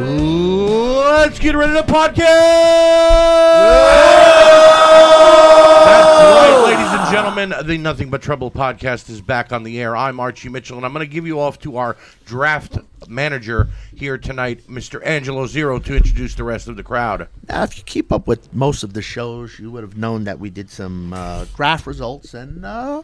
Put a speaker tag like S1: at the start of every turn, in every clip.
S1: Let's get ready to podcast. That's
S2: Oh!
S1: right, ladies and gentlemen. The Nothing But Trouble podcast is back on the air. I'm Archie Mitchell, and I'm going to give you off to our draft manager here tonight, Mr. Angelo Zero, to introduce the rest of the crowd.
S3: Now, if you keep up with most of the shows, you would have known that we did some uh, draft results and uh,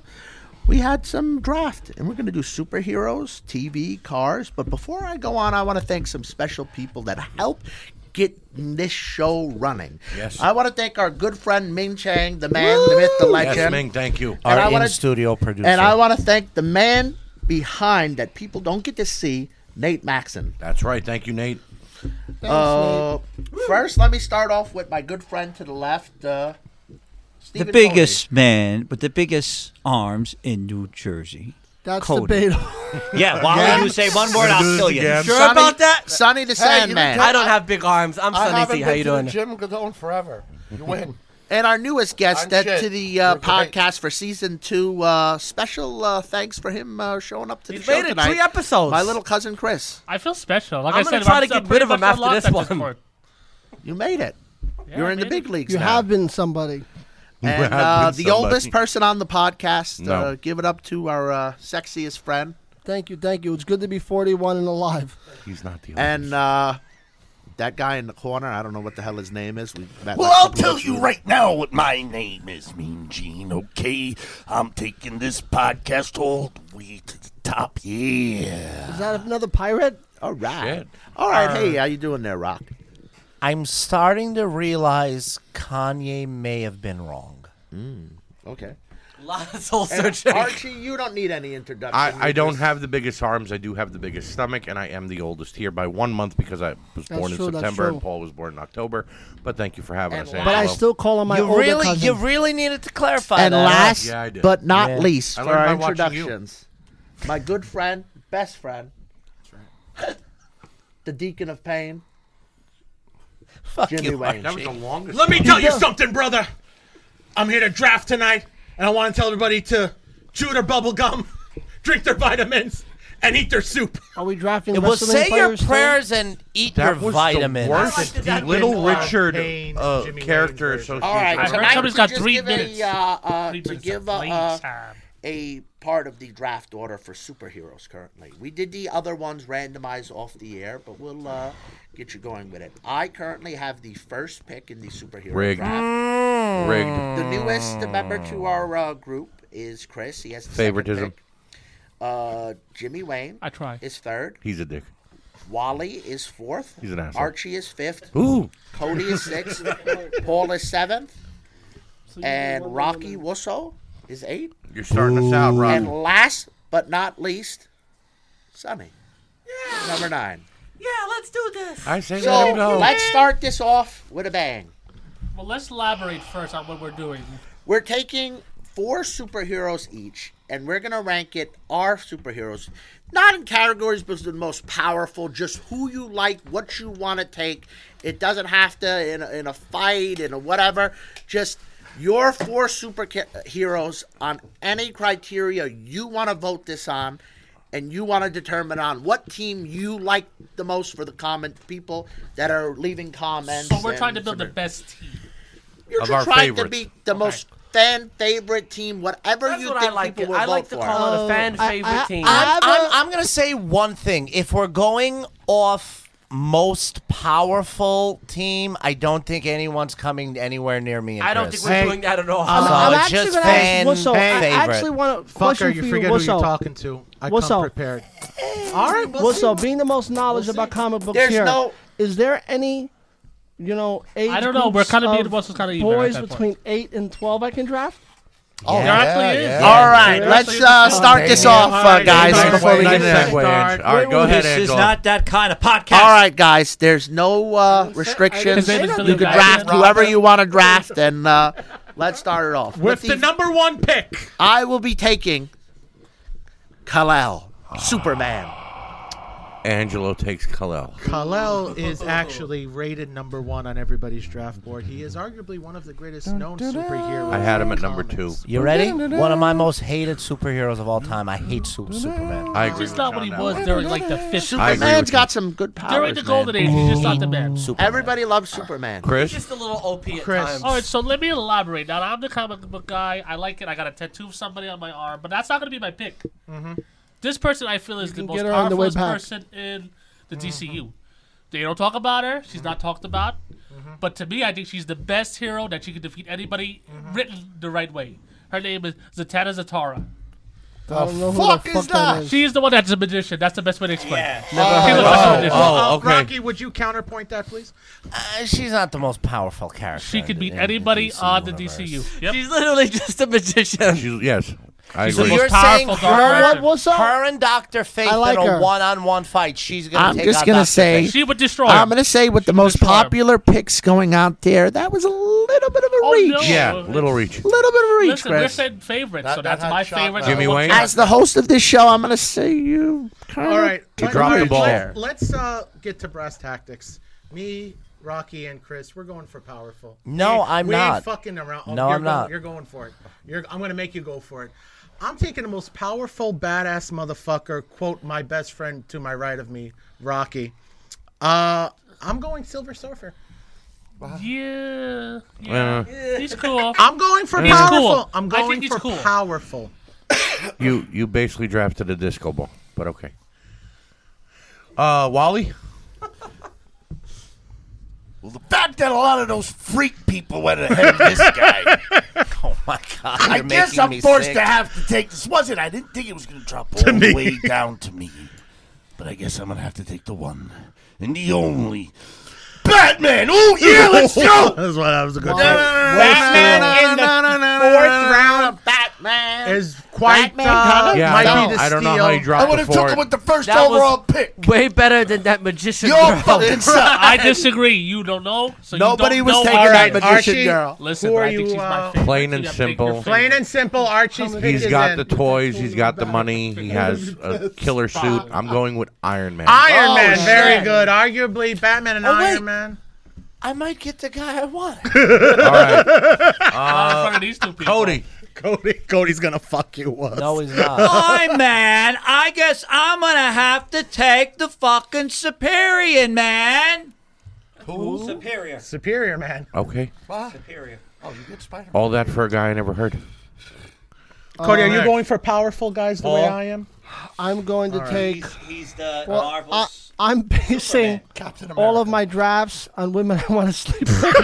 S3: we had some draft. And we're going to do superheroes, TV, cars. But before I go on, I want to thank some special people that helped get this show running.
S1: Yes.
S3: I want to thank our good friend Ming Chang, the man, the myth, the legend.
S1: Yes, Ming, thank you.
S3: And I
S2: our
S3: wanna-
S2: in studio producer.
S3: And I want to thank the man behind that people don't get to see, Nate Maxon.
S1: That's right. Thank you, Nate.
S3: Uh, first, let me start off with my good friend to the left, uh,
S4: the
S3: Stephen
S4: biggest man with the biggest arms in New Jersey.
S5: That's
S4: Cody.
S5: debatable.
S4: Yeah, while you say one word, I'll kill you.
S2: Sure
S3: Tony. Sonny,
S2: about that?
S3: Sonny the Sandman,
S2: I don't have big arms. I'm
S6: I
S2: Sunny
S6: haven't
S2: C. How
S6: been
S2: you
S6: to the
S2: doing?
S6: Jim Gadone forever. You win.
S3: and our newest guest
S6: I'm
S3: that,
S6: Jed.
S3: to the uh,
S6: You're great.
S3: podcast for season two. Uh, special uh, thanks for him uh, showing up to
S2: He's
S3: the show
S2: made it
S3: tonight.
S2: three episodes.
S3: My little cousin Chris,
S7: I feel special. Like
S2: I'm
S7: I
S2: gonna
S7: said,
S2: try
S7: I'm
S2: to
S7: so
S2: get rid of
S7: pretty
S2: him after
S7: much
S2: this
S7: unlocked at
S2: one.
S7: point.
S3: you made it.
S7: Yeah,
S3: You're
S7: I
S3: in the
S7: made it.
S3: big leagues
S5: You
S3: now.
S5: have been somebody.
S3: and
S1: Well,
S3: uh,
S1: I've
S3: the
S1: been
S3: oldest
S1: somebody.
S3: person on the podcast. Uh,
S1: No.
S3: give it up to our uh, sexiest friend
S5: Thank you, thank you. It's good to be 41 and alive.
S1: He's not the
S3: and. Uh, that guy in the corner, I don't know what the hell his name is. We met
S6: Well,
S3: like a
S6: I'll
S3: couple
S6: tell
S3: weeks
S6: you
S3: ago.
S6: right now what my name is, Mean Gene, okay? I'm taking this podcast all the way to the top, yeah.
S5: Is that another pirate?
S3: All right,
S1: Shit.
S3: all right. hey, how you doing there, Rock?
S2: I'm starting to realize Kanye may have been wrong.
S3: Hmm, Okay.
S2: Lot of soul
S3: And
S2: searching.
S3: Archie, you don't need any introduction.
S1: I, I
S3: You
S1: don't
S3: just-
S1: have the biggest arms. I do have the biggest stomach, and I am the oldest here by one month because I was born in
S5: true, that's
S1: September and
S5: true.
S1: Paul was born in October. But thank you for having us.
S5: But I
S1: Angelo.
S5: still call him my
S2: You
S5: older
S2: really,
S5: cousin.
S2: you really needed to clarify
S3: And
S2: that.
S3: last
S1: Yeah, I did.
S3: but not
S2: Yeah.
S3: least,
S1: I
S3: for
S1: learned
S3: our
S1: by watching you.
S3: introductions, my good friend, best friend, the deacon of pain, Jimmy Wayne.
S1: That was the longest.
S8: Let me tell you something, brother. I'm here to draft tonight, and I want to tell everybody to chew their bubble gum, drink their vitamins, and eat their soup.
S5: Are we drafting
S2: Well,
S5: wrestling
S2: say your
S5: players? still?
S2: prayers and eat your
S1: That was
S2: vitamins.
S1: the worst
S8: did that
S1: Little
S8: win a lot of
S1: Richard
S8: pain,
S1: uh,
S8: Jimmy
S1: character
S8: Wayne's version.
S1: association.
S3: All right,
S7: I heard
S3: tonight
S7: somebody's
S3: we
S7: got
S3: just
S7: three
S3: give
S7: minutes.
S3: A, uh, uh,
S7: Three
S3: to
S7: minutes
S3: give
S7: of
S3: a, uh,
S7: playtime.
S3: a part of the draft order for superheroes currently. We did the other ones randomized off the air, but we'll uh, get you going with it. I currently have the first pick in the superhero
S1: Rigged.
S3: draft.
S1: rigged.
S3: The newest member to our uh, group is Chris. He has the second
S1: Favoritism.
S3: pick. Uh, Jimmy Wayne
S7: I try.
S3: is third.
S1: He's a dick.
S3: Wally is fourth.
S1: He's an asshole.
S3: Archie is fifth.
S1: Ooh.
S3: Cody is sixth. Paul is seventh. and Rocky Wusso is eight.
S1: You're starting us out, Rob.
S3: And last but not least, Sonny. Number nine.
S2: Yeah, let's do this.
S1: I say
S3: So
S1: let him go.
S3: let's start this off with a bang.
S7: Well, let's elaborate first on what we're doing.
S3: We're taking four superheroes each, and we're gonna rank it our superheroes, not in categories, but the most powerful. Just who you like, what you want to take. It doesn't have to in a, in a fight, in a whatever. Just your four superheroes on any criteria you want to vote this on. And you want to determine on what team you like the most for the comment people that are leaving comments.
S7: So we're
S3: and
S7: trying to build the
S3: submit-
S7: best team.
S3: you're
S1: of
S3: just
S1: our
S3: trying to
S1: favorites.
S3: be the most fan favorite team, whatever
S2: That's
S3: you
S2: what
S3: think
S2: I like.
S3: people
S2: It.
S3: will
S2: I
S3: vote
S2: like to
S3: for.
S2: call it a
S5: Uh,
S2: fan
S5: I-
S2: favorite
S5: I-
S2: team.
S5: I
S2: I'm,
S5: have
S2: I'm,
S5: a-
S2: I'm gonna say one thing. If we're going off most powerful team, I don't think anyone's coming anywhere near me. And
S8: I don't
S2: Chris.
S8: think we're Hey.
S2: doing that at all.
S5: I'm,
S2: so
S5: I'm
S2: it's
S5: actually
S2: just
S5: gonna
S2: fan
S5: ask Wusso. I
S2: favorite.
S5: actually want to question
S8: Fucker,
S5: for
S8: you
S5: you,
S8: forget who you're
S5: Wusso.
S8: talking to. I
S5: What's
S8: come
S5: up?
S8: prepared.
S2: all right, we'll see.
S5: Wusso, being the most knowledgeable about comic books
S3: There's
S5: here,
S3: no-
S5: is there any, you know, age
S7: I don't know. We're
S5: groups
S7: kinda being
S5: of
S7: Wusso's kinda even at
S5: boys
S7: that point.
S5: between eight and twelve I can draft.
S2: Oh,
S7: There actually is.
S2: yeah.
S3: All right,
S5: Yeah.
S3: let's uh, start this
S2: Yeah.
S3: off,
S8: All
S3: uh,
S8: right,
S3: guys.
S8: nice
S3: before we
S8: segue,
S3: get
S1: nice
S3: into that.
S1: segue, Ange. All right, go ahead,
S4: this is
S1: Angelo.
S4: not that kind of podcast.
S3: All right, guys. There's no uh,
S7: His
S3: restrictions.
S7: name is
S3: You
S7: Billy
S3: can
S7: Batson.
S3: draft whoever you want to draft, and uh, let's start it off
S8: With the number one pick.
S3: I will be taking Kal-El, Superman.
S1: Angelo takes Kalel.
S8: Kalel is actually rated number one on everybody's draft board. He is arguably one of the greatest known superheroes.
S1: I had him
S8: in
S1: at number two.
S8: comics.
S2: You ready? One of my most hated superheroes of all time. I hate su- Superman.
S1: I agree.
S7: Just
S1: with
S7: not
S1: John
S7: what he
S1: now.
S7: was during like the 50s.
S1: I agree with
S3: Superman's
S1: you.
S3: got some good powers.
S7: During the golden
S3: man.
S7: age, he's just not the man.
S2: Superman.
S3: Everybody loves Superman.
S1: Chris.
S9: Just a little OP at
S8: Chris.
S9: times.
S7: All right, so let me elaborate. Now, I'm the comic book guy. I like it. I got a tattoo of somebody on my arm, but that's not going to be my pick. This person I feel is the
S5: can
S7: most
S5: get her on the
S7: powerful
S5: way back. Mm-hmm.
S7: person in the DCU. They don't talk about her. She's not talked about.
S5: Mm-hmm.
S7: But to me, I think she's the best hero that she could defeat anybody
S5: Mm-hmm.
S7: written the right way. Her name is Zatanna Zatara.
S5: I don't know who the fuck is that? is.
S7: She is the one that's a magician. That's the best way to explain it. She
S1: Oh,
S7: looks like a magician.
S1: oh,
S8: Uh,
S1: okay.
S8: Rocky, would you counterpoint that, please?
S2: Uh, she's not the most powerful character.
S7: She could
S2: in-
S7: beat
S2: in
S7: anybody
S2: DC
S7: on the
S2: universe.
S7: DCU. Yep.
S9: She's literally just a magician.
S1: She's, yes, I
S2: So
S1: agree.
S2: you're
S7: most powerful
S2: saying
S7: dark
S2: her,
S7: person.
S5: What- what's up?
S2: her and Doctor Fate
S5: I like
S2: in a
S5: her.
S2: one-on-one fight. She's gonna.
S3: I'm
S2: take
S3: just
S2: out
S3: gonna
S2: Dr.
S3: say-
S2: Fate.
S7: She would destroy.
S3: I'm
S7: him.
S3: going to say with the most
S7: Destroy 'em.
S3: popular picks going out there, that was a little bit of a
S7: Oh,
S3: reach.
S7: no.
S1: yeah,
S7: Oh,
S1: little reach.
S3: Little bit of a reach,
S7: Listen, we're
S3: Chris.
S7: saying favorites, so
S2: That-
S7: that's
S2: that
S7: my
S2: hot shot,
S7: favorite.
S2: though.
S7: so
S1: Jimmy
S7: what-
S1: Wayne.
S3: As the host of this show, I'm going to say you kind of.
S8: All right.
S1: You
S8: let-
S1: dropped
S8: all
S1: the
S8: right,
S1: ball.
S8: Let's, let's, uh, get to brass tactics. Me, Rocky, and Chris, we're going for powerful.
S2: No,
S8: We-
S2: I'm
S8: we ain't
S2: not.
S8: fucking around. Oh,
S2: No,
S8: you're
S2: I'm
S8: going-
S2: not.
S8: You're going for it. You're, I'm going to make you go for it. I'm taking the most powerful, badass motherfucker, quote my best friend to my right of me, Rocky. Uh, I'm going Silver Surfer.
S7: Yeah.
S1: Uh,
S7: He's cool.
S8: I'm going for
S7: He's
S8: powerful.
S7: cool.
S8: I'm
S7: I
S8: going
S7: think he's
S8: for
S7: cool.
S8: powerful.
S1: you you basically drafted a disco ball, but okay. Uh, Wally.
S6: Well, the fact that a lot of those freak people went ahead of this guy,
S2: Oh my god!
S6: I
S2: you're
S6: guess
S2: making
S6: I'm
S2: me
S6: forced
S2: sick.
S6: to have to take this. Wasn't I didn't think it was going to drop all the way down to me, but I guess I'm going to have to take the one and the only Batman. Oh yeah, let's go.
S8: That's why that was a good
S3: Batman in the fourth round of Batman.
S8: Is quite
S3: Batman
S8: uh,
S3: kinda?
S1: Yeah,
S8: might
S1: I
S8: be
S1: don't,
S8: the
S1: I don't know
S8: steal.
S1: how he
S6: I
S1: dropped
S6: would
S1: the
S6: have took him
S1: four.
S6: with the first
S9: That was-
S6: overall pick.
S9: Way better than that magician.
S6: You
S9: girl.
S6: all fucking suck.
S7: I disagree. You don't know. So
S3: Nobody
S7: you
S3: was
S7: don't know
S3: taking
S7: her.
S3: that
S8: Alright,
S3: magician
S8: Archie.
S3: girl.
S7: Listen,
S8: Who
S7: but
S8: are
S7: I think
S8: you,
S7: she's
S8: uh,
S7: my favorite.
S1: Plain and
S7: Yeah, pick your
S1: simple.
S7: favorite.
S8: Plain and simple, Archie's pick
S1: He's
S8: is
S1: got
S8: in.
S1: the toys. He's got the money. He has a killer suit. I'm going with Iron Man.
S8: Iron
S3: Oh,
S8: Man,
S3: shit.
S8: very good. Arguably Batman and
S2: Oh,
S8: Iron
S2: wait.
S8: Man.
S2: I might get the guy I want.
S1: Oh. All right, Uh,
S7: Not in front of these two people.
S1: Cody.
S8: Cody, Cody's gonna fuck you up.
S2: No, he's not.
S4: Hi, man. I guess I'm gonna have to take the fucking Superior, man.
S9: Superior.
S8: Superior Man.
S1: Okay,
S9: Superior.
S6: Oh, you get Spider-Man.
S1: all that for a guy I never heard.
S8: Cody, are you
S1: Alright.
S8: going for powerful guys the way
S1: Paul?
S8: I am?
S5: I'm going to take.
S9: He's, he's the
S5: Well, I,
S9: Marvel's.
S5: I'm basing
S6: Captain America.
S5: all of my drafts on women I want to sleep with.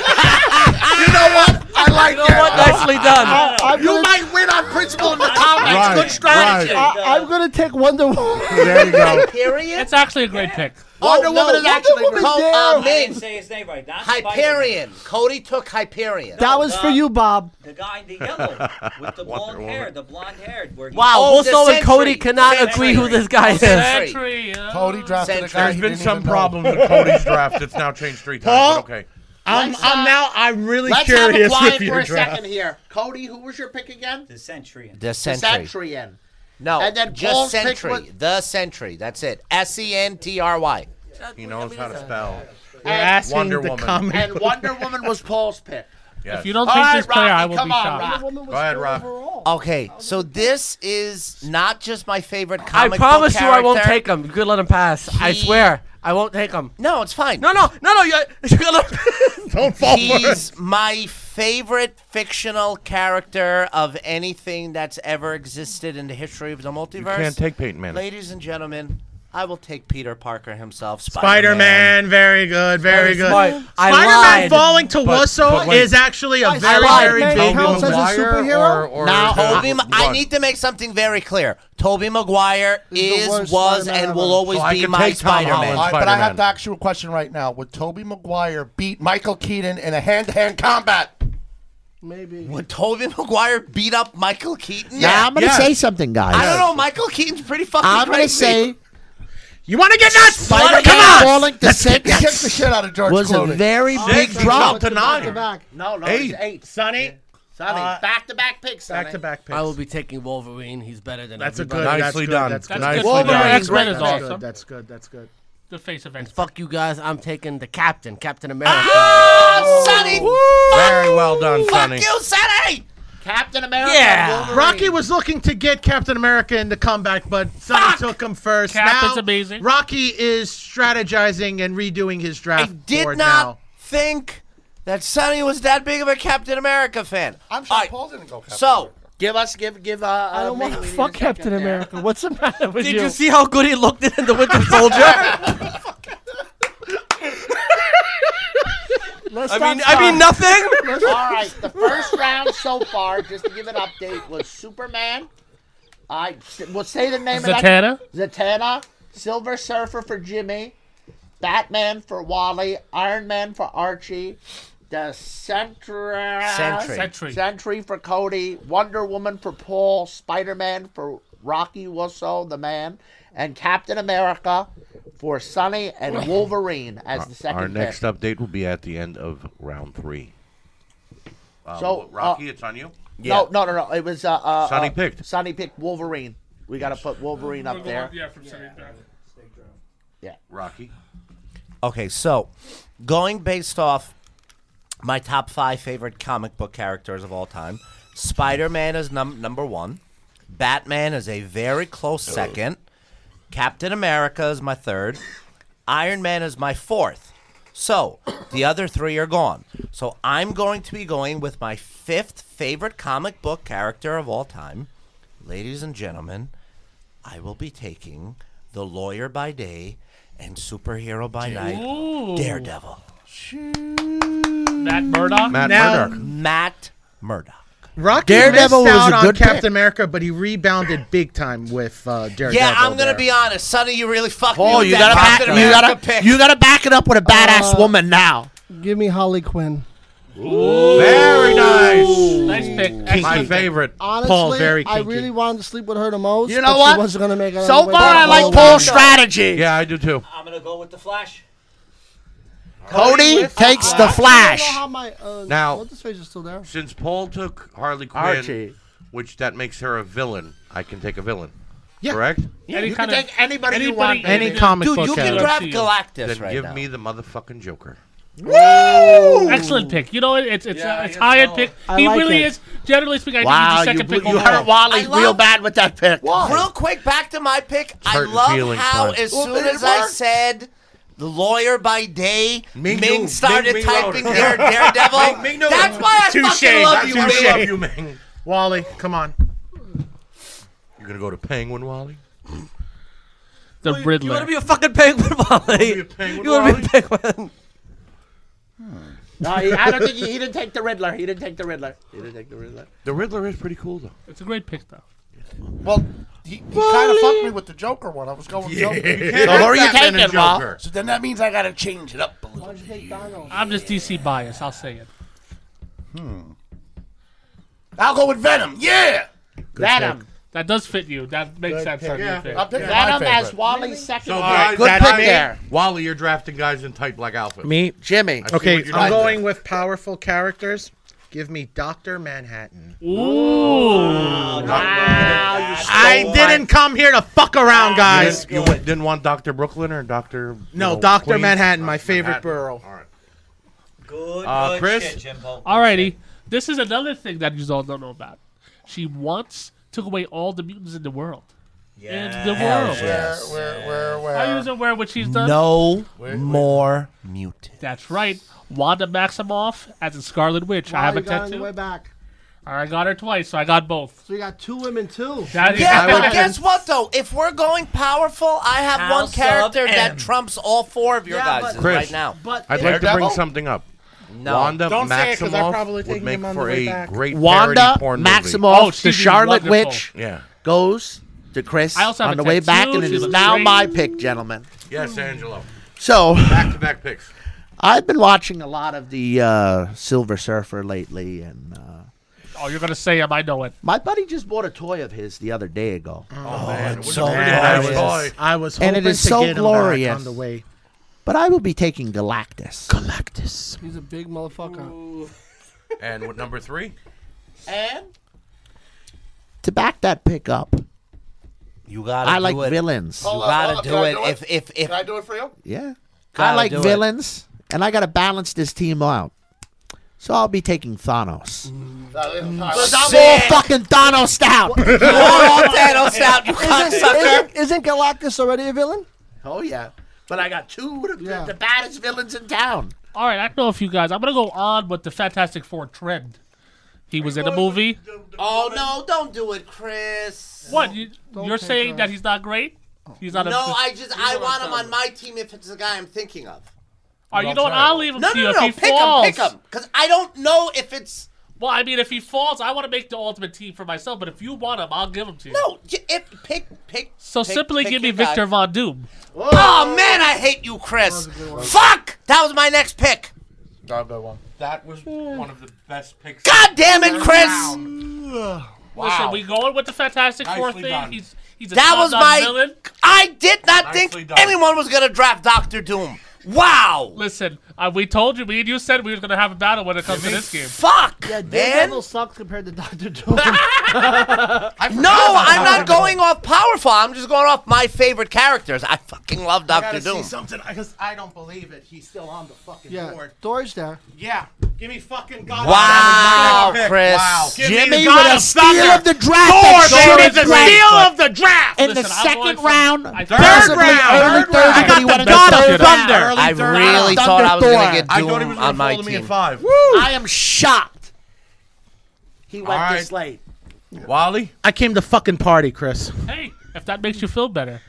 S3: You know what? I like
S9: you know what?
S3: that.
S9: Nicely done.
S5: I'm
S3: You
S5: gonna,
S3: might win on principle in the comments.
S1: Right,
S3: Good strategy.
S1: right.
S5: I, am going to take Wonder Woman.
S1: There you go.
S7: It's actually a great pick.
S3: Wonder
S2: Oh, no,
S3: Woman is
S2: Wonder
S3: actually
S5: Woman's
S3: great.
S5: there.
S2: Oh, uh,
S9: I didn't
S2: Ming.
S9: say his name right. Not
S2: Hyperion. Cody took Hyperion.
S5: That was for you, Bob.
S9: Spider-Man. The guy in the yellow with the blonde hair, the blonde hair. Where he-
S2: Wow,
S9: Oh,
S2: Oh,
S9: Wilson
S2: the
S9: and Cody
S2: century.
S9: cannot
S2: Century.
S9: agree who this guy is.
S2: Century.
S7: Entry, uh,
S6: Cody drafted
S2: Century.
S6: a guy
S1: There's
S6: he
S1: been
S6: didn't
S1: some
S6: even know.
S1: problems with Cody's draft. It's now changed three times.
S8: Paul?
S1: but okay.
S8: I'm, I'm now. I'm really
S3: uh, Let's have a
S8: curious
S3: quiet
S8: if
S3: for
S8: you're
S3: a
S8: draft.
S3: second here. Cody, who was your pick again?
S9: The Centurion.
S2: The century.
S3: Satrian.
S2: No,
S3: And then
S2: just
S3: Paul's pick
S2: century.
S3: was-
S2: The century. That's it. S e n t r y.
S1: He knows how to spell.
S8: You're asking
S1: Wonder
S8: the
S1: Woman.
S8: comic.
S3: And Wonder Woman was Paul's pick.
S1: Yes.
S7: If you don't
S3: All
S7: take
S3: right,
S7: this player, I
S3: Rocky,
S7: will
S3: come
S7: be
S3: on,
S7: shocked.
S3: Rocky.
S1: Go ahead, Rob.
S2: Okay, so this is not just my favorite
S9: I
S2: comic.
S9: promise
S2: book
S9: you, I won't
S2: character.
S9: take him. You could let him pass. I
S2: He-
S9: swear, I won't take him.
S2: No, it's fine.
S9: No, no, no, no. You, you gotta let him pass.
S8: Don't fall for it.
S2: He's my favorite fictional character of anything that's ever existed in the history of the multiverse.
S1: You can't take Peyton Manning.
S2: Ladies and gentlemen, I will take Peter Parker himself.
S8: Spider
S2: Spider-Man.
S8: Man, very good, very good.
S9: smart. I
S8: Spider Man
S9: lied.
S8: falling to
S1: But-
S8: Wusso
S1: but wait.
S8: is actually a very,
S2: lied.
S8: very
S5: Man
S8: big
S5: counts as a superhero?
S1: or, or
S2: Now,
S1: uh,
S2: Tobey, Ma- I
S1: one?
S2: need to make something very clear. Toby Maguire
S5: He's the
S2: is,
S5: worst
S2: was,
S5: Spider-Man
S2: and
S5: ever.
S2: will always
S1: So I
S2: be
S1: can
S2: my
S1: take Tom
S2: Spider-Man.
S1: Holland.
S6: All right, but I
S1: Spider-Man.
S6: have to ask you a question right now. Would Toby Maguire beat Michael Keaton in a hand-to-hand combat?
S5: Maybe.
S2: Would Toby Maguire beat up Michael Keaton?
S3: Now I'm gonna
S1: yes.
S3: say something, guys.
S2: I don't know. Michael Keaton's pretty fucking
S3: I'm gonna
S2: crazy.
S3: say
S8: You want to get nuts?
S3: Spider-Man falling to
S6: He kicked
S3: six
S6: the shit out of George
S3: was a
S1: Oh,
S6: Clooney.
S3: very big
S1: Six.
S3: drop.
S1: to nine.
S3: No, no,
S1: Eight.
S3: eight.
S8: Sonny,
S3: Sonny,
S8: Uh,
S3: back to back picks. Sonny.
S8: Back to back picks.
S5: I will be taking Wolverine. He's better than
S8: That's a good.
S5: everybody.
S8: That's
S1: Nicely
S8: good,
S1: done.
S8: That's good.
S1: That's good.
S8: That's
S1: Wolverine
S8: good,
S7: X-Men
S8: that's
S7: is
S8: good,
S7: awesome.
S8: That's good. That's good.
S7: The face of X.
S5: Fuck you guys. I'm taking the Captain, Captain America.
S7: Ah,
S3: Oh,
S2: Sonny!
S1: Very well done,
S2: Fuck
S1: Sonny.
S2: you, Sonny!
S3: Captain America.
S4: Yeah.
S3: Wolverine.
S8: Rocky was looking to get Captain America into comeback, but Sonny took him first.
S7: Captain's
S8: Now,
S7: amazing.
S8: Rocky is strategizing and redoing his
S2: I
S8: draft.
S2: did
S8: board
S2: not
S8: Now.
S2: think that Sonny was that big of a Captain America fan.
S6: I'm
S2: All
S6: sure
S2: right,
S6: Paul didn't go. Captain
S2: So,
S3: Give us, give, give. Uh,
S5: I don't want to fuck Captain America. What's the matter with
S10: Did
S5: you?
S10: you see how good he looked in the Winter Soldier? I
S5: Let's stop
S10: mean, I
S5: talking.
S10: mean nothing.
S3: All right, the first round so far, just to give an update, was Superman. I will say the name of that.
S7: Zatanna.
S3: Zatanna, Silver Surfer for Jimmy, Batman for Wally, Iron Man for Archie, the Centra-
S2: Sentry.
S7: Sentry.
S3: Sentry for Cody, Wonder Woman for Paul, Spider Man for Rocky Wusso, the man, and Captain America for Sonny and Wolverine as the second
S1: Our
S3: pick.
S1: next update will be at the end of round three. Um,
S3: So,
S1: Rocky,
S3: uh,
S1: it's on you.
S3: No, no, no, no. It was uh, uh,
S1: Sonny
S3: uh,
S1: picked.
S3: Sonny picked Wolverine. We got to put Wolverine up there.
S7: Yeah, from Sunny Back.
S1: Rocky.
S2: okay, so going based off my top five favorite comic book characters of all time, Spider Man is num- number one, Batman is a very close second, Captain America is my third, Iron Man is my fourth. So the other three are gone. So I'm going to be going with my fifth favorite comic book character of all time. Ladies and gentlemen, I will be taking the lawyer by day and superhero by night, Daredevil,
S7: Matt Murdock.
S1: Matt
S8: Now-
S1: Murdock.
S2: Matt Murdock.
S8: Rocky
S3: Daredevil
S8: missed
S3: was
S8: out
S3: a
S8: on
S3: good
S8: Captain
S3: pick.
S8: America, but he rebounded big time with uh, Daredevil.
S2: Yeah, I'm gonna
S8: there.
S2: be honest, Sonny. You really fucked me.
S3: Paul,
S2: with
S3: Oh, you
S2: that
S3: gotta back
S2: Captain
S3: you
S2: America
S3: gotta
S2: pick.
S3: you gotta back it up with a badass woman now.
S5: Give me Holly Quinn.
S1: Very nice.
S7: Nice pick.
S1: My
S7: Excellent pick.
S1: favorite.
S5: Honestly,
S8: Paul, very
S5: I
S8: kinky.
S5: really wanted to sleep with her the most.
S3: You know
S5: but
S3: what?
S5: She wasn't gonna make it.
S3: So far, I
S5: "Oh,
S3: like Paul's strategy.
S1: Yeah, I do too.
S9: I'm gonna go with the Flash.
S3: Cody takes the
S5: I
S3: flash.
S5: don't know how my uh,
S1: Now-
S5: what's his face is still there.
S1: Since Paul took Harley Quinn,
S3: Archie.
S1: which that makes her a villain, I can take a villain.
S8: Yeah.
S1: Correct?
S7: Any
S3: you
S7: kind
S3: can
S7: of-
S3: take anybody you
S7: anybody-
S3: want,
S8: any
S7: Dude,
S8: comic
S2: Dude,
S8: book
S2: you can
S7: Okay.
S8: character.
S2: grab
S7: Let's see.
S2: Galactus
S1: Then
S2: right
S1: give
S2: now.
S1: me the motherfucking Joker.
S7: Excellent pick. You know what? It's it's
S9: Yeah,
S7: uh, it's
S9: I
S7: high
S9: guess
S7: end
S9: so.
S7: pick.
S5: I
S7: He
S5: like
S7: really
S5: it.
S7: is. Generally speaking, I
S3: Wow,
S7: think
S3: you,
S7: he's the second
S3: blew,
S7: pick
S3: you
S7: overall.
S3: hurt Wally
S2: I love-
S3: real bad with that pick.
S2: Real quick, back to my pick. I
S1: Hurt
S2: love
S1: feelings,
S2: how,
S1: huh?
S2: as
S1: Well,
S2: soon
S1: but it
S2: as I
S1: worked.
S2: said the lawyer by day, Ming,
S1: Ming knew.
S2: started
S1: Ming- Ming wrote
S2: typing
S1: it.
S2: Dare, Daredevil.
S1: Ming knew
S2: That's
S1: it.
S2: why I fucking love you,
S1: That's why
S2: Ming.
S1: we love you, Ming.
S8: Wally, come on.
S1: You're gonna go to Penguin Wally?
S7: The
S10: You want to
S7: Riddler.
S10: be a fucking penguin, Wally?
S1: be a penguin,
S10: You want to be a penguin?
S7: Hmm.
S3: No, Uh, he, I don't think he, he didn't take the Riddler. He didn't take the Riddler. He didn't take the Riddler.
S1: The Riddler is pretty cool though.
S7: It's a great pick though.
S6: Well, he, he kind of fucked me with the Joker one. I was going Joker.
S3: So who are you taking, Ma?
S6: So then that means I gotta change it up a little.
S7: I'm just DC biased. I'll say it.
S6: I'll go with Venom. Yeah.
S3: Venom.
S7: That does fit you. That makes sense. on your pick.
S6: I'm picking my
S3: Venom
S6: favorite.
S3: as Wally's second.
S1: So
S3: pick.
S1: guys,
S3: good
S1: that's
S3: pick
S1: me.
S3: there.
S1: Wally, you're drafting guys in tight black outfits.
S8: Me.
S3: Jimmy.
S1: I see
S8: Okay,
S1: what you're
S8: I'm
S1: doing.
S8: going with powerful characters. Give me Doctor Manhattan.
S3: Wow, you
S8: I didn't come here to fuck around,
S1: You
S8: guys.
S1: didn't, you went- didn't want Doctor Brooklyn or Doctor?
S8: No, Dr. Manhattan, my favorite borough.
S1: All right.
S9: Good,
S1: Uh,
S9: good
S1: Chris?
S9: shit, Jimbo.
S7: Alrighty. This is another thing that you all don't know about. She once took away all the mutants in the world.
S9: Yeah.
S7: In the world.
S6: Where, where, where, where?
S7: Are you aware what she's done?
S2: No more mutant.
S7: That's right. Wanda Maximoff as a Scarlet Witch. I
S5: Wow,
S7: have
S5: you
S7: a
S5: got it on the
S7: tattoo.
S5: way back.
S7: I got her twice, so I got both.
S5: So you got two women too.
S7: That is-
S2: Yeah,
S1: I would-
S2: but guess what though? If we're going powerful, I have one
S10: House of
S2: character that
S10: M.
S2: trumps all four of your
S5: Yeah,
S2: guys
S5: but-
S2: right
S1: Chris.
S2: now.
S5: But
S1: I'd
S5: if-
S1: like to bring
S6: Daredevil?
S1: something up.
S2: No.
S1: Wanda
S8: Oh. Don't say it, 'cause I'm
S1: Maximoff
S8: probably
S1: would
S8: taking
S1: make
S8: him on the
S1: for
S8: way
S1: a
S8: back.
S1: great
S3: Wanda
S1: parody porn movie.
S3: Maximoff,
S7: Oh,
S3: the
S7: she'd be
S3: Charlotte
S7: wonderful.
S3: Witch,
S1: Yeah.
S3: goes to Chris
S7: I also have
S3: on
S7: a
S3: the way back,
S7: tattoo.
S3: and it
S7: She
S3: is
S7: looks
S3: now
S7: great.
S3: my pick, gentlemen.
S1: Yes, Angelo.
S3: So
S1: Back to back picks.
S3: I've been watching a lot of the uh, Silver Surfer lately, and uh,
S7: Oh, you're gonna say him. I know it.
S3: my buddy just bought a toy of his the other day ago.
S2: Oh, so
S8: I
S2: gorgeous.
S8: was, I was
S3: And
S8: hoping
S3: it is
S8: to
S3: so
S8: get him back
S3: glorious.
S8: on the way.
S3: But I will be taking Galactus. Galactus.
S5: he's a big motherfucker.
S1: And what number three?
S3: And to back that pick up,
S2: You gotta.
S3: I
S2: do
S3: like
S2: it.
S3: villains.
S2: You
S3: Hold
S2: gotta
S11: hold
S2: do
S11: Can I
S2: it. If if if
S11: Can I do it for you?
S3: yeah, I
S2: Gotta
S3: like
S2: do it.
S3: villains, and I got to balance this team out. So I'll be taking Thanos.
S6: Mm.
S3: Oh, Soul fucking Thanos down.
S2: Thanos out, you cocksucker.
S5: Isn't, isn't Galactus already a villain?
S3: Oh yeah, but I got two of the, the baddest villains in town.
S7: All right, I don't know if you guys. I'm gonna go on with the Fantastic Four trend. He was in the movie.
S2: Oh no! Don't do it, Chris.
S7: What? You, are saying that he's not great? He's not.
S2: No,
S7: a,
S2: I just I want him on my team if it's the guy I'm thinking of.
S7: All right, Oh, you know what? I'll leave him
S2: No,
S7: to you
S2: no,
S7: if
S2: no!
S7: he
S2: Pick him,
S7: falls.
S2: pick him, because I don't know if it's
S7: Well, I mean, if he falls, I want to make the ultimate team for myself. But if you want him, I'll give him to you.
S2: no. j- If pick pick.
S7: So
S2: pick-
S7: simply
S2: pick
S7: give me
S2: your guy.
S7: Victor Von Doom.
S2: Oh man, I hate you, Chris. Fuck! That was my next pick.
S1: That was one of the best picks.
S2: God damn it, Chris!
S7: Listen, we going with the Fantastic Four
S1: Nicely
S7: thing.
S1: done.
S7: He's he's a
S2: That was
S7: top-notch
S2: my.
S7: villain.
S2: I did not
S1: Nicely
S2: think
S1: done.
S2: anyone was gonna draft Doctor Doom. Wow!
S7: Listen, uh, we told you, me and you said we were gonna have a battle when it comes to this game.
S2: Fuck,
S5: Yeah,
S2: man!
S5: Daredevil sucks compared to Doctor Doom.
S2: No, I'm not going off powerful. I'm just going off my favorite characters. I fucking love
S8: I
S2: Doctor
S8: gotta
S2: Doom.
S8: see something because I don't believe it. He's still on the fucking
S5: yeah,
S8: board.
S5: Thor's there.
S8: Yeah, give me fucking God.
S2: Wow,
S8: That was my next pick.
S2: Chris.
S8: Give me
S3: Jimmy
S8: the
S3: with
S8: God
S3: a
S8: of
S3: steal
S8: Thunder.
S3: of the draft.
S8: Thor,
S3: that
S8: baby,
S3: Jordan
S8: the
S3: Grant
S8: steal of the draft.
S3: in the
S7: Listen, I'm going
S3: second
S7: for-
S3: round,
S7: I- Third
S3: possibly
S8: round,
S3: early
S8: third
S3: third,
S8: round.
S3: but he
S8: I got
S3: went
S8: the
S3: in
S8: God of
S3: round.
S8: Thunder.
S2: I
S8: Early third
S2: really
S8: round.
S2: thought I was
S8: Thunder
S2: gonna get
S1: I thought he was
S2: Doom
S1: going
S2: on
S1: to
S2: my
S1: fall to me at
S2: team.
S1: five.
S3: I am shocked. He went
S1: All
S3: this late.
S1: Wally?
S8: I came to fucking party, Chris.
S7: Hey, if that makes you feel better,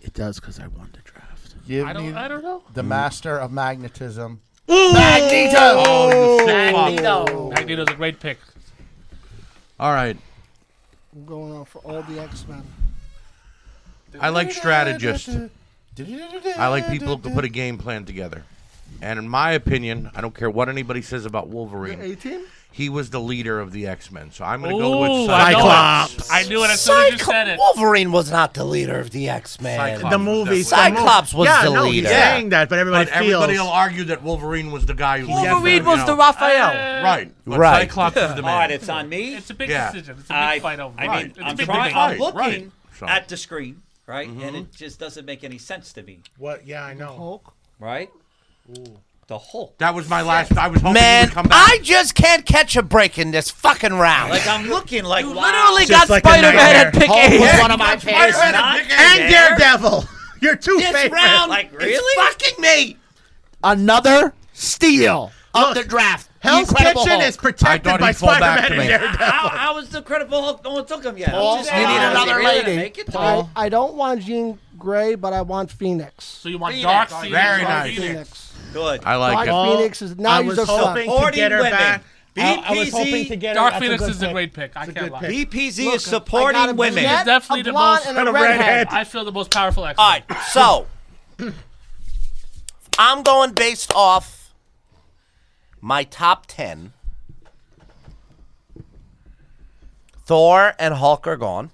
S8: It does because I won the draft.
S11: Give
S7: I
S11: me
S7: don't. I don't know.
S11: the master of magnetism.
S3: Magneto.
S7: Magneto. Magneto's a great pick.
S1: All right.
S5: I'm going on for all the X Men.
S1: I like strategists. I like people who can put a game plan together. And in my opinion, I don't care what anybody says about Wolverine,
S5: Eighteen.
S1: he was the leader of the X Men. So I'm going to go with
S7: Ooh, I know it.
S1: Cyclops.
S7: I knew it as soon as you
S2: Cyclo-
S7: said it.
S2: Wolverine was not the leader of the X Men.
S1: Cyclops.
S8: The movie.
S2: Cyclops was
S8: yeah,
S2: the
S8: no,
S2: leader.
S8: He's saying that, but everybody
S1: But
S8: feels.
S1: everybody will argue that Wolverine was the guy who
S10: Wolverine was the Raphael.
S1: Right. But
S2: Right.
S1: Cyclops is the
S9: Uh, All right,
S1: man.
S9: it's on me.
S7: It's a big
S1: Yeah.
S7: decision. It's a big
S9: I,
S7: fight over.
S9: I mean,
S1: Right.
S9: I'm
S1: It's a big
S9: trying.
S1: fight,
S9: I'm looking
S1: right. So- Mm-hmm.
S9: at the screen, right, and it just doesn't make any sense to me,
S8: What? Yeah, I know.
S5: Hulk.
S9: right? The Hulk.
S1: That was my last. I was hoping he
S2: Man,
S1: would come back.
S2: I just can't catch a break in this fucking round.
S9: Like I'm looking like
S10: You
S9: wow.
S10: literally
S8: Just
S10: got
S8: like a
S10: Spider Man
S8: nightmare.
S10: at pick
S3: Hulk
S10: eight.
S3: was one of my favorites.
S9: not
S8: And
S9: there.
S8: Daredevil. Your two
S2: this
S8: favorites.
S2: round
S9: Like,
S2: is
S9: really?
S2: fucking me.
S3: Another steal of the draft.
S8: Hell's
S3: Incredible
S8: Kitchen
S3: Hulk.
S8: is
S1: I
S8: protected
S1: thought
S8: by
S1: he'd fall
S8: Spider
S1: back
S8: Man
S1: to
S8: and
S1: me.
S8: Daredevil.
S9: How, how is the Incredible Hulk? No one took him yet.
S3: Paul,
S9: I'm just
S3: you
S9: saying,
S3: need
S9: is he
S3: another
S9: really gonna
S3: lady.
S9: Make it though?
S5: I, I don't want Jean Grey, but I want Phoenix.
S7: So you want
S9: Phoenix. Oh,
S7: Dark Phoenix?
S1: Very
S7: or
S1: nice.
S7: Phoenix?
S5: Phoenix.
S9: Good.
S1: I like
S5: Dark
S1: it.
S5: Phoenix is now
S8: I
S5: he's
S8: was
S5: a fuck.
S8: hoping to
S9: Supporting
S8: get her
S9: women.
S8: back. I- I was
S9: BPZ
S8: hoping to get her.
S7: Dark
S8: That's
S7: Phoenix
S8: good
S7: is a
S8: pick.
S7: great pick. I can't lie.
S9: BPZ
S5: Look,
S9: is
S5: I got a
S9: supporting women.
S5: brunette,
S7: definitely
S5: a
S7: the
S5: blonde,
S7: most-
S5: and a
S8: a redhead.
S5: redhead.
S7: I feel the most powerful X.
S2: All right, so I'm going based off my top ten. Thor and Hulk are gone.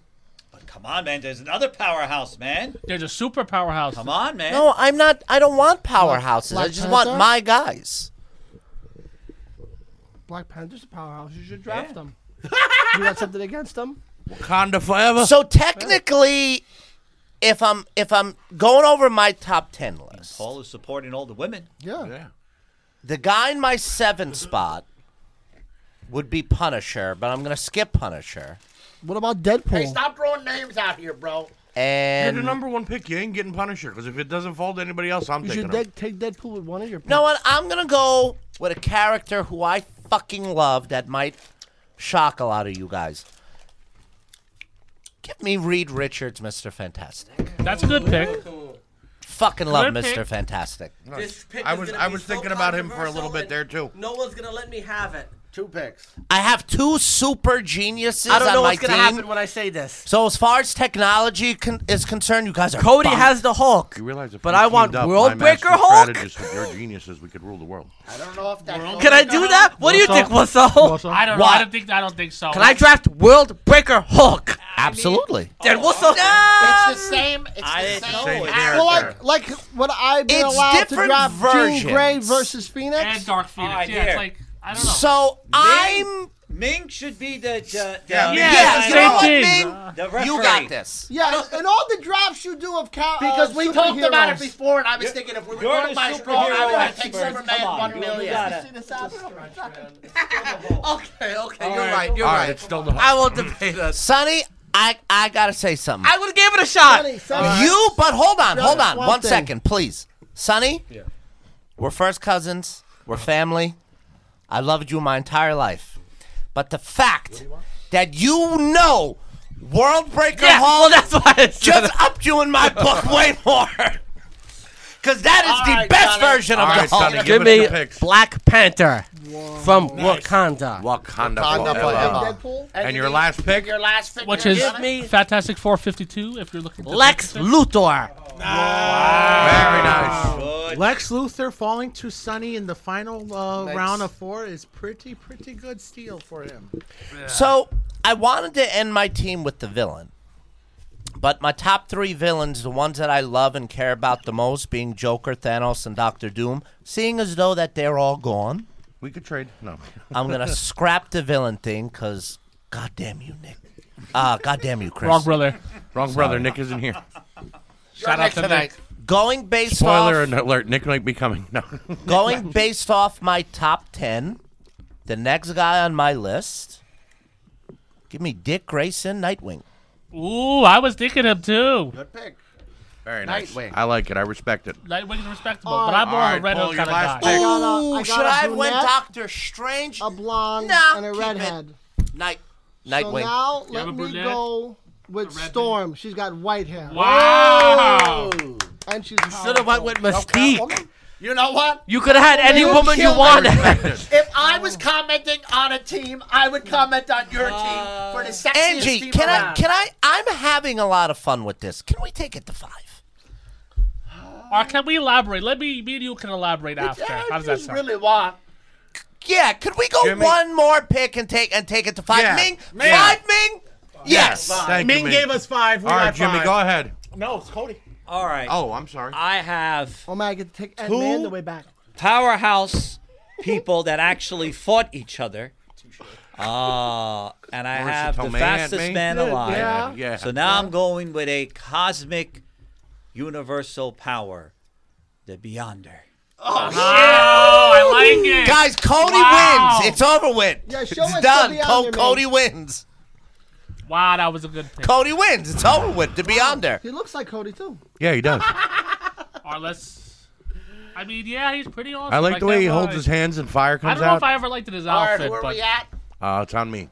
S9: Come on, man. There's another powerhouse, man.
S7: There's a super powerhouse.
S9: Come on, man.
S2: No, I'm not. I don't want powerhouses. I
S5: Black
S2: just
S5: Panther?
S2: want my guys.
S5: Black Panther's a powerhouse. You should draft them. you got something against them?
S1: Wakanda forever.
S2: So technically, if I'm if I'm going over my top ten list,
S9: Paul is supporting all the women.
S5: Yeah.
S1: yeah.
S2: the guy in my seventh spot would be Punisher, but I'm gonna skip Punisher.
S5: What about Deadpool?
S3: Hey, stop throwing names out here, bro.
S1: You're
S2: And
S1: the number one pick. You ain't getting Punisher because if it doesn't fall to anybody else, I'm
S5: you
S1: taking
S5: should
S1: him.
S5: de- take Deadpool with one of your.
S2: You know what? I'm gonna go with a character who I fucking love that might shock a lot of you guys. Give me Reed Richards, Mr. Fantastic.
S7: That's a good pick.
S2: Fucking love
S7: Good pick.
S2: Mr. Fantastic.
S11: This pick
S1: I
S11: is
S1: was
S11: gonna
S1: I
S11: be
S1: was
S11: so
S1: thinking about him for a little
S11: controversial
S1: bit
S11: and
S1: there too.
S11: No one's gonna let me have it.
S3: Two picks.
S2: I have two super geniuses
S11: I don't
S2: on
S11: know
S2: my
S11: what's gonna
S2: team.
S11: happen when I say this.
S2: So as far as technology con- is concerned, you guys are
S10: Cody
S2: fucked.
S10: has the Hulk.
S1: You realize if
S10: But
S1: we
S10: I
S1: teamed
S10: want
S1: up, my master
S10: World Breaker Hulk.
S1: strategist with your geniuses, we could rule the world.
S3: I don't know if that's
S10: Can I do that? What do you think, Wassel?
S7: I don't. know.
S2: What?
S7: I don't think. I don't think so.
S10: Can I draft World Breaker Hulk?
S2: Absolutely.
S10: Then Wassel.
S3: It's the same. It's
S9: I
S3: the
S9: didn't
S3: same.
S9: know it.
S3: act.
S5: well, like, like would I be
S2: It's
S5: allowed to
S2: different
S5: draft Jean Grey
S2: versions.
S5: versus
S7: And
S5: Phoenix?
S7: Dark Phoenix.
S9: Alright,
S7: yeah, it's
S9: here.
S7: like I don't know.
S2: So I'm.
S9: Mink should be the. the, the
S2: Yeah,
S9: yeah,
S2: you know what, Ming?
S9: The referee.
S2: You got this.
S3: Yeah, and all the drafts you do of
S12: uh,
S3: cow
S9: Because we talked about it
S3: before, and I was
S9: You're-
S3: thinking if we were
S9: you're
S3: going
S9: the
S3: by strong, I would have
S9: superhero
S3: taken
S9: expert.
S3: Superman
S9: Come on,
S3: one
S9: you
S3: million.
S9: gotta-
S3: okay, okay, you're
S10: right.
S3: right. You're
S2: All
S3: right.
S2: right, it's still the-
S10: I will debate us.
S2: Sonny, I, I gotta say something.
S10: I would give it a shot.
S3: Sonny, Sonny.
S2: You, but hold on,
S10: No,
S2: hold
S10: that's
S2: on,
S10: one
S2: one
S10: thing.
S2: second, please. Sonny, we're first cousins, we're family. I loved you my entire life. But the fact that you know World Breaker
S10: Yeah,
S2: Hall
S10: well, that's why I said
S2: just
S10: it.
S2: upped you in my book way more. Because that is the best version of
S1: All
S2: the
S1: right,
S2: Hulk.
S1: Sonny, give
S10: Give
S1: us
S10: me
S1: the picks.
S10: Black Panther from Wakanda.
S1: Wakanda,
S10: Wakanda
S1: forever.
S10: forever.
S3: Deadpool?
S1: And your last pick?
S3: Your last pick.
S7: Which
S3: you're
S7: is
S3: gonna-
S7: Fantastic 452 if you're looking to
S10: Lex
S7: purchase it.
S10: Luthor.
S1: Very nice.
S8: Lex Luthor falling to Sonny in the final uh, round of four is pretty, pretty good steal for him.
S2: So I wanted to end my team with the villain. But my top three villains, the ones that I love and care about the most, being Joker, Thanos, and Doctor Doom, seeing as though that they're all gone,
S1: We could trade. No.
S2: I'm gonna scrap the villain thing because goddamn you, Nick.
S10: uh,
S2: Ah, goddamn you, Chris.
S7: Wrong brother.
S1: Wrong brother. Nick isn't here.
S7: Shout out to Nick.
S2: Going based
S1: Spoiler
S2: off
S1: alert. Nick might be coming. No.
S2: going based off my top ten, the next guy on my list, give me Dick Grayson, Nightwing.
S7: Ooh, I was thinking him too.
S3: Good pick.
S1: Very nice.
S3: Nightwing.
S1: I like it. I respect it.
S7: Nightwing's respectable,
S3: Oh,
S7: but
S5: Oh.
S7: I'm more
S1: All
S7: of
S1: right,
S7: a red
S1: Paul,
S7: hook
S1: your
S7: kind of
S1: last
S7: guy.
S2: Ooh,
S1: pick.
S3: I got
S2: should
S3: a
S2: I have went
S3: brunette,
S2: Doctor Strange?
S3: A blonde
S2: Nah,
S3: and a
S2: keep it.
S3: redhead.
S2: Night,
S12: So
S2: Nightwing.
S12: now
S7: You have a
S12: let me
S7: brunette?
S12: go with Storm. She's got white hair.
S7: Wow.
S12: And she's
S10: Should have went with
S12: powerful.
S10: Mystique.
S3: You know what?
S10: You could have had any
S3: You
S10: woman you
S3: killed
S10: wanted.
S3: If I was commenting on a team, I would comment on your team for the sexiest
S2: Angie,
S3: team
S2: can I?
S3: around.
S2: Can I? I'm having a lot of fun with this. Can we take it to five?
S7: Or can we elaborate? Let me, me and you can elaborate after. How does that sound?
S3: really want?
S2: Yeah. Could we go
S1: Jimmy?
S2: one more pick and take and take it to five?
S1: Yeah.
S2: Ming,
S1: Ming.
S2: five Ming. Yes.
S1: Thank you,
S8: Ming gave us five. We
S1: All right,
S8: got
S1: Jimmy,
S8: five.
S1: go ahead.
S8: No, it's Cody.
S9: All right.
S1: Oh, I'm sorry.
S9: I have
S12: Oh man, I get to take Ed
S9: Who?
S12: Man the way back.
S9: powerhouse people that actually fought each other. Uh, and I have the
S1: Tomei,
S9: fastest
S1: Ant-Man.
S9: man
S1: Yeah,
S9: alive.
S1: yeah. Yeah.
S9: So now I'm going with a cosmic universal power, the Beyonder.
S1: Oh.
S7: Oh, I like it.
S2: Guys, Cody
S7: Wow.
S2: wins. It's over with.
S12: Yeah, show us
S2: it's
S12: the
S2: done.
S12: Beyonder,
S2: Co-
S12: man.
S2: Cody wins.
S7: Wow, that was a good pick.
S2: Cody wins. It's over with. The Beyonder.
S12: He looks like Cody too.
S1: Yeah, he does.
S7: Or let's. I mean, yeah, he's pretty awesome.
S1: I like the way
S7: can't
S1: he holds
S7: lie.
S1: his hands and fire
S7: I
S1: comes
S7: don't know
S1: out.
S7: if I ever liked his
S3: All right,
S7: outfit,
S3: where
S7: but
S3: we at?
S1: Uh, it's on me.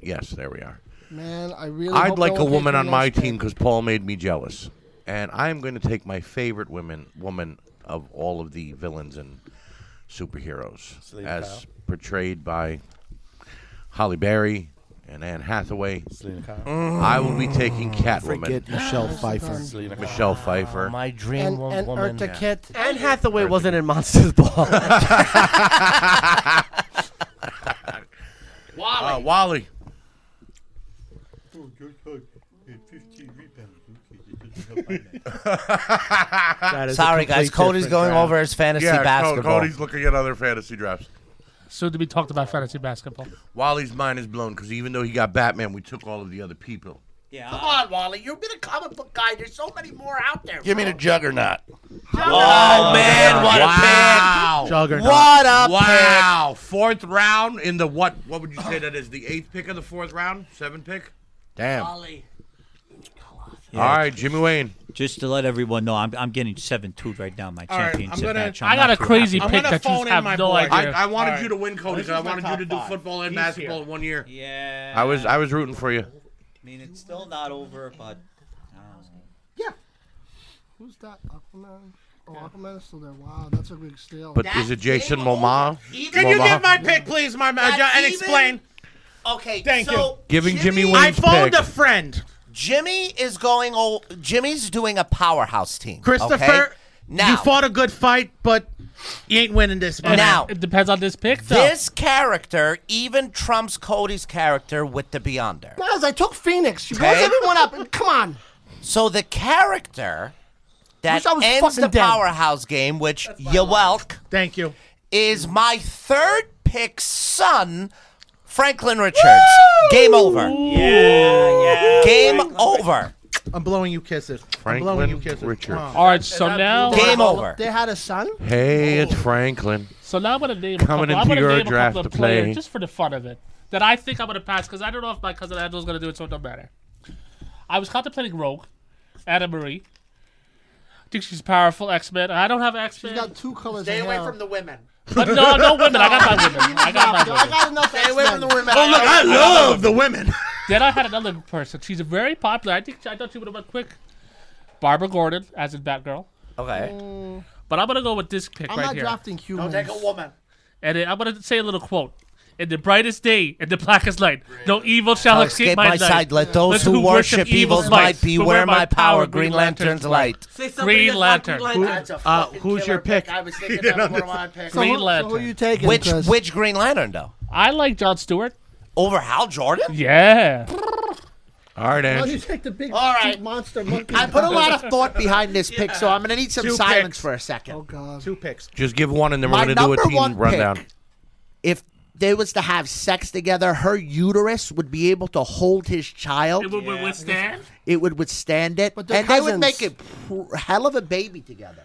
S1: Yes, there we are.
S12: Man, I really.
S1: I'd
S12: hope
S1: like
S12: no
S1: a
S12: one takes
S1: woman
S12: the
S1: on my
S12: last pick.
S1: team because Paul made me jealous, and I am going to take my favorite women woman of all of the villains and superheroes as portrayed by Holly Berry and Anne Hathaway. I will be taking
S2: Mm.
S1: Catwoman,
S11: Michelle Pfeiffer.
S1: Michelle Pfeiffer.
S2: My dream
S12: And,
S2: wo-
S12: and
S2: woman.
S12: Urta Kitt.
S10: Anne Hathaway wasn't in Monsters Ball.
S1: Wally. Uh, Wally.
S2: Sorry, guys. Cody's going over his fantasy
S1: yeah, Co-
S2: basketball.
S1: Cody's looking at other fantasy drafts.
S7: soon to be talked about fantasy basketball.
S1: Wally's mind is blown because even though he got Batman, we took all of the other people.
S9: Yeah.
S3: Come on, Wally. You've been a comic book guy. There's so many more out there.
S6: Give me the juggernaut.
S2: oh man, what a pick!
S8: Juggernaut.
S2: What a pick!
S1: Wow. Fourth round in the what? What would you say that is? The eighth pick of the fourth round? Seventh pick? Damn. All right, Jimmy Wayne.
S9: Just to let everyone know, I'm, I'm getting 7 2 right now in my
S8: All right, I'm
S9: championship
S8: gonna-
S9: match.
S7: I got
S9: not
S7: a
S9: too
S7: crazy
S9: happy.
S7: pick
S8: I'm gonna
S7: that you
S8: phone in
S7: have
S8: my
S7: no
S8: boy.
S1: I,
S7: idea.
S1: I wanted
S8: All right.
S1: you to win, Cody,
S8: This
S1: because I
S8: is my
S1: wanted you
S8: top
S1: to do
S8: five.
S1: football and
S8: He's
S1: basketball
S8: here.
S1: in one year.
S9: Yeah.
S1: I was I was rooting for you.
S9: I mean, it's still not over, but. um,
S12: Who's that? Aquaman. Oh, Aquaman is still there. Wow, that's a big steal.
S1: But is it Jason Momoa?
S8: Can you
S1: Momoa?
S8: give my pick, please, my man,
S2: Not
S8: and
S2: even-
S8: explain?
S2: Okay,
S8: Thank
S2: so
S1: Giving Jimmy
S8: I
S1: Wayne's
S8: phoned
S1: pick.
S8: a friend.
S2: Jimmy is going. Oh, Jimmy's doing a powerhouse team. okay?
S8: Christopher,
S2: now
S8: you fought a good fight, but you ain't winning this. man.
S2: Now-
S7: It depends on this pick, though.
S2: this character even trumps Cody's character with the Beyonder.
S12: Guys, I took Phoenix. She blows
S2: Okay.
S12: everyone up. Come on.
S2: So the character that
S12: Wish I was
S2: ends
S12: fucking
S2: the
S12: dead.
S2: powerhouse game, which you welk,
S8: Thank you.
S2: is my third pick son, Franklin Richards. Game over. Yeah, yeah. Game over.
S8: I'm blowing you kisses. I'm blowing you
S1: Franklin
S8: kisses.
S1: Richards.
S8: Wow.
S7: All right, so now
S2: Game over.
S12: They had a son?
S1: Hey, it's Franklin.
S7: So now I'm gonna name
S1: Coming
S7: a couple.
S1: into
S7: I'm gonna
S1: your
S7: name
S1: draft
S7: a couple of
S1: to play.
S7: players just for the fun of it that I think I'm gonna pass because I don't know if my cousin Angel's gonna do it, so it don't matter. I was contemplating Rogue, Anna Marie. I think she's powerful X Men. I don't have X Men.
S12: She's got two colors.
S3: Stay
S12: in
S3: away
S12: hell.
S3: from the women.
S7: But no, no women. I got my women. I got my
S12: I
S7: women.
S12: got enough.
S3: Stay away from the women.
S12: Oh, look, I
S1: love the women.
S7: then I had another person. She's very popular. I think I thought she would have went quick. Barbara Gordon as in Batgirl.
S2: Okay.
S7: But I'm gonna go with this pick
S12: I'm
S7: right
S12: not
S7: here.
S12: drafting humans.
S3: take a woman.
S7: And then I'm going to say a little quote. In the brightest day, in the blackest light, no evil shall escape, my,
S2: my
S7: light.
S2: sight. Let those
S7: Let
S2: who worship evil's might beware my power, Green Lantern's light.
S3: Say something
S7: Green
S3: that's
S7: Lantern.
S3: like Green Lantern. That's a fucking
S8: uh, who's
S3: killer
S8: your
S3: pick.
S8: pick?
S3: I was thinking that was one of my picks.
S7: Green Lantern.
S12: taking,
S2: Which
S12: Chris?
S2: which Green Lantern though?
S7: I like John Stewart
S2: over Hal Jordan.
S7: Yeah.
S1: All right,
S12: Why don't
S1: Ange.
S12: you take the big
S3: All right.
S12: monster monkey?
S3: I put a lot of thought behind this pick, so I'm going to need some
S8: Two
S3: silence
S8: picks.
S3: for a second.
S12: Oh, God.
S8: Two picks.
S1: Just give one, and then
S3: My
S1: we're going to do
S3: number
S1: a
S3: one
S1: team rundown.
S3: pick. If they was to have sex together, her uterus would be able to hold his child.
S7: It would would withstand.
S3: It would withstand it,
S12: But they're
S3: and they would
S12: cousins.
S3: make a pr- hell of a baby together.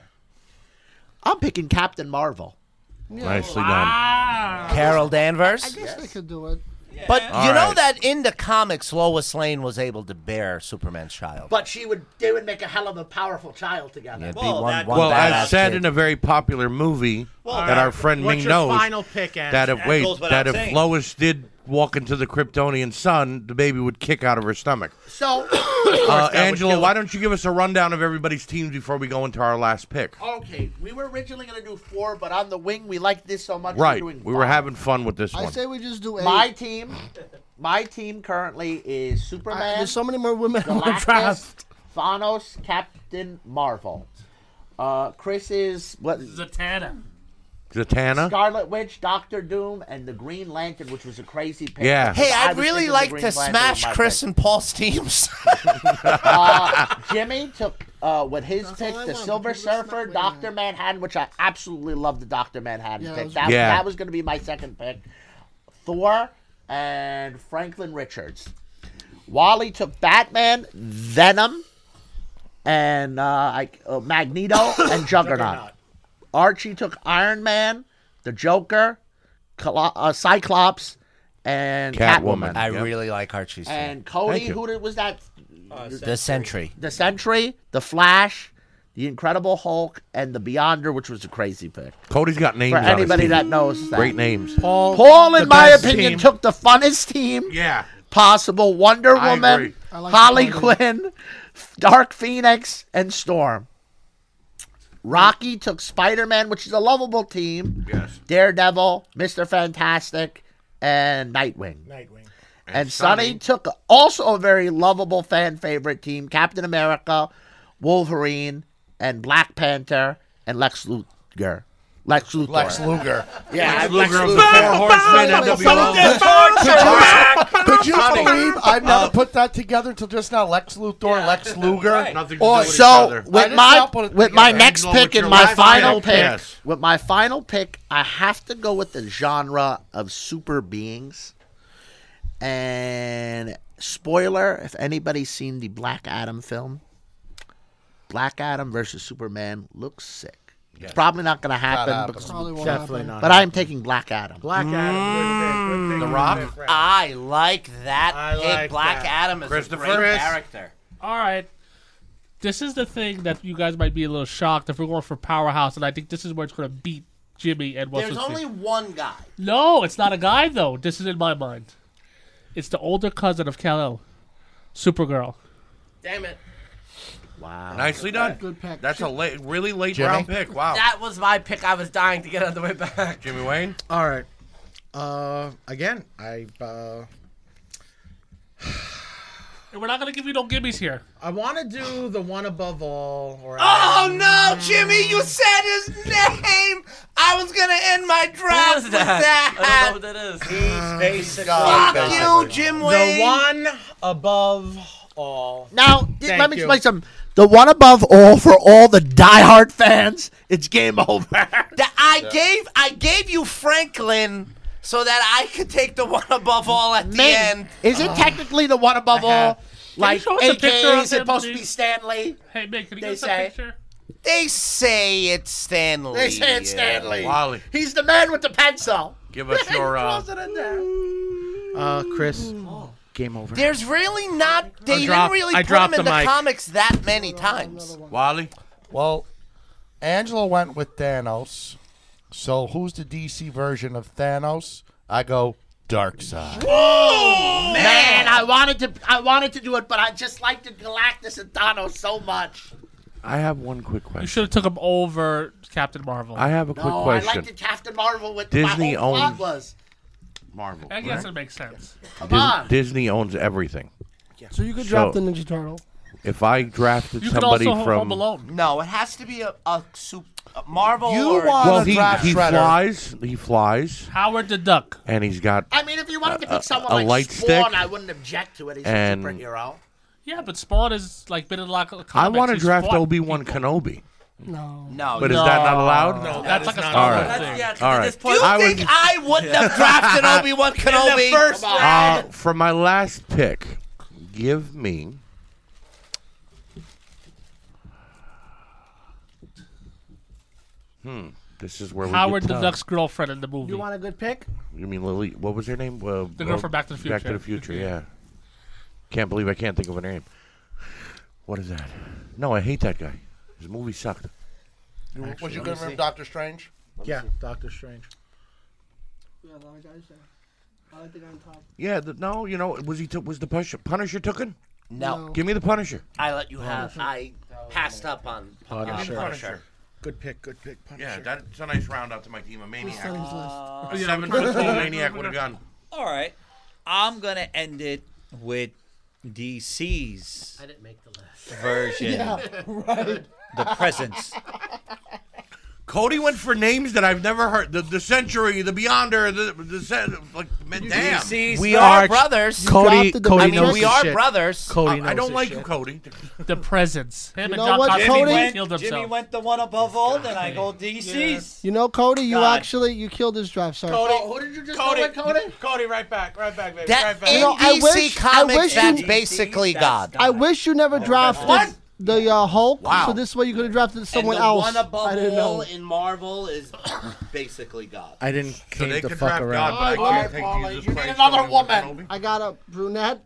S3: I'm picking Captain Marvel.
S1: Nicely
S2: Carol Danvers.
S12: I guess they could do it.
S2: But you
S1: All
S2: know
S1: right.
S2: that in the comics, Lois Lane was able to bear Superman's child.
S3: But she would. They would make a hell of a powerful child together.
S2: It'd be
S9: Well,
S2: one-
S9: that-
S1: done.
S2: one
S1: Well, as
S2: badass
S1: said
S2: kid.
S1: in a very popular movie that our friend
S8: What's
S1: Ming
S8: your
S1: knows,
S8: final pick, Ange?
S1: that if
S9: That
S1: wait,
S9: goes without
S1: that if
S9: saying.
S1: Lois did walk into the Kryptonian sun, the baby would kick out of her stomach.
S3: So,
S1: Uh, Angela, why don't you give us a rundown of everybody's teams before we go into our last pick?
S3: okay, we were originally going to do four, but on the wing, we liked this so much. we're
S1: Right,
S3: doing
S1: we were
S3: five.
S1: having fun with this
S12: I
S1: one.
S12: say we just do eight.
S3: My team, my team currently is
S12: I-
S3: Superman,
S12: there's so many more women on the
S3: Galactus,
S12: draft.
S3: Thanos, Captain Marvel. Uh, Chris is what?
S7: Zatanna.
S1: Zatanna.
S3: Scarlet Witch, Doctor Doom, and the Green Lantern, which was a crazy pick.
S1: Yeah.
S2: Hey,
S3: I
S2: I'd
S3: was
S2: really
S3: thinking the
S2: like
S3: Green
S2: to
S3: Lantern
S2: smash
S3: was my
S2: Chris
S3: pick.
S2: and Paul's teams.
S3: Uh, Jimmy took uh, with his pick
S12: all I
S3: the
S12: want,
S3: Silver
S12: people to smack
S3: Surfer,
S12: me
S3: Doctor Manhattan, which I absolutely love the Doctor Manhattan
S12: Yeah, that
S3: pick.
S12: was-
S3: That,
S1: Yeah.
S3: that was going to be my second pick. Thor and Franklin Richards. Wally took Batman, Venom, and uh, I, uh, Magneto and Juggernaut. Archie took Iron Man, the Joker, Colo- uh, Cyclops, and Catwoman.
S1: Catwoman.
S2: I
S1: Yep.
S2: really like Archie's team.
S3: And Cody,
S1: Thank you.
S3: who did, was that?
S2: The Sentry.
S3: the Sentry, the Flash, the Incredible Hulk, and the Beyonder, which was a crazy pick.
S1: Cody's got names.
S3: For
S1: on his
S3: anybody
S1: team.
S3: that knows that.
S1: great names.
S8: Paul,
S3: Paul,
S8: the
S3: in my
S8: best
S3: opinion,
S8: team.
S3: took the funnest team
S1: Yeah.
S3: possible. Wonder
S1: I
S3: Woman,
S1: agree.
S12: I like
S3: Holly
S12: the
S3: Quinn, Dark Phoenix, and Storm. Rocky took Spider Man, which is a lovable team.
S1: Yes.
S3: Daredevil, Mr. Fantastic, and Nightwing.
S8: Nightwing.
S3: And Sonny took also a very lovable fan favorite team Captain America, Wolverine, and Black Panther, and Lex Luger. Lex Luthor.
S11: Lex Luger.
S3: yeah, Lex
S1: Luger of the
S3: Luthor.
S1: Four Horsemen and WO.
S11: Could you believe I never
S1: Uh,
S11: put that together until just now? Lex Luthor, Lex Luger. Oh,
S1: Nothing to do
S11: Or-
S1: with each
S3: Oh, So
S1: other.
S11: I
S3: with
S11: just
S3: my
S11: now put it
S3: with my
S11: together.
S3: next
S1: Angelo,
S3: pick
S1: with your
S3: and my
S1: last
S3: final
S1: pick,
S3: pick,
S1: yes.
S3: with my final pick, I have to go with the genre of super beings. And spoiler, if anybody's seen the Black Adam film, Black Adam versus Superman looks sick. It's probably not going to happen, because-
S12: Probably won't
S8: Definitely
S12: happen.
S8: not.
S3: but I'm taking Black Adam.
S8: Black Adam. Mm. The Rock.
S2: Mm. I like that
S8: I
S2: pick.
S8: like
S2: Black
S8: that.
S2: Adam is a
S1: Christopher.
S2: great
S1: Chris.
S2: character.
S7: All right. This is the thing that you guys might be a little shocked if we're going for powerhouse, and I think this is where it's going to beat Jimmy and what's
S2: There's
S7: his
S2: only
S7: name.
S2: one guy.
S7: No, it's not a guy though. This is in my mind. It's the older cousin of Kal El, Supergirl.
S10: Damn it.
S3: Wow.
S1: Nicely done.
S12: Good pick.
S1: That's a late, really late round pick. Wow.
S10: That was my pick. I was dying to get on the way back.
S1: Jimmy Wayne.
S8: All right. Uh, again, I uh,
S7: And we're not going to give you no gimmies here.
S8: I want to do the one above all. Or
S2: Oh no, Jimmy! You said his name. I was gonna end my draft with that.
S10: I don't know what that is.
S9: He's basically
S2: Fuck you, Jim Wayne.
S8: The one above
S3: all. Now, th- let
S10: Thank
S3: me
S10: you.
S3: explain something. The one above all for all the diehard fans, it's game over.
S2: That I
S3: Yeah.
S2: gave I gave you Franklin so that I could take the one above all at the
S3: Man,
S2: end.
S3: is it technically the one above all? Like,
S2: Uh-huh. show us a
S3: AKA,
S2: picture of
S3: is it
S2: him,
S3: supposed to
S2: please?
S3: be Stanley?
S7: Hey, man, can you
S3: They
S7: give us a
S3: say.
S7: picture?
S2: They say it's Stanley.
S3: They say it's Stanley.
S1: Oh, Wally.
S3: He's the man with the pencil.
S1: Give us your. Uh,
S3: Throws it in there.
S8: Uh, Chris, game over.
S2: There's really not. They didn't
S8: dropped-
S2: really
S8: I
S2: put
S8: dropped
S2: him in
S8: the
S2: the,
S8: mic.
S2: comics that many times.
S1: Wally.
S11: Well, Angela went with Thanos. So who's the DC version of Thanos? I go Dark Side.
S3: Oh man. I wanted to, I wanted to do it, but I just liked the Galactus and Thanos so much.
S1: I have one quick question.
S7: You should have took him over Captain Marvel.
S1: I have a quick
S3: no, I
S1: question.
S3: liked the Captain Marvel with
S1: Disney
S3: my whole plot
S1: owns-
S3: was.
S1: Marvel.
S7: I guess
S1: right?
S7: it makes sense.
S3: Come
S1: Dis-
S3: on.
S1: Disney owns everything.
S12: So you could
S1: So-
S12: drop the Ninja Turtle.
S1: If I drafted
S12: You could
S1: somebody
S12: also
S1: from
S7: Alone.
S2: No, it has to be a, a, sup- a Marvel.
S11: You
S2: or
S11: want-
S1: well,
S11: a
S1: he,
S11: draft
S1: he
S11: shredder.
S1: flies. He flies,
S7: Howard the Duck.
S1: and he's got.
S3: I mean, if you wanted to
S1: a- a-
S3: pick someone
S1: a
S3: like
S1: light
S3: Spawn,
S1: stick
S3: I wouldn't object to it. He's
S1: and-
S3: a superhero.
S7: Yeah, but Spawn is like been in a lot of comics.
S1: I want to
S7: He's
S1: draft
S7: fought
S1: Obi Wan Kenobi.
S12: No.
S2: No.
S1: But is that not
S7: No.
S1: allowed?
S7: No, that's like a Star
S1: All
S7: Wars
S1: right.
S7: thing. That's-
S1: All right.
S2: Do you
S1: I
S2: think
S1: would-
S2: I wouldn't have drafted Obi Wan Kenobi?
S3: first
S2: Come on.
S1: Uh, for my last pick, give me. Hmm. This is where we
S7: Howard
S1: get
S7: the
S1: tough.
S7: Duck's girlfriend in the movie.
S12: You want a good pick?
S1: You mean Lily? What was her name? Uh,
S7: The girl
S1: uh,
S7: from Back to the
S1: Back to
S7: Future.
S1: the Future. Yeah. Can't believe I can't think of her name. What is that? No, I hate that guy. His movie sucked.
S11: Was you going to remember Doctor Strange?
S8: Yeah, Doctor Strange.
S12: Yeah, a lot of guys there. I like the guy on top.
S1: Yeah. The, no, you know, was he? T- was the Punisher, Punisher taken?
S2: No.
S1: Give me the Punisher.
S2: I let you have. I passed up on
S1: Punisher.
S2: Uh,
S1: Punisher.
S8: Good pick, good pick. Punisher.
S1: Yeah, that's a nice round out to my team of maniacs.
S12: on his
S2: Uh,
S1: A
S12: list?
S1: seven foot tall maniac with a gun.
S9: All right. I'm going to end it with DC's
S10: I didn't make the list.
S9: version.
S10: Yeah, right.
S9: The presence.
S1: Cody went for names that I've never heard. The, the century, the beyonder, the the cen- like man, damn.
S9: DC's
S2: We are brothers.
S8: Cody, Cody
S2: I mean,
S8: knows
S2: we
S8: his
S2: are
S8: shit.
S2: brothers.
S8: Cody
S1: I-
S8: knows
S1: I don't
S8: his
S1: like
S8: shit.
S1: you, Cody.
S7: The presence. Him
S12: You
S7: and
S12: know
S7: John
S12: what,
S7: Constantine
S12: Cody?
S7: killed
S9: Jimmy
S7: himself.
S9: went the one above all, then I go DC's.
S12: You know, Cody, you
S9: God.
S12: actually you killed his draft. Sorry.
S3: Oh, who did you just Cody. Cody?
S10: Cody, right back, right back, baby,
S2: That
S10: right back.
S1: E
S2: in
S12: You know, I
S2: DC
S12: wish- I
S2: comics,
S12: wish
S2: that's
S12: you-
S2: basically God.
S12: I wish you never drafted
S2: What?
S12: the uh, Hulk.
S2: Wow.
S12: So this way you could have drafted someone
S2: and the
S12: else.
S2: one above
S12: I didn't
S2: all
S12: know.
S2: in Marvel is basically God.
S8: I didn't
S1: So
S8: came
S1: they
S8: the
S1: can
S8: fuck
S1: draft
S8: around.
S1: God, but I can't take Jesus Christ. Cody went for Kenobi.
S12: I got a brunette.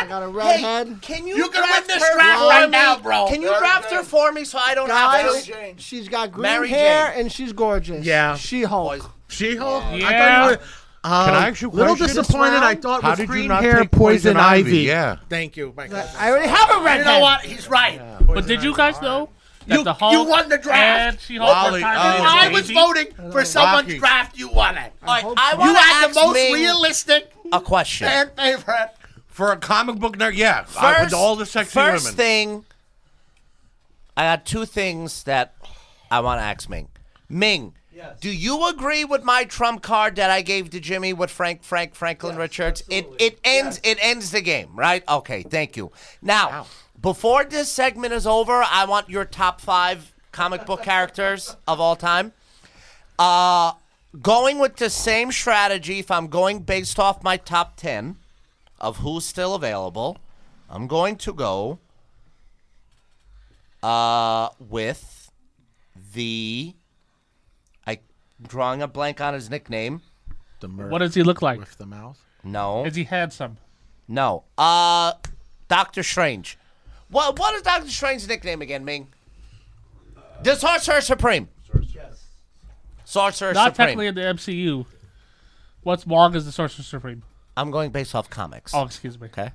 S12: I got a redhead.
S2: can you?
S3: You can
S2: draft
S3: win this
S2: her
S3: draft
S2: for
S3: right
S2: me?
S3: now, bro.
S2: Can you draft her for me so I don't have
S12: Guys,
S2: to?
S12: she's got green
S2: Mary
S12: hair
S2: Jane.
S12: and she's gorgeous.
S8: Yeah.
S12: She Hulk.
S8: She Hulk.
S7: Yeah.
S8: I thought you were, um,
S1: Can I ask you a
S8: little
S1: question?
S8: disappointed. I thought
S1: How
S8: with
S1: did you
S8: green
S1: not
S8: hair,
S1: take
S8: poison,
S1: Poison
S8: ivy.
S1: Ivy? Yeah.
S8: Thank you. My God.
S12: I already have a
S3: You
S12: redhead.
S3: know what? He's right.
S7: But did you guys know that
S3: You-
S7: the Hulk
S3: you won the draft.
S7: and She-Hulk
S1: Wally,
S7: were tied
S1: oh,
S7: in
S3: And
S7: the
S3: I was
S7: baby?
S3: voting for someone's
S1: Rocky.
S3: draft. You won it.
S2: All right, I
S3: You
S2: want to
S3: had
S2: ask
S3: the most
S2: Ming
S3: realistic
S2: a question.
S3: fan favorite.
S1: For a comic book nerd, yeah. I, with all the sexy
S2: first
S1: women.
S2: thing, I got two things that I want to ask Ming. Ming, do you agree with my trump card that I gave to Jimmy with Frank Frank Franklin Richards? It it ends it ends the game, right? Okay, thank you. Now, before this segment is over, I want your top five comic book characters of all time. Uh going with the same strategy if I'm going based off my top 10 of who's still available, I'm going to go uh with the I drawing a blank on his nickname.
S8: The
S7: What does he look like?
S8: with the mouth?
S2: No.
S7: Is he handsome?
S2: No. Uh Doctor Strange. What what is Doctor Strange's nickname again, Ming? The Sorcerer Supreme. Sorcerer
S7: Not
S2: Supreme.
S7: technically in the MCU. What's wrong is the Sorcerer Supreme.
S2: I'm going based off comics.
S7: Oh, excuse me.
S2: Okay.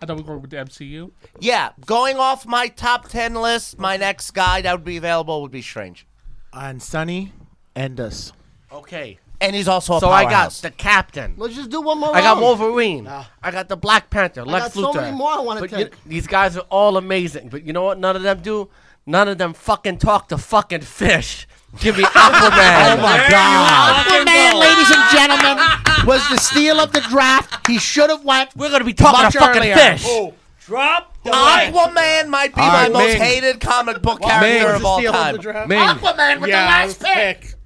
S7: I thought we were with the MCU.
S2: Yeah, going off my top 10 list, my next guy that would be available would be Strange.
S8: And Sunny and us.
S10: Okay.
S2: And he's also a
S10: So I got
S2: powerhouse.
S10: the captain.
S12: Let's just do one more.
S10: I got
S12: round.
S10: Wolverine. I got the Black Panther. Lex
S12: got so
S10: Luthor.
S12: many more I wanna
S10: But
S12: take.
S10: you- these guys are all amazing, but you know what? None of them do. None of them fucking talk to fucking fish. Give me Aquaman.
S2: Oh my god.
S3: Aquaman, ladies and gentlemen. was the steal of the draft. He should have went.
S2: We're gonna be
S9: talking a fucking fish. Oh,
S2: Drop Aquaman might be
S9: All
S2: my
S9: right,
S2: most
S9: Ming.
S2: hated comic book
S9: Ming.
S2: character
S1: What's
S2: of
S1: the
S2: all
S1: steal of
S2: time.
S1: the draft? Ming. Aquaman with the Yeah, last that was pick.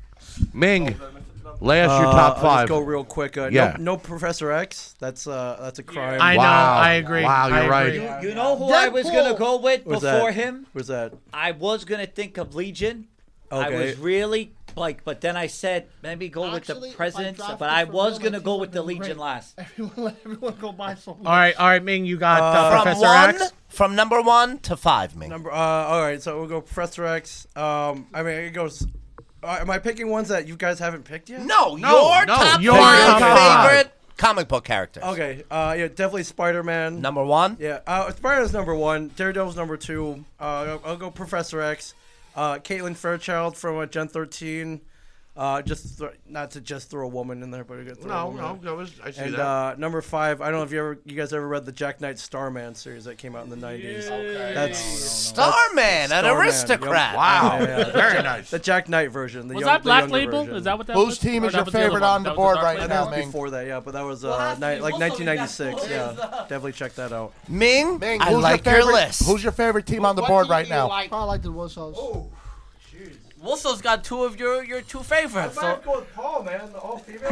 S1: Ming, Oh, last your
S13: Uh,
S1: top
S13: I'll Just
S1: five.
S13: go real quick. Uh,
S1: yeah.
S13: no, no Professor X. That's uh, that's a crime.
S1: I know, Wow. I agree. Wow, you're I right. agree.
S9: You know who I was gonna go with
S13: What's that?
S9: before him?
S13: What's that?
S9: I was gonna think of Legion. I
S13: Okay.
S9: was really like, but then I said maybe go with the presidents.
S12: drafted
S9: But I
S12: for
S9: was
S12: real,
S9: gonna
S12: my
S9: go
S12: team
S9: with the
S12: would've been
S9: Legion
S12: great.
S9: last.
S12: Everyone, let everyone go buy something.
S8: All right, all right, Ming, you got uh,
S2: from
S8: Professor
S2: one,
S8: X.
S2: from number one to five, Ming.
S13: Number. Uh, all right, so we'll go Professor X. Um, I mean, it goes. Uh, am I picking ones that you guys haven't picked yet?
S2: No, your top five favorite comic book characters.
S13: Okay, uh, yeah, definitely Spider Man.
S2: Number one.
S13: Yeah, uh, Spider Man's number one. Daredevil's number two. Uh, I'll, I'll go Professor X. Uh, Caitlin Fairchild from uh, Gen thirteen. Uh, just th- not to just throw a woman in there, but I got to throw a
S1: No,
S13: woman
S1: no,
S13: in.
S1: that was- I see
S13: and,
S1: that.
S13: Uh, number five. I don't know if you ever, you guys ever read the Jack Knight Starman series that came out in the nineties. That's
S2: No, no, no.
S13: that's
S2: Starman, an
S13: Starman,
S2: aristocrat.
S13: yep.
S2: Wow.
S13: the
S2: Very
S13: Jack-
S2: nice.
S13: The Jack Knight version. The
S7: Was
S13: young-
S7: that
S13: the
S7: Black
S13: younger
S7: Label?
S13: version.
S7: Is that what that
S11: Whose
S7: was?
S11: team
S7: Or
S11: is
S7: that
S11: your
S7: was the other
S11: favorite
S7: one?
S11: on
S7: That
S11: the
S7: was
S11: board
S7: Dark
S11: right
S7: Label?
S11: now,
S13: That was
S11: Ming?
S13: before that, yeah, but that was
S11: We'll
S13: uh,
S11: have to
S13: night,
S11: be-
S13: like
S11: we'll have to be back
S13: 1996.
S11: to
S13: Yeah,
S11: those,
S13: definitely check that out.
S2: Ming,
S11: Ming,
S2: I
S11: who's
S2: like
S11: your
S2: your
S11: favorite-
S2: list.
S11: Who's your favorite team on the board right now?
S12: I probably like the Wusos. Oh,
S14: Wilson's got two of your your two favorites.
S13: I might
S14: So.
S13: go with Paul, man. The all female.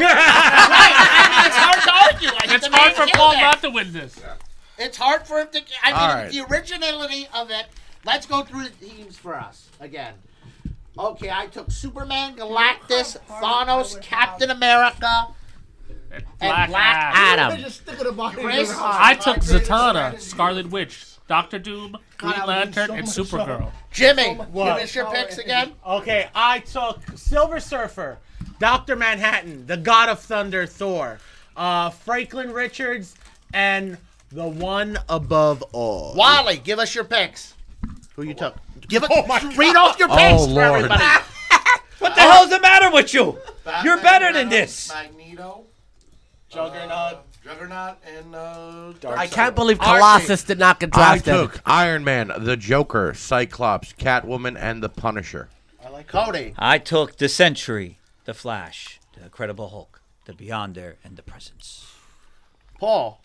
S7: it's hard to argue.
S3: Like,
S7: It's
S3: the man
S7: hard for
S3: killed
S7: Paul
S3: it.
S7: not to win this.
S3: It's hard for him to. I mean,
S7: All right.
S3: the originality of it. Let's go through the teams for us again. Okay, I took Superman, Galactus, Thanos, Captain America, and Black Adam.
S12: Just stick it in my
S3: Chris,
S7: I took Zatanna, Scarlet Witch, Doctor Doom, Green Lantern, and Supergirl.
S3: Jimmy,
S7: What?
S3: give us your picks again.
S8: Okay, I took Silver Surfer, Doctor Manhattan, the God of Thunder, Thor, uh, Franklin Richards, and the one above
S1: Oh.
S8: all.
S3: Wally, give us your picks. Who you took? Give it. Oh my read off your
S8: Oh,
S3: picks for
S8: Lord.
S3: everybody.
S9: What the hell's the matter with you? You're better than this.
S11: Magneto, Juggernaut, Juggernaut, and uh,
S10: I can't believe Colossus did not get
S1: I
S10: drafted.
S1: took Iron Man, the Joker, Cyclops, Catwoman, and the Punisher.
S3: Cody.
S9: I took the Century, the Flash, the Incredible Hulk, the Beyonder, and the Presence.
S3: Paul.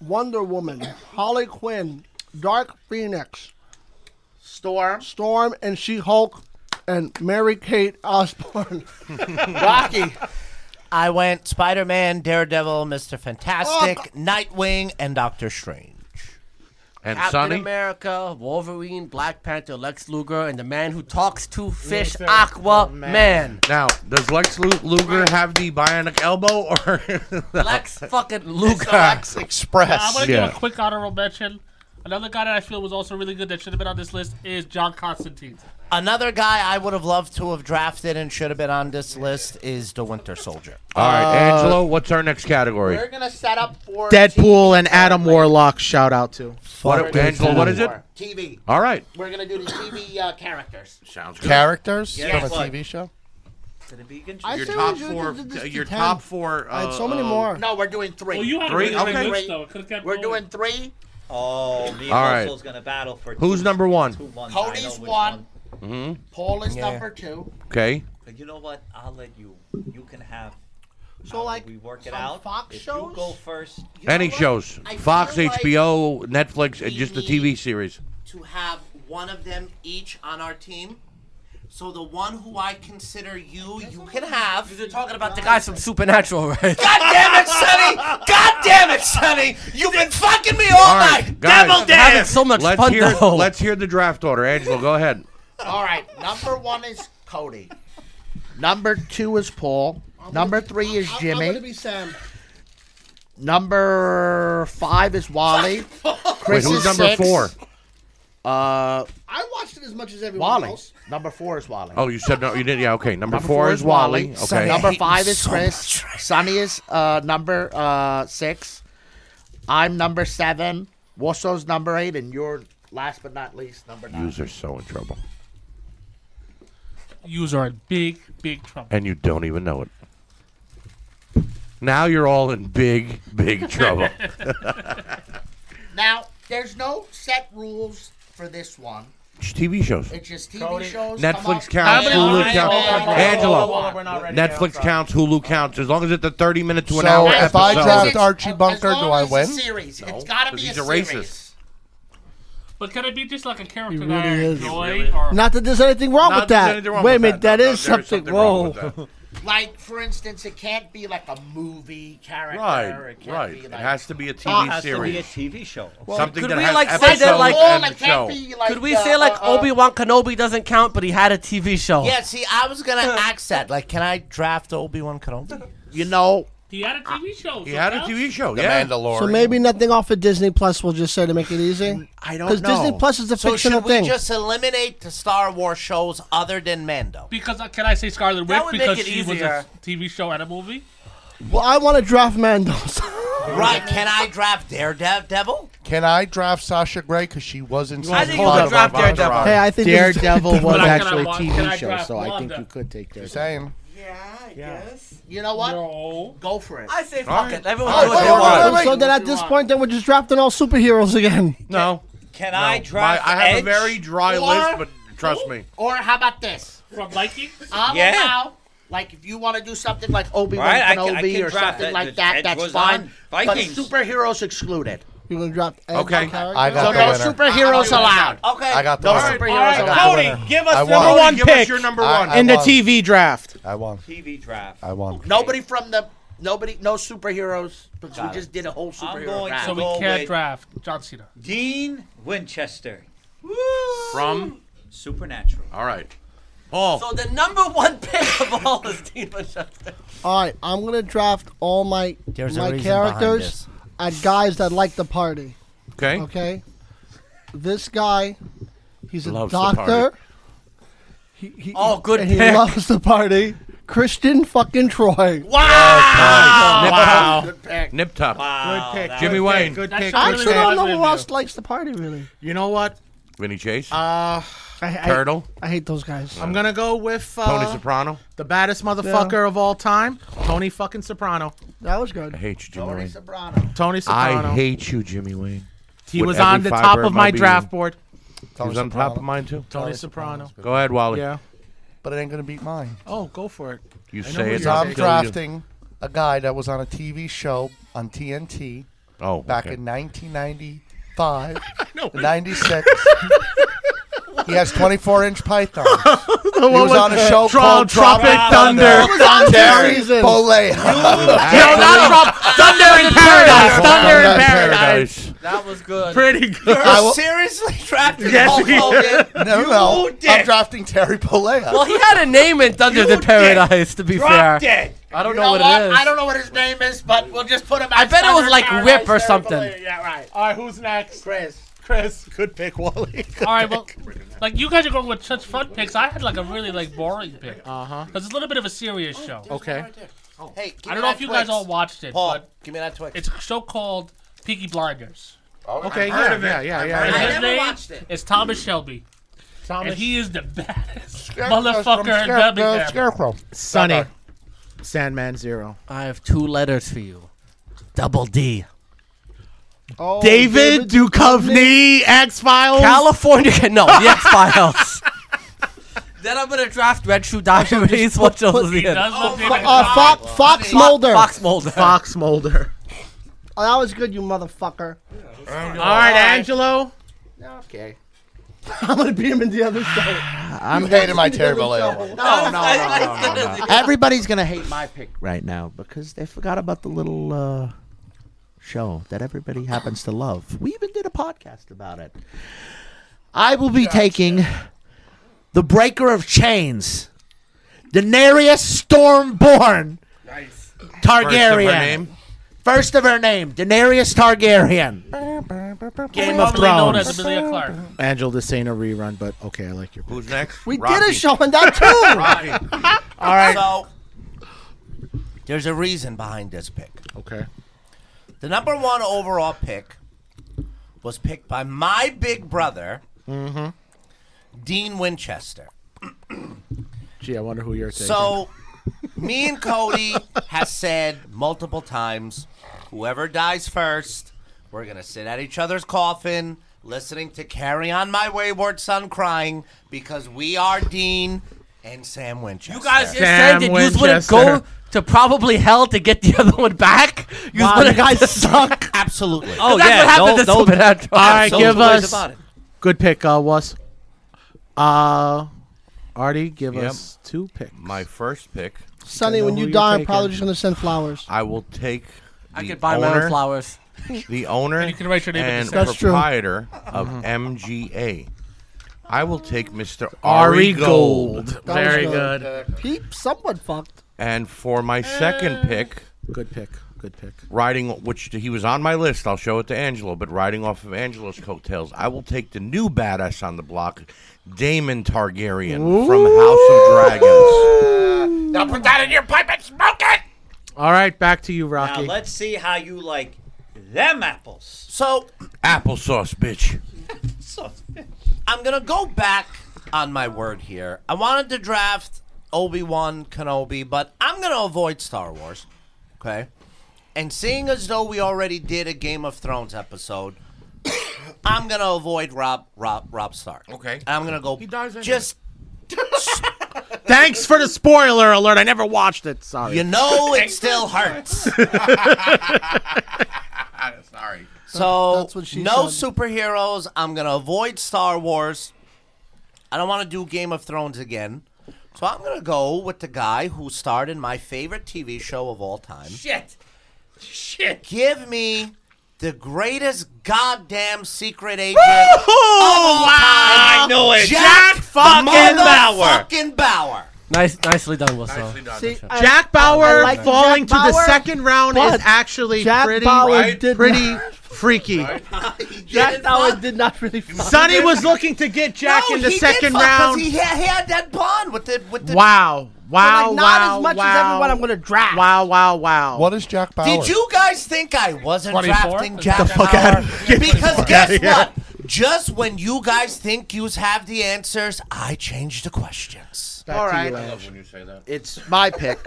S12: Wonder Woman, Holly Quinn, Dark Phoenix,
S3: Storm,
S12: Storm, and She Hulk, and Mary Kate Osborne.
S3: Rocky.
S2: I went Spider Man, Daredevil, Mr. Fantastic, Nightwing, and Doctor Strange.
S1: And
S10: Captain
S2: Sonny?
S10: America, Wolverine, Black Panther, Lex Luger, and the man who talks to fish,
S2: Luther.
S10: Aqua
S2: Oh,
S10: Man.
S2: man.
S1: Now, does Lex Lu- Luger have the bionic elbow or
S10: Lex fucking Luger?
S1: Lex
S7: Uh, I'm gonna
S1: Yeah.
S7: give a quick honorable mention. Another guy that I feel was also really good that should have been on this list is John Constantine.
S2: Another guy I would have loved to have drafted and should have been on this list is the Winter Soldier.
S1: All right,
S8: Uh,
S1: Angelo, what's our next category?
S3: We're gonna set up for
S8: Deadpool and Adam Warlock. Shout out to.
S1: What, Angelo, what is it?
S3: TV.
S1: All right.
S3: We're gonna do the TV uh, characters. Sounds
S11: characters
S3: Yes.
S11: from a
S3: Yes.
S11: TV show.
S3: I
S1: your
S3: say
S1: top
S3: we should
S1: four.
S3: do this to
S1: your
S3: 10.
S1: top four. Uh, uh,
S3: No, we're doing three.
S1: Well, you had a Three? really good Okay. list,
S7: though.
S3: We're doing three.
S9: Oh, me and
S1: All right.
S9: Russell's gonna battle for.
S1: Who's
S9: two-
S1: number one?
S9: two ones. I know
S3: Cody's
S9: which
S3: one.
S7: Mm-hmm.
S1: Mhm.
S3: Paul is
S9: Yeah.
S3: number two.
S1: Okay.
S9: But you know what? I'll let you. You can have.
S3: So like
S9: we work it
S3: some
S9: out.
S3: Fox
S9: if
S3: shows?
S9: you go first.
S1: Any shows?
S2: I
S1: Fox,
S2: feel like
S1: HBO, Netflix, and just the
S2: we
S1: TV
S2: need-
S1: series.
S2: To have one of them each on our team. So the one who I consider you, you can have. You're talking about the
S10: Guys from Supernatural, right?
S2: God damn it, Sonny! God damn it, Sonny! You've been fucking me all, night! Devil
S1: guys,
S2: damn!
S10: so much
S1: let's
S10: fun,
S1: hear,
S10: though.
S1: Let's hear the draft order. Angelo, go ahead.
S3: All right. Number one is Cody. Number two is Paul. Number three is
S12: I'm gonna
S3: Jimmy.
S12: be Sam.
S3: Number five is Wally.
S1: Wait,
S3: Chris
S1: who's
S3: is
S1: number
S3: six.
S1: four?
S3: Uh,
S12: I watched it as much as everyone
S3: Wally.
S12: else.
S3: Number four is Wally.
S1: Oh, you said no. You didn't. Yeah, okay. Number, four, is Wally. Okay.
S3: Number five is Chris. Sonny is uh, number uh, six. I'm number seven. Wusso's number eight, and you're last but not least number nine.
S1: Yous are so in trouble,
S7: Yous are in big, big trouble.
S1: and you don't even know it. Now you're all in big, big trouble.
S3: Now, there's no set rules for this one.
S1: It's TV shows.
S3: It's just TV shows. come
S1: Netflix
S3: out-
S1: counts, Hulu
S3: Time
S1: counts.
S3: and time.
S1: Angelo,
S3: We're not ready.
S1: Netflix counts, Hulu counts. As long as it's a 30 minute to an
S11: So
S1: hour
S11: if I
S1: episode.
S11: draft Archie Bunker, do I win?
S3: Series. it's got to
S1: 'cause
S3: be a
S1: he's a
S3: series.
S1: racist.
S7: But can it be just like a
S12: He
S7: character that I
S12: really is.
S7: enjoy? Or
S12: Not that there's anything wrong
S7: Not
S12: with
S7: that there's
S12: that.
S7: anything wrong
S12: Wait a
S7: with
S12: minute,
S7: that.
S12: that
S7: No,
S12: is
S7: there is
S12: something.
S7: something wrong
S12: Whoa.
S3: Like, for instance, it can't be like a movie character.
S1: Right,
S3: It can't
S1: right.
S3: Be
S1: It
S3: like,
S1: has to be a TV
S9: Oh, it has to
S1: series.
S9: be a TV show.
S10: Well,
S1: Something
S10: could
S1: that
S10: we,
S1: has
S10: like,
S1: episodes
S10: say that, Oh, like,
S2: Oh,
S1: and
S10: Well, it
S1: show.
S10: can't
S3: Could
S10: we say like uh, Obi Wan Kenobi doesn't count, but he had a TV show?
S2: uh, Yeah, see, I was gonna ask that. Like, can I draft Obi Wan Kenobi?
S12: You know.
S7: He had a TV show.
S1: He had a TV show.
S11: The
S1: yeah.
S11: Mandalorian.
S12: So maybe nothing off of Disney Plus. We'll just say to make it easy.
S1: I
S12: Because Disney Plus is a
S2: so
S12: fictional
S2: should we
S12: thing.
S2: just eliminate the Star Wars shows other than Mando?
S7: Because uh, can I say Scarlet Witch
S2: would make
S7: because
S2: it
S7: she was
S2: easier.
S7: a TV show and a movie?
S12: Well, I want to draft Mando.
S2: Right? Can I draft Daredevil?
S11: Can I draft Sasha Grey because she wasn't?
S2: I think you can draft Daredevil.
S12: Hey, I think there's-
S3: Daredevil
S12: was
S3: actually a TV show, so I
S12: think you could take
S11: Just saying.
S3: You know what? Go for it.
S9: I say fuck it. Everyone
S11: Oh,
S9: do what
S11: wait,
S9: they
S11: wait,
S9: want.
S11: wait, wait, wait.
S12: So then at this point, then we're just drafting all superheroes again.
S1: No.
S9: Can
S1: No.
S9: I draft
S1: My- I have a
S9: Edge?
S1: very dry
S3: Or-
S1: list, but trust me.
S3: Or how about this?
S7: From liking?
S3: I'll
S1: Yeah.
S3: allow, like, if you want to do something like Obi Wan
S9: Right, I can- I
S3: Kenobi
S9: can
S3: or
S9: draft
S3: something
S9: it.
S3: like
S9: The
S3: that,
S9: Edge
S3: that's
S9: was
S3: fine.
S9: on
S3: But
S9: Vikings.
S3: superheroes excluded.
S12: You're gonna drop. Ed
S1: Okay.
S12: Carrick?
S11: I got
S3: so
S11: the
S3: no
S11: winner.
S3: superheroes allowed.
S2: Okay.
S11: I got the
S3: No
S11: winner.
S3: superheroes
S11: All right,
S3: allowed.
S11: Cody,
S9: give
S11: us I number won. one
S1: Give us your number
S11: I-
S1: one.
S11: I
S1: And
S11: won.
S10: TV draft.
S11: I won.
S9: TV draft.
S11: I won.
S3: Nobody from the nobody, no superheroes because
S9: Got
S3: we
S9: it.
S3: just did a whole
S9: I'm
S3: superhero
S9: going
S3: draft.
S9: to
S7: So we
S9: go
S7: can't
S9: with
S7: draft John Cena.
S9: Dean Winchester
S1: From?
S9: Supernatural.
S1: All right. Paul.
S9: So the number one pick of all is Dean Winchester.
S12: All right, I'm gonna draft all my
S2: There's a
S12: my
S2: reason behind
S12: characters at guys that like the party.
S1: Okay.
S12: Okay. This guy, he's a
S1: Loves the
S12: doctor.
S1: party.
S12: He, he,
S9: Oh, good
S12: and He
S9: pick.
S12: loves the party. Christian fucking Troy.
S1: Nip
S12: Wow.
S1: Tuck.
S12: Good pick.
S1: Nip Tuck.
S9: Wow,
S8: Good pick.
S1: Jimmy
S8: good
S1: Wayne.
S8: Pick, good
S12: I
S8: pick.
S12: actually
S8: good
S12: don't
S8: pick.
S12: know who else likes the party really.
S8: You know what?
S1: Vinny Chase.
S8: Uh,
S12: I,
S1: Turtle.
S12: I hate those guys.
S8: I'm gonna go with uh,
S1: Tony Soprano.
S8: the baddest motherfucker of all time, Tony fucking Soprano.
S12: That was good.
S1: I hate you, Jimmy Wayne.
S8: Tony Soprano.
S1: I hate you, Jimmy Wayne.
S8: He
S1: With
S8: was on
S1: every
S8: the
S1: fiber
S8: top of my
S1: being.
S8: draft board.
S1: He was on top of mine too.
S8: Tony Soprano.
S1: Go ahead, Wally.
S8: Yeah.
S11: But it ain't gonna beat mine.
S8: Oh, go for it.
S1: You
S8: I know
S1: say
S8: who
S1: it.
S8: you're
S11: I'm
S8: taking.
S11: drafting a guy that was on a TV show on TNT.
S1: Oh,
S11: back
S1: okay.
S11: in 1995,
S8: know.
S11: 96. he has 24 inch pythons. he
S8: one
S11: was
S8: with
S11: on a show
S8: Drum
S11: called
S8: Trumpet
S11: Drop
S8: Thunder. That was on
S11: Terry
S8: Terry.
S11: Bollea.
S8: No, not Trump. Thunder in Paradise. Thunder in Paradise.
S1: Paradise.
S9: That was good.
S8: Pretty good.
S11: I will-
S9: Seriously drafted
S11: Yes,
S9: Hulk
S11: he-
S9: Hogan.
S11: no,
S9: You
S11: no. I'm
S9: dick.
S11: drafting Terry Bollea.
S10: Well, he had a name in Thunder
S9: You
S10: the Paradise. To be fair,
S9: Drop dead.
S10: I don't
S3: You
S10: know,
S3: know
S10: what, it is.
S3: I don't know what his name is, but we'll just put him.
S10: I
S3: as
S10: bet it was
S3: Thunder
S10: like
S3: Paradise
S10: Whip or something.
S3: Terry Bollea. Yeah, right.
S8: All right, who's next?
S3: Chris.
S8: Chris, good pick, Wally.
S7: All right, well, like you guys are going with such fun picks. I had like a really like boring pick.
S8: Uh huh.
S7: Cause it's a little bit of a serious
S2: Oh,
S7: show.
S8: Okay.
S2: Hey, give
S7: I
S2: me
S7: don't know
S2: that
S7: if you guys
S2: Twix.
S7: all watched it,
S2: Paul,
S7: but
S2: give me that Twix.
S7: it's a show called Peaky Blinders.
S8: Okay.
S1: Oh, heard
S8: Yeah,
S1: of it.
S8: yeah. Yeah.
S1: I've
S8: Yeah.
S7: And
S1: heard of it.
S8: yeah.
S7: his
S1: never
S7: name
S1: watched it.
S7: is Thomas Shelby,
S8: Thomas.
S7: and he is the baddest
S11: Scarecrow's from
S7: motherfucker in
S11: Scare- uh,
S7: Birmingham.
S11: Scarecrow.
S8: Sonny. Sandman Zero.
S10: I have two letters for you. Double D.
S12: Oh,
S8: David Duchovny, X Files.
S10: California. No, the X Files.
S9: Then I'm gonna draft
S10: Red Shoe Diaries. What else is
S7: He
S10: he in?
S7: does look
S12: Fo-
S7: big.
S12: uh, Fo- Fox Mulder.
S10: Fox Mulder.
S8: Fox Mulder.
S12: Oh, that was good, you motherfucker.
S8: All right, Angelo.
S3: Okay.
S12: I'm gonna beat him in the other show.
S11: I'm hating my Terry Bollea one.
S3: No, no, no, no, no, no. Everybody's gonna hate my pick right now because they forgot about the little uh, show that everybody happens to love. We even did a podcast about it. I will be taking the Breaker of Chains, Daenerys Stormborn
S9: Nice.
S1: First of her
S3: Targaryen.
S1: name.
S3: First of her name, Daenerys Targaryen. Game of
S7: formerly known as
S3: Thrones.
S7: Amelia Clark.
S8: Angel, this ain't a rerun, but okay, I like your.
S1: Who's next?
S12: We
S1: Rocky.
S12: did a show on that too.
S1: Rocky.
S8: All right.
S2: So there's a reason behind this pick.
S8: Okay.
S2: The number one overall pick was picked by my big brother, Dean Winchester.
S8: Gee, I wonder who you're taking.
S2: So, me and Cody has said multiple times, whoever dies first, we're gonna sit at each other's coffin. listening to Carry On My Wayward Son Crying because we are Dean and Sam Winchester.
S10: You guys just said that you wouldn't go to probably hell to get the other one back. You
S2: Wow,
S10: would've-
S2: you guys suck. Absolutely.
S10: Oh, That's yeah, what happened to Stupid Android.
S8: All right,
S10: Absolutely.
S8: give
S10: Two ways
S8: us.
S10: about it.
S8: Good pick, uh, was. Uh, Artie, give
S1: Yep.
S8: us two picks.
S1: My first pick.
S12: Sonny, when you die, I'm probably just going to send flowers.
S1: I will take.
S12: I
S1: the
S12: could buy my own
S1: owner-
S12: flowers.
S1: The owner
S12: And
S1: and,
S12: you can write your name at the same time. That's true.
S1: proprietor of
S8: Mm-hmm.
S1: MGA. I will take Mr.
S8: Ari
S1: Ari
S8: Gold.
S1: Gold.
S8: That was Very good.
S12: Peep, someone fucked.
S1: And for my second pick,
S8: Eh. Good pick. Good pick.
S1: riding which he was on my list. I'll show it to Angelo, but riding off of Angelo's coattails, I will take the new badass on the block, Damon Targaryen from House of Dragons.
S6: Now put that in your pipe and smoke it.
S8: All right, back to you, Rocky.
S9: Now let's see how you like them apples.
S2: So
S1: Applesauce, bitch.
S2: I'm gonna go back on my word here. I wanted to draft Obi Wan Kenobi, but I'm gonna avoid Star Wars. Okay. And seeing as though we already did a Game of Thrones episode, I'm gonna avoid Rob Rob Rob Stark. Okay. And I'm gonna go just
S8: Thanks for the spoiler alert. I never watched it. Sorry.
S2: you know it still hurts.
S1: Sorry.
S2: So
S12: That's what she
S2: no superheroes. I'm gonna avoid Star Wars. I don't want to do Game of Thrones again. So I'm gonna go with the guy who starred in my favorite TV show of all time.
S9: Shit. Shit.
S2: Give me the greatest goddamn secret agent. of all time,
S9: I know it.
S2: Jack
S9: Jack fucking Bauer.
S2: motherfucking Bauer.
S10: Nice, nicely done, Wilson.
S8: See, Jack Bauer falling to the second round is
S12: but
S8: actually
S12: Jack
S8: pretty,
S12: Bauer Right? did
S8: pretty
S12: not-
S8: freaky.
S12: Jack Bauer did not really fuck.
S8: Sonny was looking to get Jack
S2: No,
S8: in the
S2: he did
S8: second
S2: fuck 'cause
S8: round.
S2: He had, he had that bond with the with the.
S8: Wow. Wow,
S2: like, not
S8: wow,
S2: as much as
S8: wow.
S2: everyone I'm
S8: gonna draft. Wow, wow, wow. What is Jack
S2: Did you guys think I wasn't
S8: 24?
S2: drafting
S8: Get
S2: Jack
S8: the fuck
S2: Bauer?
S8: out of- get the
S2: because
S8: fuck
S2: guess
S8: outta here.
S2: what? Just when you guys think you have the answers, I change the questions.
S3: Back All to you, right. Ash.
S1: When you say that.
S3: It's my pick.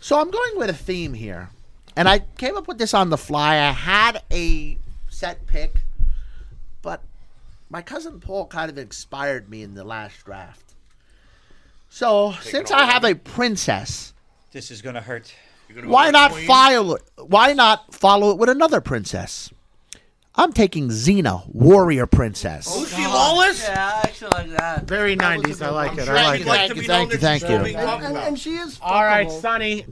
S3: so I'm going with a theme here. And I came up with this on the fly. I had a set pick, but my cousin Paul kind of inspired me in the last draft. So since I have a princess,
S9: This is gonna hurt.
S3: why not file it? Why not follow it with another princess? I'm taking Xena, warrior princess.
S9: Lucy Lawless?
S12: Oh, Yeah, I actually like that.
S8: Very 90s. I like it. I like it.
S3: Thank you, thank you, thank you.
S12: And, and she is.
S8: All right,
S12: fuckable.
S8: Sonny.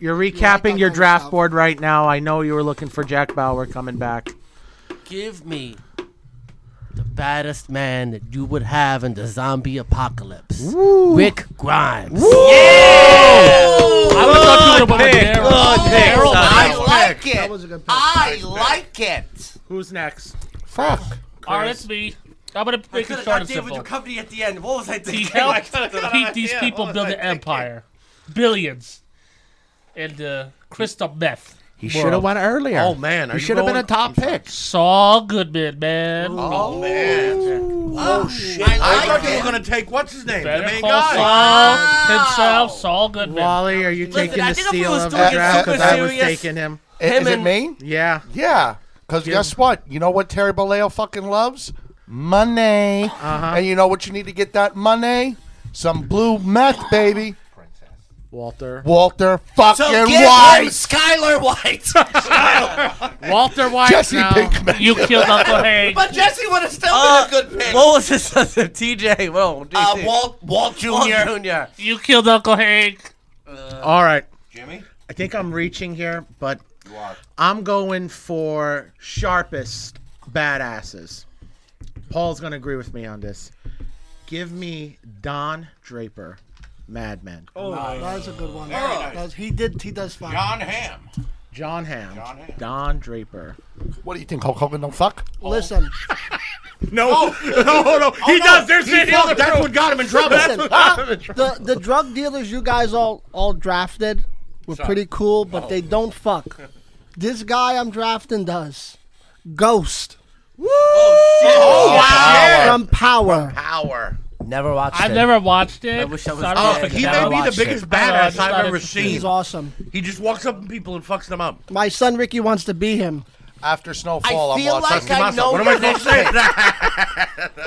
S8: You're recapping your draft board right now. I know you were looking for Jack Bauer coming back.
S10: Give me the baddest man that you would have in the zombie apocalypse. Rick Grimes.
S9: I was
S10: thought you would've went with
S9: pick.
S10: Daryl.
S9: Good pick,
S10: Daryl,
S9: Sonny.
S10: nice
S2: Oh, I like
S12: That
S2: it.
S12: was a good pick.
S2: I like it.
S8: Who's next?
S11: Fuck.
S7: All right, it's me. Oh, I'm gonna
S13: I
S7: make it
S13: could've
S7: short
S13: got
S7: and
S13: David
S7: simple.
S13: Duchovny at the end. What was I
S7: He
S13: thinking? I
S7: helped
S13: could've got
S7: keep
S13: an
S7: these
S13: idea.
S7: people
S13: What
S7: build
S13: was
S7: an
S13: I
S7: empire, billions, and uh, crystal meth.
S3: He
S7: world.
S3: should have went earlier.
S1: Oh, man, are
S3: he
S1: you
S3: should have been a
S1: going-
S3: top pick.
S7: Saul Goodman, man.
S1: Oh, man. Oh, shit. I, thought you were going to take what's his name?
S7: Better
S1: the main
S7: call
S1: guy.
S7: Saul himself, Saul Goodman.
S8: Wally, are you
S7: Listen,
S8: taking
S7: I
S8: the
S7: think if we
S8: steal
S7: was
S8: of the
S7: doing it
S8: draft?
S7: super
S8: Because I was
S7: serious-
S8: taking him.
S11: I- is it me?
S8: Yeah.
S11: Yeah. Because
S8: Give-
S11: guess what? You know what Terry Bolleo fucking loves? Money.
S8: Uh-huh.
S11: And you know what you need to get that money? Some blue meth, baby.
S8: Walter.
S11: Walter fucking
S2: So give him
S11: White.
S2: Skylar White.
S8: Walter White.
S11: Jesse Pinkman.
S7: You killed Uncle Hank.
S2: But Jesse would have still
S13: Uh,
S2: been a good pick.
S13: What was his son? TJ. Whoa.
S2: Uh,
S13: JC.
S2: Walt, Walt Jr.
S13: Walt Uh, Jr.
S7: You killed Uncle Hank.
S8: All right.
S1: Jimmy?
S8: I think I'm reaching here, but I'm going for sharpest badasses. Paul's going to agree with me on this. Give me Don Draper, Mad Men.
S12: Oh, that was a good one.
S1: Very nice.
S12: That was- he did. He does fine.
S1: John Ham.
S8: John Hamm.
S1: John Hamm.
S8: Don Draper.
S11: What do you think? Hulk Hogan don't fuck?
S12: Oh. Listen, Oh,
S1: No, no, no. He does. There's
S12: He
S1: Sandy
S12: fucked.
S1: Alderson. That's what got him in trouble.
S12: listen. uh, the the drug dealers you guys all all drafted were pretty cool, but they don't fuck. This guy I'm drafting does. Ghost.
S8: Oh,
S12: From Power.
S8: Power.
S2: Never watched
S7: I've
S2: it.
S7: never watched it. Oh, I wish
S10: I was
S1: Oh, he may be the biggest badass I've ever
S12: He's
S1: seen.
S12: awesome.
S1: He just walks up on people and fucks them up.
S12: My son Ricky wants to be him.
S11: After snowfall,
S12: feel
S11: I'm watching.
S12: like I know
S11: what am I going to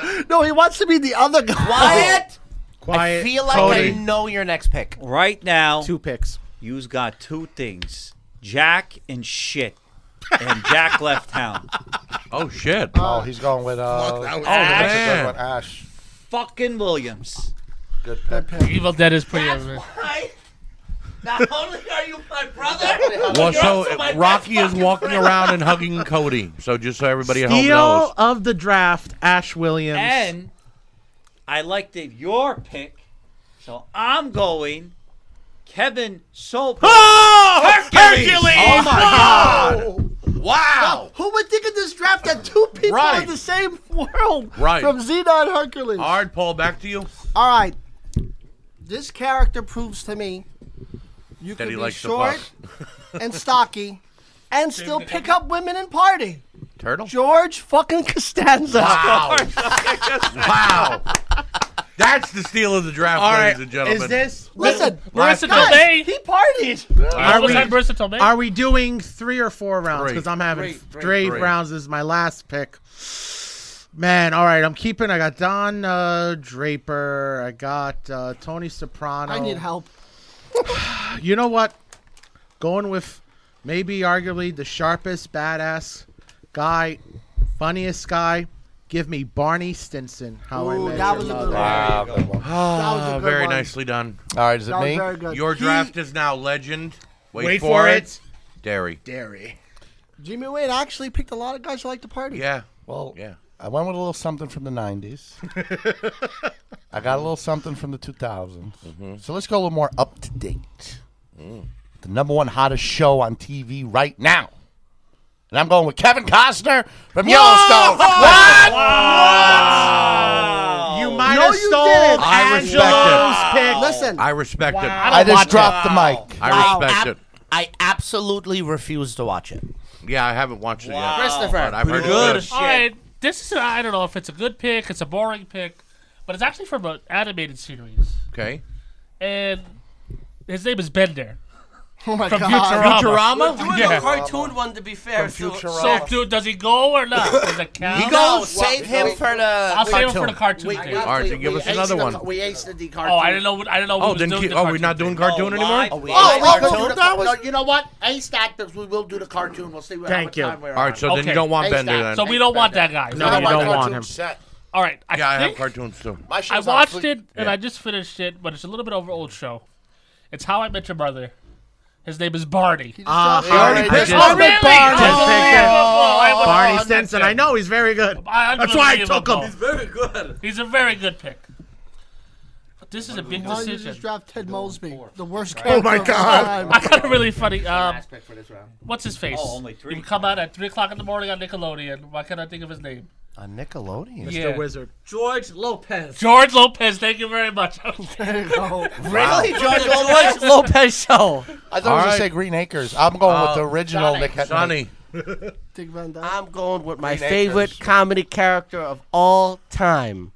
S11: say?
S12: No, he wants to be the other guy.
S2: Quiet.
S9: Quiet,
S2: I feel like
S9: Cody.
S2: I know your next pick.
S9: Right now, two
S8: picks.
S9: You's got two things: Jack and shit, and Jack left town.
S1: Oh shit!
S11: Oh, he's going with uh.
S9: Fuck, that was-
S11: oh, that's a
S9: man.
S11: good one, Ash.
S9: Fucking Williams.
S11: Good
S7: Evil Dead is pretty.
S9: Right? Not only are you my brother,
S1: Well, so Rocky is walking around and hugging Cody. So just so everybody at home knows.
S8: Deal of the draft, Ash Williams.
S9: and I liked it, your pick, so I'm going Kevin Soper. Oh,
S12: Hercules!
S9: Oh my God!
S12: Wow. Who would think of this draft that two people
S1: Right.
S12: in the same world
S1: Right.
S12: from Xena and Hercules?
S1: All right, Paul, back to you.
S12: All right. This character proves to me you
S1: That
S12: can
S1: he
S12: be
S1: likes to
S12: short and stocky and still pick up women and party.
S1: Turtle.
S12: George fucking Costanza.
S1: Wow. wow. That's the steal of the draft,
S8: All
S1: ladies
S8: right,
S1: and gentlemen.
S8: is this-
S12: Listen,
S7: Marissa
S8: Guys,
S7: Tomei.
S12: He partied.
S8: Are
S7: Almost had
S8: we,
S7: Marissa Tomei.
S8: are we doing three or four rounds?
S1: Three.
S8: Because I'm having
S1: Three,
S8: f-
S1: three,
S8: three,
S1: three.
S8: rounds. This is my last pick. Man, all right. I'm keeping. I got Don uh, Draper. I got uh, Tony Soprano.
S12: I need help.
S8: You know what? Going with maybe arguably the sharpest, badass guy, funniest guy. Give me Barney Stinson. How I
S12: Ooh,
S8: met
S12: that
S8: Your
S12: was a
S8: Mother.
S12: good one.
S11: Wow, good one.
S1: Ah,
S12: was a good
S1: very
S12: one.
S1: nicely done.
S11: All right, is it
S12: That was
S11: me?
S12: very good.
S1: Your
S12: He-
S1: draft is now legend. Wait,
S8: Wait
S1: for,
S8: for
S1: it.
S8: it.
S1: Derry.
S8: Dairy.
S12: Jimmy Wayne actually picked a lot of guys who like to party.
S1: Yeah.
S11: Well,
S1: yeah.
S11: I went with a little something from the 90s. I got a little something from the 2000s.
S1: Mm-hmm.
S11: So let's go a little more up to date.
S1: Mm.
S11: The number one hottest show on TV right now. And I'm going with Kevin Costner from Yellowstone. What?
S8: You might
S11: No,
S8: have
S11: you
S8: stole
S11: didn't.
S1: I
S8: Angelo's
S1: respect it.
S8: pick.
S12: Listen,
S1: I respect it.
S11: I just dropped the mic.
S1: I
S2: Wow.
S1: respect
S2: Ab- I absolutely refuse to watch it.
S1: it. Yeah, I haven't watched it yet.
S12: Christopher.
S1: but I've heard
S2: Good.
S1: it's
S7: All right, this is I don't know if it's a good pick, it's a boring pick, but it's actually from an animated series,
S1: good. Okay.
S7: and his name is Bender.
S12: Oh my
S7: From
S12: god.
S7: Futurama.
S14: We're doing
S7: Yeah.
S14: a cartoon one to be fair. So,
S7: So, dude, does he go or not? Does it count?
S2: He goes. Save him for the.
S7: I'll save him for the cartoon.
S3: We-
S7: thing.
S3: we-
S1: All right, then
S3: we
S1: give us
S3: aced
S1: another
S3: the-
S1: one.
S3: We aced the cartoon.
S7: Oh, I didn't know. I didn't know.
S1: Oh,
S7: who
S1: then
S7: was doing
S1: keep,
S7: the
S1: oh, we're
S7: cartoon
S1: not doing
S7: thing.
S1: cartoon anymore.
S2: Oh, we
S3: Oh,
S2: ate
S3: we'll
S2: our
S3: do
S2: tone?
S3: the-
S2: That was-
S3: no, you know what? Ace that because we will do the cartoon. We'll see what
S8: Thank you.
S3: time we're
S1: All right,
S3: on.
S1: so then you don't want
S3: Ace
S1: Bender
S3: that.
S1: then.
S7: So we don't want that guy.
S8: No, you don't want him.
S11: Set.
S7: All right. I
S1: yeah, I have
S7: think
S1: cartoons too.
S11: My
S7: I
S11: show's on
S7: watched
S11: fleek.
S7: it and
S1: Yeah.
S7: I just finished it, but it's a little bit over old show. It's How I Met Your Mother. His name is Barney.
S8: Ah,
S11: He already
S8: Hardy
S11: picked
S8: Pickett.
S11: him.
S7: Oh, really?
S8: Barney
S7: Oh,
S8: Pickett.
S7: oh, I was
S8: Barney
S7: wrong.
S8: Stinson. I know he's very good. That's why I took
S7: Unbelievable.
S8: him.
S14: very good.
S7: He's a very good pick. But this is a big
S12: Why don't you just
S7: decision.
S12: draft Ted Mosby, the worst
S8: Oh
S12: character
S8: my
S12: of all
S8: God.
S12: time.
S7: I got a really funny. Um,
S3: Last pick for this round.
S7: what's his face?
S9: Oh, only three.
S7: He would come out at three o'clock in the morning on Nickelodeon. Why can't I think of his name?
S2: On Nickelodeon.
S7: Yeah.
S8: Mr. Wizard.
S14: George Lopez.
S7: George Lopez. Thank you very much.
S12: There you go.
S2: Really, George
S14: George Lopez show.
S11: I thought I
S1: All
S11: was going to
S1: right.
S11: say Green Acres. I'm going with the original
S3: Sonic.
S11: Nick Nick.
S1: Sonny.
S12: Dick Van Dyke.
S10: I'm going with my
S11: Green
S10: favorite
S11: Acres.
S10: comedy character of all time,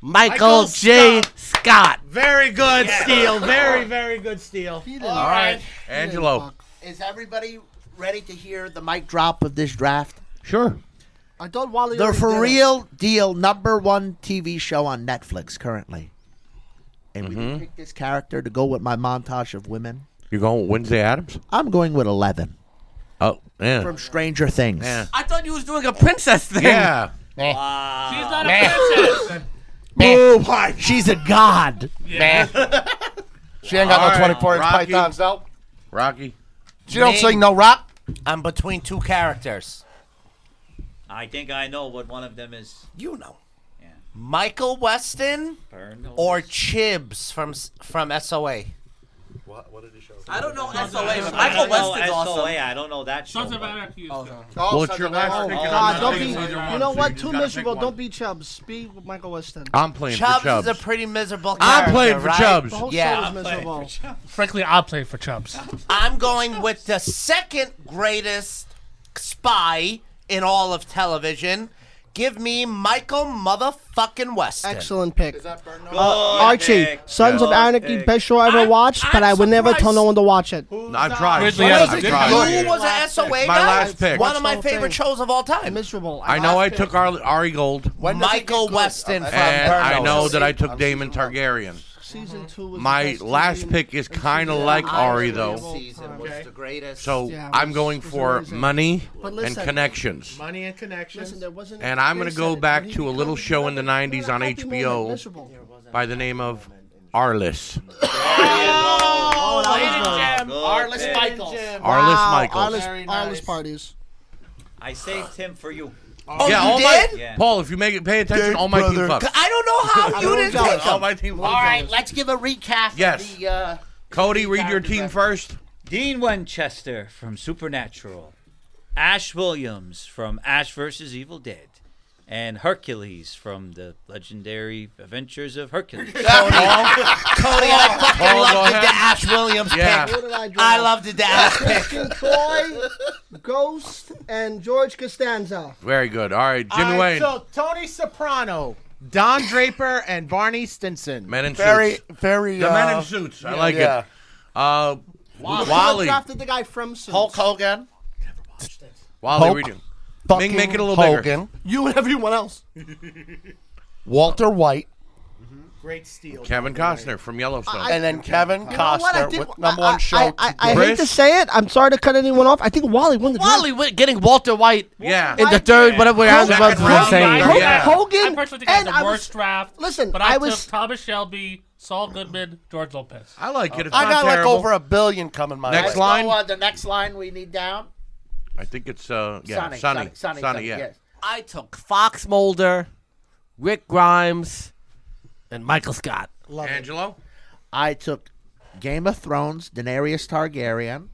S10: Michael,
S8: Michael
S10: J. Scott.
S8: Very good steal. Very, very good steal.
S12: He didn't-
S3: All
S1: right,
S3: right. Oh.
S1: Angelo.
S3: Is everybody ready to hear the mic drop of this draft?
S1: Sure.
S12: I thought Wally
S3: The
S12: already did
S3: for
S12: it.
S3: real deal number one TV show on Netflix currently. And we
S1: Mm-hmm.
S3: didn't pick this character to go with my montage of women.
S1: You're going with Wednesday Adams?
S3: I'm going with Eleven
S1: Oh, yeah.
S3: from Stranger Things.
S1: Yeah.
S14: I thought you was doing a princess thing.
S1: Yeah.
S7: She's not a princess.
S3: Oh, my, she's a god.
S11: She ain't got
S1: All
S11: no
S1: right,
S11: 24 inch
S1: Rocky.
S11: pythons, though.
S1: Rocky.
S11: She don't
S2: Me.
S11: sing no rock.
S2: I'm between two characters.
S9: I think I know what one of them is.
S2: You know.
S9: Yeah.
S2: Michael Weston
S9: Burn
S2: or Chibs from s- from SOA.
S14: I don't know SOA, but
S9: I
S14: Michael
S9: don't know
S14: Weston's
S9: SOA.
S14: awesome.
S9: I don't know that show.
S7: Doesn't
S9: but-
S7: matter. He is gone.
S1: Well, it's your last
S12: Oh,
S1: pick.
S12: God, don't be.
S1: Either one,
S12: You
S1: so
S12: know what?
S1: just
S12: Too
S1: gotta pick
S12: miserable.
S1: one.
S12: Don't be Chubbs. Be with Michael Weston.
S1: I'm playing
S2: Chubbs
S1: for Chubbs.
S2: is a pretty miserable character.
S1: I'm playing for
S2: right?
S1: Chubbs.
S12: The whole
S2: Yeah.
S12: show was miserable.
S7: Frankly, I played for Chubs.
S2: I'm going with the second greatest spy in all of television, Give me Michael motherfucking Weston.
S12: Excellent pick. Is
S2: that
S12: Uh, Archie, Sons of Anarchy, best show I ever watched, but i would never tell no one to watch it.
S1: No, I've tried.
S12: Ridley
S1: I've
S12: Isaac.
S1: tried.
S2: Who was an SOA
S1: pick.
S2: guy?
S1: My last pick.
S2: One of
S1: Watch
S2: my
S1: the
S2: favorite shows of all time.
S12: Miserable.
S1: I know I took Ari, Ari Gold.
S2: Michael Weston from
S1: and I
S2: Burnos.
S1: know that I took Damon Targaryen.
S12: Season two was
S1: My last pick is kind of like Ari, though.
S2: Season was the greatest.
S1: So
S8: Yeah, it
S1: I'm
S8: was-
S1: going
S8: it was
S1: for
S8: amazing.
S1: money
S8: But
S1: and
S8: listen-
S1: connections.
S8: Money and connections.
S1: And I'm going to go back to a little show in the 90s on
S12: miserable.
S1: HBO by the name of Arliss.
S3: Oh, that was good. Arliss
S9: Good
S3: Michaels.
S9: pick.
S1: Arliss Wow, Michaels. Arliss-
S12: Arliss parties.
S9: I saved him for you.
S1: yeah, all my
S9: Yeah.
S1: Paul. If you make it, pay attention. all my team fucks.
S2: I don't know how you didn't take
S1: All
S2: him.
S1: my team.
S3: All right, let's give a recap.
S1: Yes.
S3: Of the, uh,
S1: Cody, read your team first.
S9: Dean Winchester from Supernatural, Ash Williams from Ash vs. Evil Dead, and Hercules from the legendary Adventures of Hercules. Cody,
S2: Cody, I fucking loved the Ash Williams
S9: Yeah.
S2: pick.
S12: Who did I draft?
S2: I loved the Ash pick.
S12: Christian Troy, Ghost, and George Costanza.
S1: Very good. All right, Jim
S8: All right,
S1: Wayne.
S8: So Tony Soprano, Don Draper, and Barney Stinson.
S1: Men in
S11: Very-
S1: suits.
S11: very,
S1: The men
S11: uh,
S1: in suits. I
S11: yeah.
S1: like
S11: Yeah.
S1: it. Uh,
S12: Wow.
S1: Wally.
S12: drafted the guy from Suits.
S3: Hulk Hogan.
S1: Wally,
S11: Hulk
S1: read it. Make,
S11: fucking
S1: make it a little
S11: Hogan.
S12: You and everyone else.
S11: Walter White,
S8: Great steal.
S1: bigger. Kevin Costner from Yellowstone.
S11: and then Kevin
S12: You know what? I
S11: Costner
S12: did-
S11: with number one show.
S12: I, I, I hate
S11: Chris?
S12: to say it. I'm sorry to cut anyone off. I think Wally won the draft.
S10: Wally Witt getting Walter White
S1: yeah.
S10: in the third, whatever round
S7: Second
S10: was
S7: round,
S10: insane.
S7: I-
S1: Yeah.
S12: Hogan
S7: I personally think
S12: and
S7: I
S12: I
S7: had the
S12: was-
S7: worst draft.
S12: listen,
S7: but I,
S12: I was-
S7: took Thomas Shelby, Saul Goodman, George Lopez.
S1: I like it. It's
S11: I
S1: not
S11: got
S1: terrible.
S11: like over a billion coming my
S1: Next
S11: way.
S1: line.
S3: So, uh, the next line we need down.
S1: I think it's uh, yeah,
S3: Sonny,
S1: Sonny,
S3: Sonny, Sonny, Sonny,
S1: yeah.
S3: yes.
S10: I took Fox Mulder, Rick Grimes, and Michael Scott.
S1: Angelo.
S3: I took Game of Thrones, Daenerys Targaryen,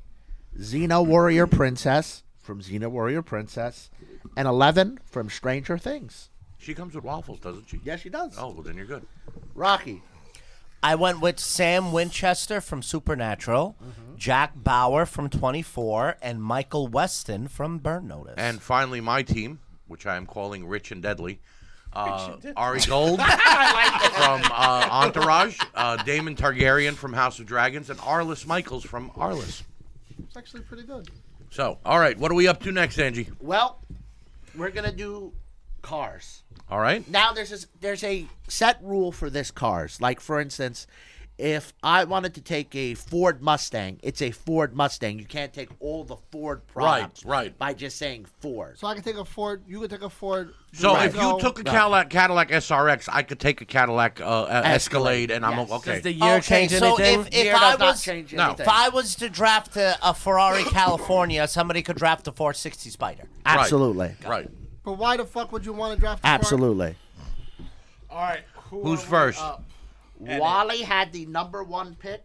S3: Xena Warrior Princess from Xena Warrior Princess, and Eleven from Stranger Things.
S1: She comes with waffles, doesn't she?
S3: Yes, she does.
S1: Oh, well, then you're good.
S3: Rocky.
S2: I went with Sam Winchester from Supernatural,
S12: Mm-hmm.
S2: Jack Bauer from 24, and Michael Weston from Burn Notice.
S1: And finally, my team, which I am calling Rich and Deadly. Uh,
S2: Deadly.
S1: Ari Gold from uh, Entourage, uh, Damon Targaryen from House of Dragons, and Arliss Michaels from Arliss.
S12: It's actually pretty good.
S1: So, all right, what are we up to next, Angie?
S3: Well, we're gonna do cars.
S1: All right.
S3: Now there's a, there's a set rule for this cars. Like for instance, if I wanted to take a Ford Mustang, it's a Ford Mustang. You can't take all the Ford products.
S1: right.
S3: By just saying Ford.
S12: So I can take a Ford. You can take a Ford.
S1: So
S12: can
S1: if you
S12: go-
S1: took a
S3: Right.
S1: Cadillac, Cadillac SRX, I could take a Cadillac uh, uh, Escalade,
S3: Escalade,
S1: and I'm
S3: yes.
S1: o- okay.
S3: Does the
S2: okay, so if, if
S3: Year
S2: I
S3: does not
S2: was
S3: change
S1: No. anything.
S2: if I was to draft a, a Ferrari California, somebody could draft a 460 Spider.
S1: Right.
S3: Absolutely.
S1: Right.
S12: But why the fuck would you want to draft? a Ford?
S3: Absolutely.
S8: All right.
S1: Who's first?
S3: Wally had the number one pick.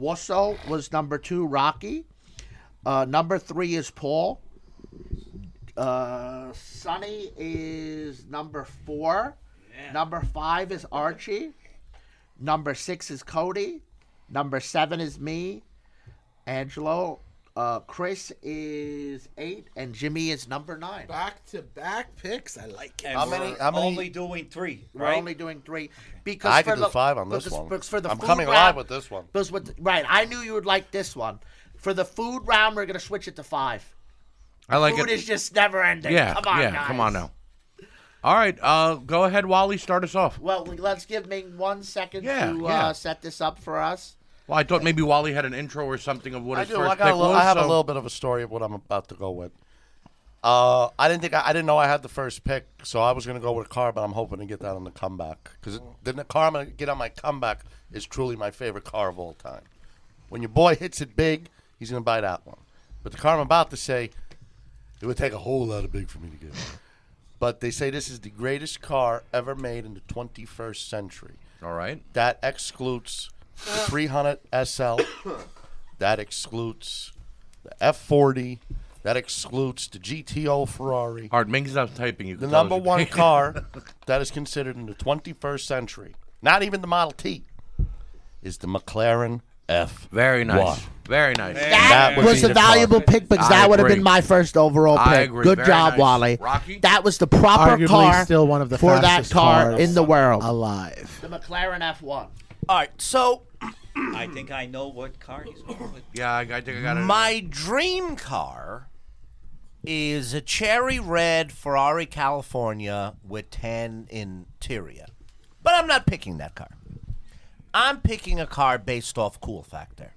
S3: Wusso was number two, Rocky. Uh, number three is Paul. Uh, Sonny is number four. Number five is Archie. Number six is Cody. Number seven is me, Angelo. Uh, Chris is eight, and Jimmy is number nine.
S8: Back to back picks. I like it.
S9: And
S11: How
S9: we're
S11: many- how many-
S9: only doing three,
S3: We're
S9: right?
S3: only doing three because
S11: I
S3: for
S11: could do
S3: the,
S11: five on this
S3: because-
S11: one.
S3: because for the
S11: I'm
S3: food
S11: coming
S3: round-
S11: alive with this one.
S3: because with the- right, I knew you would like this one. For the food round, we're gonna switch it to five.
S1: I like
S3: food
S1: it.
S3: is just never ending.
S1: yeah,
S3: come on,
S1: yeah,
S3: guys.
S1: come on now. All right, uh, go ahead, Wally. Start us off.
S3: Well, we- let's give Ming one second
S1: Yeah,
S3: to
S1: yeah.
S3: Uh, set this up for us.
S1: Well, I thought maybe Wally had an intro or something of what
S11: I
S1: his
S11: do.
S1: first
S11: I,
S1: pick
S11: got a little,
S1: was.
S11: I have a
S1: so-
S11: little bit of a story of what I'm about to go with. Uh, I didn't think I, I didn't know I had the first pick, so I was going to go with a car, but I'm hoping to get that on the comeback because the car I'm going to get on my comeback is truly my favorite car of all time. When your boy hits it big, he's going to buy that one. But the car I'm about to say, it would take a whole lot of big for me to get. But they say this is the greatest car ever made in the 21st century.
S1: All right.
S11: That excludes the 300 SL. That excludes the F40. That excludes the GTO Ferrari.
S1: All right, Ming's not typing. You
S11: The
S1: can tell us
S11: number
S1: you-
S11: one car that is considered in the 21st century, not even the Model T, is the McLaren F.
S1: Very nice.
S11: Y.
S1: Very nice.
S11: That
S1: That
S11: would
S12: was
S11: be
S12: a
S11: the
S12: valuable
S11: proper-
S12: pick because
S11: I
S12: that would have
S11: agree.
S12: been my first overall pick.
S11: I agree.
S12: Good
S11: Very
S12: job,
S11: nice.
S12: Wally.
S1: Rocky?
S12: That was the proper
S8: Arguably
S12: car
S8: still one of the
S12: for that
S8: fastest
S12: car
S8: cars
S12: in the world.
S8: alive.
S3: The McLaren F1.
S2: All right, so
S9: I think I know what car he's going with.
S1: Yeah, I, I think I got it.
S2: My dream car is a cherry red Ferrari California with tan interior. But I'm not picking that car. I'm picking a car based off cool factor.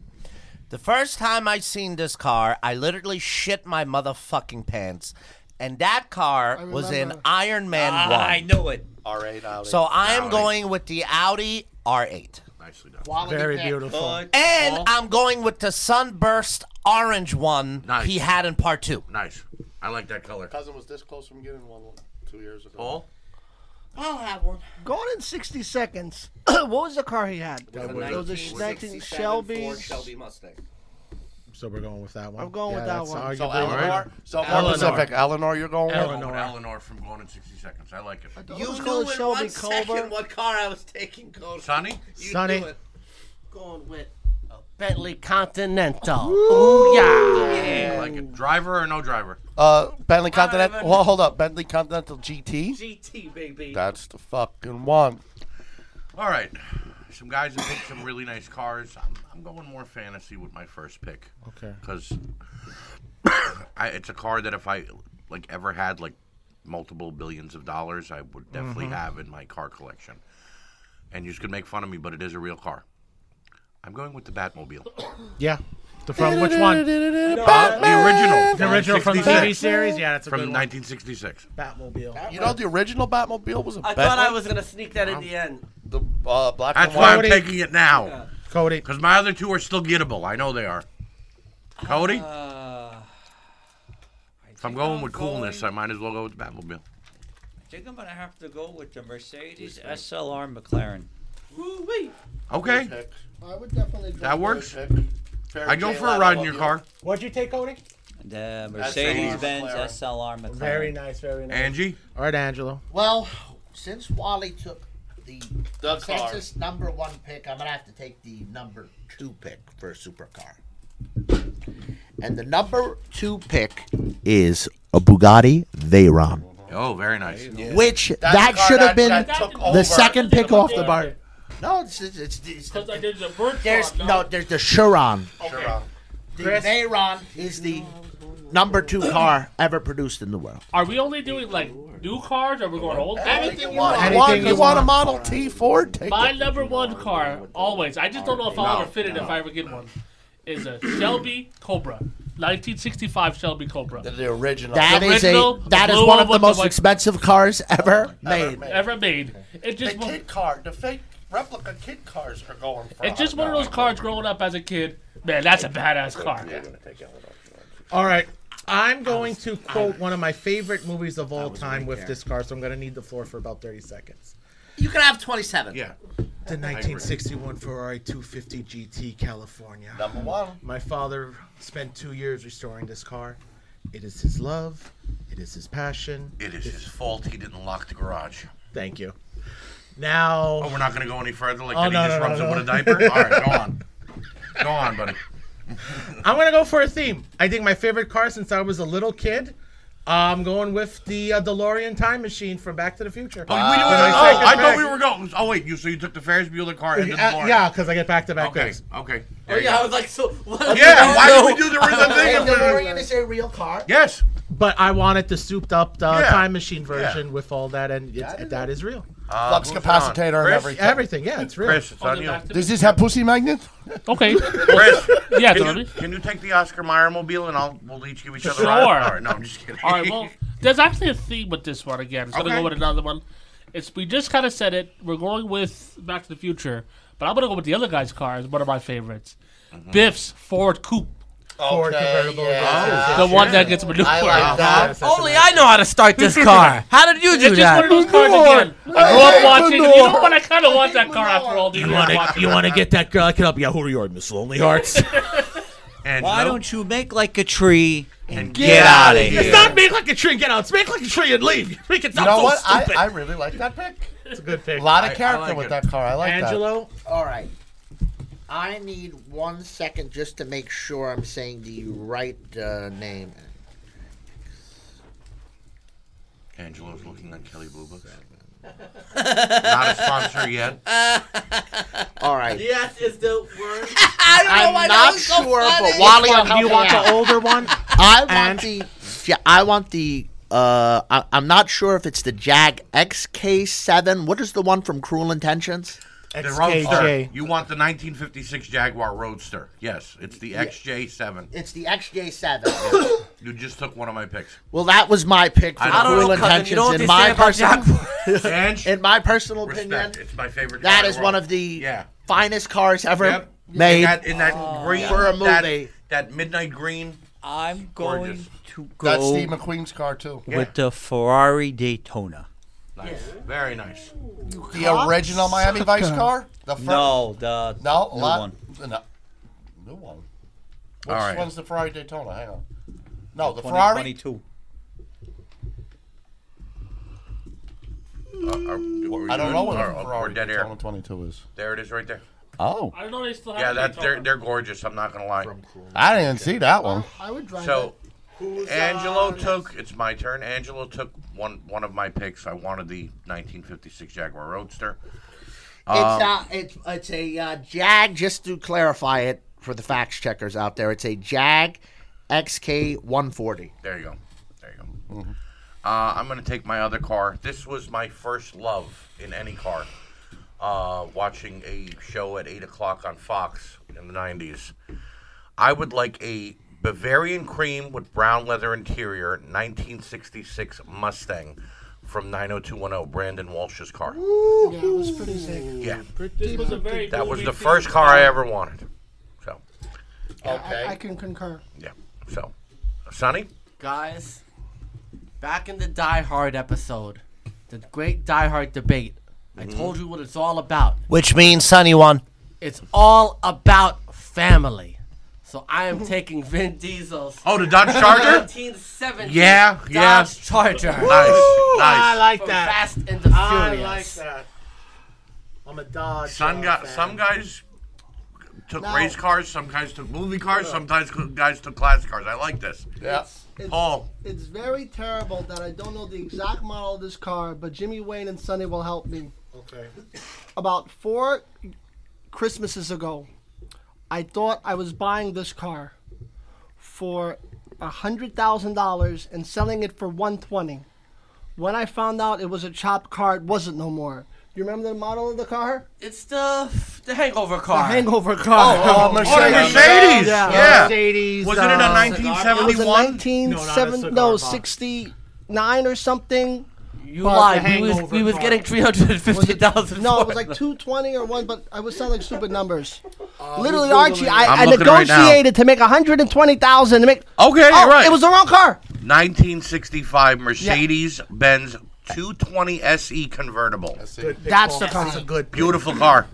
S2: The first time I seen this car, I literally shit my motherfucking pants. And that car was in
S9: remember.
S2: Iron Man
S9: Ah,
S2: 1.
S9: I know it.
S1: R8 Audi.
S2: So I am
S9: Audi.
S2: going with the Audi R8.
S1: Nicely done.
S8: Very beautiful.
S2: And I'm going with the sunburst orange one he had in part two.
S1: Nice. I like that color.
S11: Cousin was this close from getting one two years ago.
S1: Paul?
S12: I'll have one. Gone in 60 seconds. what was the car he had?
S2: That
S12: it was a 19 Shelby's.
S2: Shelby Mustang.
S8: So we're going with that one.
S12: I'm going with that
S8: that's
S12: one.
S11: So
S8: arguably-
S11: Eleanor, so more specific, Eleanor, you're going with.
S1: Eleanor. Eleanor from going in 60 seconds. I like it.
S12: You knew in Shelby one second Cobra.
S9: what car I was taking, Cobra.
S1: Sonny?
S9: You
S8: Sonny.
S10: Going with a Bentley Continental.
S12: Ooh,
S1: I like it. Driver or no driver?
S11: Uh,
S1: I don't
S11: Bentley Continental.
S1: even-
S11: Well, hold up, Bentley Continental GT.
S9: GT, baby.
S11: That's the fucking one.
S1: All right. Some guys have picked some really nice cars. I'm, I'm going more fantasy with my first pick.
S8: Okay.
S1: Because it's a car that if I like ever had like multiple billions of dollars, I would definitely
S15: Mhm.
S1: have in my car collection. And you could make fun of me, but it is a real car. I'm going with the Batmobile.
S8: Yeah. The from which one?
S1: Uh, the original.
S8: The original from the
S1: 66.
S8: TV series. Yeah, that's a
S1: From
S8: good one.
S1: 1966.
S8: Batmobile.
S11: You know, the original Batmobile was a
S13: I thought I
S11: Bentley?
S13: was gonna sneak that in the end.
S11: The uh, black
S1: That's
S11: and
S1: why
S11: white.
S1: I'm taking it now.
S8: Cody.
S1: Because my other two are still gettable. I know they are. Cody?
S9: Uh,
S1: if I'm going with coolness, I might as well go with the Batmobile.
S9: I think I'm gonna have to go with the Mercedes SLR McLaren.
S12: Woo-wee.
S1: Okay.
S12: I would definitely go
S1: That
S12: with-
S1: works.
S11: Fair
S1: I go
S11: game,
S1: for
S11: I
S1: a ride in
S11: love
S1: your
S11: you.
S1: car.
S8: What'd you take, Cody?
S9: The Mercedes-Benz SLR McLaren.
S8: Very nice, very nice.
S1: Angie?
S8: All right, Angelo.
S3: Well, since Wally took the,
S11: The car.
S3: Texas number one pick, I'm gonna have to take the number two pick for a supercar. And the number two pick is a Bugatti Veyron,
S1: Oh, very nice.
S3: which that,
S12: car
S3: should
S12: that-
S3: have been
S12: that took over.
S3: the second pick off the bar. No, it's it's, it's, it's
S7: there's a bird
S3: there's no there's the Chiron.
S11: Okay.
S3: The Veyron is the number two car ever produced in the world.
S7: Are we only doing like new cars, or we're going old?
S11: Anything you want. want, you want a Model T Ford? Take
S7: My
S11: it.
S7: number one car, always. I just don't know if I'll ever fit it if I ever get one. Is a Shelby Cobra, 1965 Shelby Cobra.
S11: The original.
S3: That is
S7: original,
S3: a that
S7: the
S3: is
S7: blue
S3: one of the
S7: with
S3: most
S7: white-
S3: expensive cars ever made.
S7: ever made. It just
S11: the kid car, the fake replica kid cars are going for.
S7: It's just one of those cars growing up as a kid. Man, that's a badass car.
S8: All right. I'm going to quote one of my favorite movies of all time with this car, so I'm going to need the floor for about 30 seconds.
S3: You can have 27.
S1: Yeah.
S8: The 1961 Ferrari 250 GT California.
S11: Number one.
S8: My father spent two years restoring this car. It is his love. It is his passion.
S1: It is his fault he didn't lock the garage.
S8: Thank you. Now.
S1: Oh, we're not going to go any further? Like,
S8: Oh,
S1: that
S8: no,
S1: he just
S8: no, no,
S1: rubs
S8: no.
S1: it with a diaper? All right, go on. Go on, buddy.
S8: I'm gonna go for a theme. I think my favorite car since I was a little kid. I'm going with the uh, DeLorean time machine from Back to the Future.
S1: Oh, we do it.
S8: My
S1: Oh,
S8: second
S1: I thought
S8: pick.
S1: we were going. Oh, wait. You So you took the Ferris Bueller car and the
S8: Uh,
S1: DeLorean.
S8: yeah, because I get back to back
S1: Okay,
S8: picks.
S1: okay.
S14: Oh,
S1: There you
S14: yeah,
S1: go.
S14: I was like, so what?
S1: Yeah, why did we
S14: No.
S1: do the rhythm thing?
S3: The DeLorean is a real car.
S1: Yes.
S8: But I wanted the souped up the
S3: Yeah.
S8: time machine version with all that, and it's, that is real.
S1: Uh,
S11: Flux
S1: who's
S11: capacitor
S1: on?
S11: and
S1: Chris?
S11: everything.
S8: Everything, yeah, it's real.
S1: Chris, it's on you.
S11: Does this have pussy magnet?
S7: Okay.
S1: Chris,
S7: yeah,
S1: can
S7: Tony.
S1: you, can you take the Oscar Mayer mobile and I'll we'll each give each other
S7: Sure.
S1: a ride? All right, no, I'm just kidding.
S7: All right, well, there's actually a theme with this one again. So I'm gonna
S1: Okay.
S7: go with another one. It's we just kind of said it. We're going with Back to the Future, but I'm gonna go with the other guy's car. It's one of my favorites.
S14: Mm-hmm.
S7: Biff's Ford Coupe.
S8: Ford convertible.
S7: Oh, the one that gets maneuvered.
S14: I
S12: Uh-huh.
S14: like that.
S7: Only
S14: I know how to start this car. How did you do
S7: it's
S14: that?
S7: It's just one of those cars again. I grew up watching. You know what? I kind of want that car after all these
S16: You
S7: years.
S16: want to
S7: watching
S16: you
S7: it.
S16: want to get that girl? I can help you out. Who are you, Miss Lonely Hearts?
S9: Why don't you make like a tree and, get, out
S16: outta
S9: of here?
S16: It's not make like a tree and get out. It's make like a tree and leave. You make it
S11: You
S16: sound
S11: know
S16: so
S11: what? I,
S16: stupid.
S11: I really like that pick.
S8: It's a good pick.
S11: A lot of character with that car. I like
S8: Angelo?
S3: All right. I need one second just to make sure I'm saying the right uh, name.
S1: Angelo's looking on Kelly Blue Book. Not a sponsor yet.
S3: All right.
S10: Yes, it's the word.
S3: I don't know
S8: Oh
S3: I'm why that not was so sure, funny. but Wally, I'm
S8: do you
S3: helping
S8: want
S3: out.
S8: the older one?
S3: I want
S8: And-
S3: the. Yeah, I want the. Uh, I, I'm not sure if it's the Jag XK7. What is the one from Cruel Intentions?
S1: The Roadster. You want the 1956 Jaguar Roadster. Yes, it's the
S3: Yeah.
S1: XJ7.
S3: It's the XJ7.
S1: You just took one of my picks.
S3: Well, that was my pick for
S1: I don't
S3: Cruel
S1: know, cousin.
S3: Intentions.
S1: You know what
S3: in
S1: they
S3: my
S1: say about
S3: personal, in my personal opinion,
S1: Respect. It's my favorite. car
S3: that
S1: in the
S3: is
S1: world.
S3: one of the finest cars ever
S1: Yep.
S3: made. Oh,
S1: in that, in that green
S3: for a
S1: that-
S3: movie.
S1: That, midnight green.
S9: I'm
S1: gorgeous.
S9: to
S11: That's Steve McQueen's car too.
S9: with the Ferrari Daytona.
S1: Nice. Very nice.
S11: The original Miami Vice car? The fir-
S9: No, the
S11: No,
S9: new
S11: lot-
S9: one.
S11: No. New one. Which
S9: All right.
S11: one's the Ferrari Daytona? Hang on. No, Oh, the
S9: 20,
S11: Ferrari.
S9: 22.
S11: I don't know what a
S1: or,
S11: Ferrari
S1: dead air.
S11: Daytona 22 is.
S1: There it is, right there.
S11: Oh.
S7: I don't know they still have
S1: Yeah,
S7: it.
S1: that's they're they're gorgeous. I'm not gonna lie. Ah,
S11: I didn't even see that one.
S12: I would drive
S1: So,
S12: Who's
S1: Angelo took. It's my turn. Angelo took one one of my picks. I wanted the 1956 Jaguar Roadster. Um,
S3: it's, uh, it's it's a uh, Jag. Just to clarify it for the fact checkers out there, it's a Jag XK140.
S1: There you go. There you go. Uh, I'm going to take my other car. This was my first love in any car. Uh, watching a show at 8 o'clock on Fox in the 90s. I would like a Bavarian cream with brown leather interior 1966 Mustang from 90210, Brandon Walsh's car.
S12: Yeah, it was pretty sick.
S1: Yeah.
S12: Pretty
S7: was a very
S1: That was
S7: movie
S1: the
S7: themed
S1: first car I ever wanted. So,
S12: Okay. I, I can concur.
S1: yeah. So, Sonny?
S10: Guys, back in the Die Hard episode, the great Die Hard debate, I
S3: Mm-hmm.
S10: told you what it's all about.
S2: Which means Sonny won.
S10: It's all about family. So I am taking Vin Diesel's.
S1: Oh, the Dodge Charger?
S10: 1970.
S1: Yeah,
S10: Dodge
S1: yeah.
S10: Charger.
S1: Nice, Woo! nice.
S5: I like
S10: From
S5: that.
S10: Fast and the
S5: I
S10: Furious.
S5: like that. I'm a Dodge.
S1: Some
S5: uh,
S1: guy,
S5: fan.
S1: some guys took race cars, some guys took movie cars, sometimes cl- guys took classic cars. I like this.
S12: It's- it's-
S1: Paul.
S12: It's very terrible that I don't know the exact model of this car, but Jimmy Wayne and Sonny will help me.
S5: Okay.
S12: About four Christmases ago, I thought I was buying this car for hundred thousand dollars and selling it for one twenty. When I found out it was a chopped car, it wasn't no more. You remember the model of the car?
S10: It's the the Hangover car.
S12: The hangover car.
S10: Oh, oh, Mercedes.
S1: Oh, the Mercedes.
S12: Yeah.
S1: Yeah. Mercedes, Wasn't it a uh, 1971?
S12: It was a
S10: No,
S12: 1970
S10: not a cigar
S12: no,
S10: box.
S12: 69 or something.
S10: You
S12: But-
S10: lied. We was, we was getting three hundred fifty thousand.
S12: No, it was like 220 or one, but I was selling stupid numbers. Literally,
S10: we're
S12: Archie,
S10: Uh, Googling
S1: it.
S12: I, I
S1: I'm looking right now.
S12: negotiated to make 120,000 to make.
S1: Okay, you're
S12: oh,
S1: right.
S12: It was the wrong car.
S1: 1965 Mercedes Benz 220 SE E convertible.
S12: E. That's the car.
S1: good, beautiful car.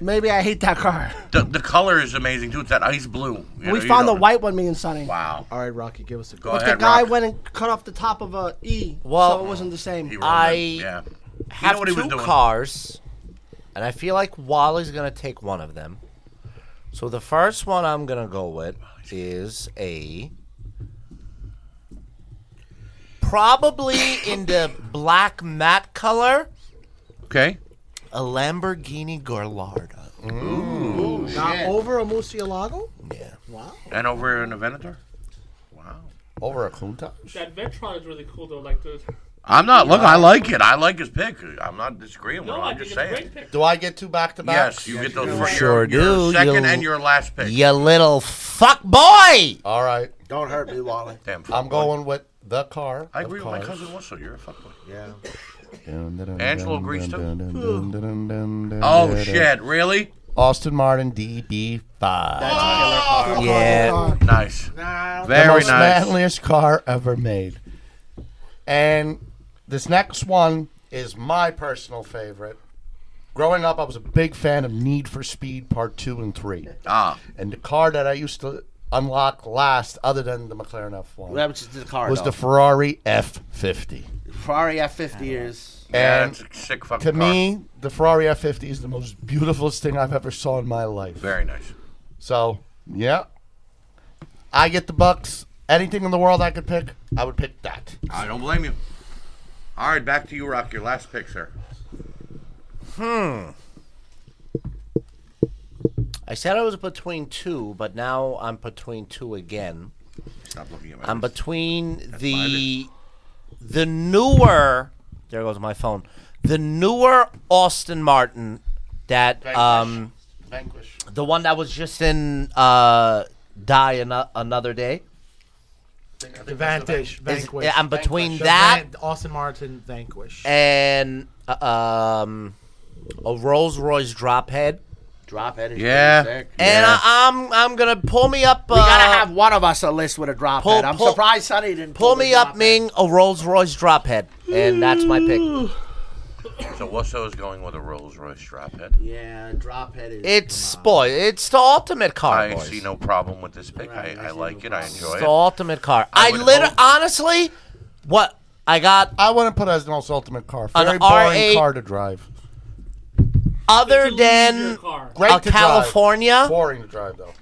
S12: Maybe I hate that car.
S1: The, the color is amazing too. It's that ice blue. You know,
S12: we
S1: you
S12: found the
S1: don't-
S12: white one, me and Sonny.
S1: Wow.
S5: All right, Rocky, give us a
S1: Go
S12: but
S1: ahead,
S12: the guy
S1: Rock.
S12: went and cut off the top of a E,
S2: Well,
S12: so it wasn't the same.
S2: I
S1: yeah.
S2: have
S1: what he
S2: two
S1: was doing.
S2: cars, and I feel like Wally's gonna take one of them. So the first one I'm gonna go with is a probably in the black matte color.
S1: Okay.
S2: A Lamborghini Gallardo.
S12: Now, over a Musialago?
S2: Yeah.
S12: Wow.
S1: And over in the Venator?
S11: Over a Kunta?
S7: That Ventron is really cool though. Like the
S1: I'm not. Look, I like it. I like his pick. I'm not disagreeing with him. I'm just saying.
S11: Do I get two back to back?
S1: Yes, you get those
S11: do.
S1: for
S2: Sure
S1: your, your
S2: do,
S1: second
S2: you-
S1: and your last pick.
S2: You little fuck boy.
S11: All right.
S3: Don't hurt me, Wally.
S1: Damn.
S11: I'm going with the car.
S1: I
S11: of
S1: agree with my
S11: cars.
S1: cousin also. You're a fuckboy. Yeah.
S11: Angelo
S1: Angelo agrees too.
S11: too.
S1: Oh, shit, really?
S11: Austin Martin DB5. Oh,
S1: That's a killer car.
S11: yeah.
S1: Good car. Nice.
S11: Nah,
S1: Very
S11: the most
S1: nice.
S11: manliest car ever made. And this next one is my personal favorite. Growing up, I was a big fan of Need for Speed Part 2 and 3.
S1: Ah.
S11: And the car that I used to unlock last, other than the McLaren F1,
S3: That was just the car,
S11: was
S3: though.
S11: the Ferrari F50.
S3: Ferrari F50 is.
S11: And
S1: it's a sick fucking car.
S11: to me, the Ferrari F50 is the most beautifulest thing I've ever saw in my life.
S1: Very nice.
S11: So, yeah, I get the bucks. Anything in the world I could pick, I would pick that.
S1: I don't blame you. All right, back to you, Rock. Your last pick, sir.
S2: Hmm. I said I was between two, but now I'm between two again.
S1: Stop looking at my
S2: I'm
S1: list.
S2: between the the newer. There goes my phone. The newer Austin Martin that um
S11: Vanquish.
S2: the one that was just in uh Die Ano- Another Day.
S8: The Vantage,
S2: Is-
S8: Vanquish.
S2: yeah, I'm between
S8: The
S2: that-
S8: Van- Austin Martin, Vanquish.
S2: and uh, um, a Rolls Royce drop head.
S3: Drop head is
S2: Yeah.
S3: pretty sick.
S2: And
S3: Yeah.
S2: I, I'm I'm gonna pull me up. Uh,
S3: We gotta have one of us a list with a drop
S2: pull-
S3: head. I'm
S2: pull-
S3: surprised Sonny didn't
S2: pull
S3: pull,
S2: me up, Ming, a Rolls Royce drop head, and that's my pick.
S1: So Wusso is going with a Rolls Royce drop head.
S3: Yeah, drop head is.
S2: It's boy, it's the ultimate car.
S1: I
S2: boys.
S1: see no problem with this pick. I, I like it. I enjoy
S2: It's
S1: it.
S2: the ultimate car.
S1: I
S2: I,
S1: would
S2: literally,
S1: hope-
S2: honestly, what I got
S11: I wouldn't put it as the most ultimate car.
S2: An
S11: Very boring
S2: R8
S11: car to drive.
S2: other than
S11: Great
S2: a
S11: to drive.
S2: California.
S11: Boring to drive though.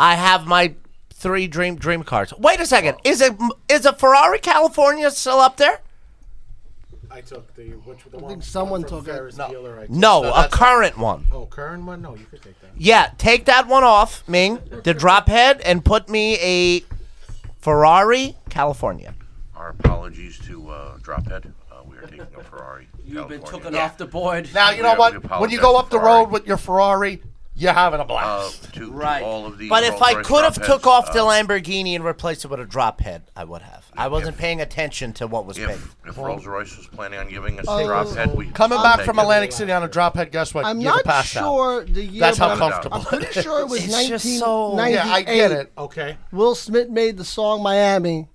S2: I have my three dream dream cars. Wait a second, is a is a Ferrari California still up there?
S8: I took the which the
S12: one someone took it.
S8: No,
S2: No, a current one.
S8: Oh, current one? No, you could take that.
S2: Yeah, take that one off, Ming, the drop head, and put me a Ferrari California.
S1: Our apologies to uh, Drophead. Uh, we are taking a Ferrari. You've been
S14: taken off the board.
S11: Now you know what? When you go up the road with your Ferrari, you're having a
S12: Uh,
S11: blast.
S1: to, to all of the
S2: But if I
S1: Rolls-Royce
S2: could have
S1: Dropheads,
S2: took off the
S1: uh,
S2: Lamborghini and replaced it with a drop head, I would have. I wasn't paying attention to what was paid.
S1: if, if Rolls Royce was planning on giving us
S11: Oh.
S1: a
S12: Uh,
S1: drop head, we
S11: Coming
S1: I'll
S11: back
S1: take
S11: from
S1: it.
S11: Atlantic City on a drop head, guess what?
S12: I'm
S11: You
S12: not
S11: could pass out.
S12: sure the year.
S11: That's
S12: but
S11: how
S12: I'm-
S11: comfortable.
S12: I'm pretty sure it was
S11: It's just
S12: 1998.
S11: so- Yeah, I get it.
S8: Okay.
S12: Will Smith made the song Miami.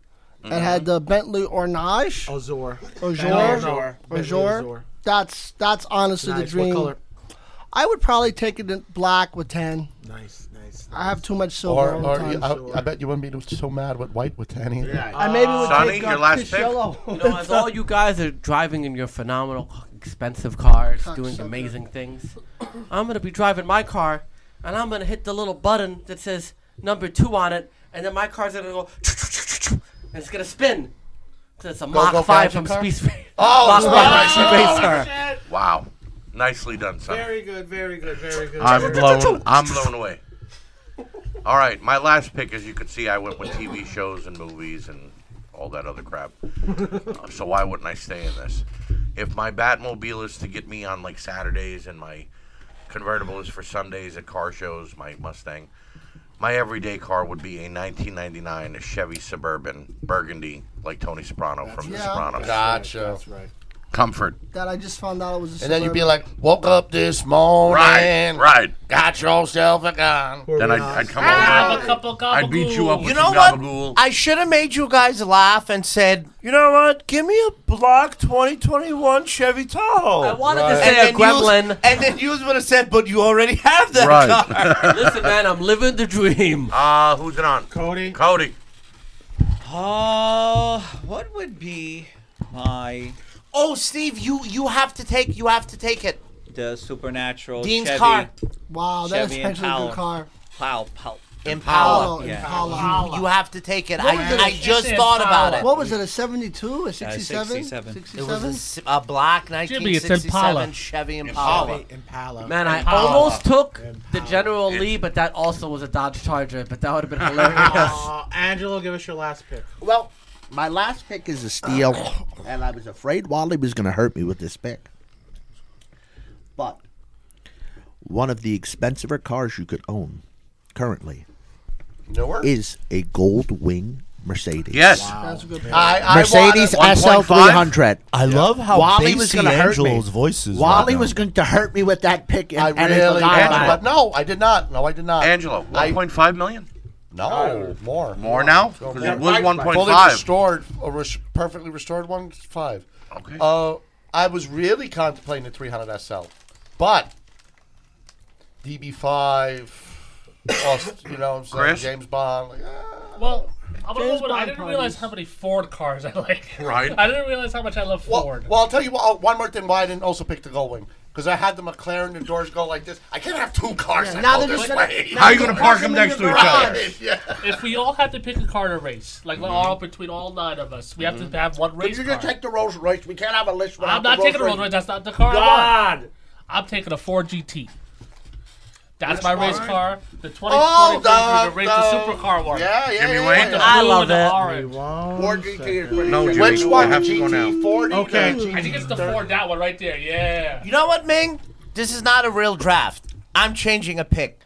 S8: Mhm.
S12: That
S11: Mm-hmm.
S12: had the Bentley Ornage.
S8: Azor.
S12: Azor.
S8: Bentley
S12: Azor.
S8: Azor.
S12: Azor.
S8: Bentley Azor.
S12: That's that's honestly the
S8: Nice. What
S12: dream.
S8: color?
S12: I would probably take it in black with ten.
S8: Nice, nice.
S12: I have too much silver.
S11: Or,
S12: all the
S11: or
S12: time.
S11: I, I bet you wouldn't be so mad with white with Tanny.
S12: I maybe would
S1: Sonny,
S12: take
S1: your
S12: uh,
S1: last pick?
S12: Costello.
S10: You know, as all you guys are driving in your phenomenal, expensive cars, doing amazing things, I'm gonna be driving my car, and I'm gonna hit the little button that says number two on it, and then my car's gonna go, and it's gonna spin. 'Cause it's a Mach
S11: go
S10: Five
S11: gadget
S10: from
S11: car?
S10: Space.
S11: Oh,
S10: Mach
S11: wow.
S10: 5 from Space
S1: Oh,
S10: Car.
S1: Wow. Nicely done, son.
S8: Very good, very good, very good.
S1: I'm blown. I'm blown away. All right, my last pick, as you could see, I went with TV shows and movies and all that other crap. Uh, so why wouldn't I stay in this? If my Batmobile is to get me on like Saturdays and my convertible is for Sundays at car shows, my Mustang, my everyday car would be a 1999 Chevy Suburban Burgundy, like Tony Soprano from The
S12: right.
S1: Sopranos.
S11: Gotcha. That's right.
S1: Comfort.
S12: That I just found out it was. A
S11: And then you'd be
S12: suburban.
S11: like, woke up this morning.
S1: Right, right.
S11: Got yourself a gun.
S1: Then I'd, I'd come
S10: Ah,
S7: Have
S1: over.
S7: a couple
S1: I'd beat you up with
S2: You know
S1: some
S2: what?
S1: gabagool.
S2: I should have made you guys laugh and said, you know what? Give me a black 2021 Chevy Tahoe. I
S10: wanted to Right. say a Gremlin.
S2: And then you would have said, but you already have that
S1: Right.
S2: car.
S10: Listen, man, I'm living the dream.
S1: Uh, who's it on?
S8: Cody.
S1: Cody.
S9: Uh, what would be my
S2: Oh, Steve, you you have to take you have to take it.
S9: the supernatural
S2: Dean's
S9: Chevy?
S2: car.
S12: Wow, that's
S9: Chevy
S12: actually a
S9: Impala.
S12: good car.
S9: Plow, plow.
S2: Impala.
S9: Impala, yeah.
S2: You, you have to take it.
S12: What was
S2: I,
S12: it?
S2: I just thought about it.
S12: What was it? A seventy-two? A Uh, sixty-seven?
S9: 67.
S2: Uh, It was a, s- a black
S10: Jimmy, it's
S2: 1967
S10: Impala.
S2: Chevy Impala.
S8: Chevy Impala.
S10: Man, I
S2: Impala.
S10: almost took the General Lee, but that also was a Dodge Charger, but that would have been hilarious.
S8: Uh, Angelo, give us your last pick.
S3: Well, my last pick is a steal, and I was afraid Wally was going to hurt me with this pick. But one of the expensiver cars you could own currently
S11: Newer?
S3: is a Gold Wing Mercedes.
S1: Yes.
S12: That's a good
S11: I, I
S3: Mercedes
S11: wanted-
S3: SL300.
S2: I love how
S3: Wally was
S2: bassy
S3: gonna hurt me.
S2: Angelo's voice is right
S3: Wally
S2: now.
S3: was going to hurt me with that pick, and
S11: I
S3: and I
S11: really
S3: forgot
S11: wanted,
S3: about it.
S11: but no, I did not. No, I did not.
S1: Angelo,
S11: Uh, I-
S1: 1.5 million?
S11: No, more.
S1: More now? 'Cause it was
S11: Fully
S1: 1.5.
S11: restored, a res- perfectly restored one five.
S1: Okay.
S11: Uh, I was really contemplating the 300 SL, but DB5, Aust- you know, what I'm saying,
S1: Chris?
S11: James Bond. Like, ah,
S7: Well, I'm gonna
S12: James
S7: go with- I
S12: Bond
S7: didn't
S12: parties.
S7: realize how many Ford cars I like.
S11: Right.
S7: I didn't realize how much I love
S11: Well,
S7: Ford.
S11: well, I'll tell you what, oh, one more thing why I didn't also pick the Gullwing. Because I had the McLaren, the doors go like this. I can't have two cars
S7: Yeah,
S11: that
S7: now
S11: go
S7: they're
S11: this
S7: just gonna-
S11: way.
S7: now How you they're gonna park
S11: them
S7: 'em
S1: next to each other?
S7: If we all had to pick a car to race, like all between all nine of us, we have to have one race.
S3: you're gonna
S7: car.
S3: take the Rolls Royce. We can't have a list without
S7: I'm not
S3: the
S7: taking a
S3: Rolls
S7: Rolls Royce. That's not the car. I want. I'm taking a Ford GT. That's
S3: That's
S7: my race
S3: fine.
S7: car. The 2020
S3: Oh,
S7: car to
S3: the-
S7: race
S3: the-
S7: the supercar one.
S3: Yeah, yeah, Jimmy yeah, Wayne? yeah.
S7: I love
S3: it.
S7: Ford GT is
S3: pretty
S1: No,
S3: good.
S1: Jimmy,
S3: Which
S1: we'll
S3: one?
S1: have to go now.
S3: GT forty?
S2: Okay.
S7: I think it's the Ford that one right there. Yeah.
S2: You know what, Ming? This is not a real draft. I'm changing a pick.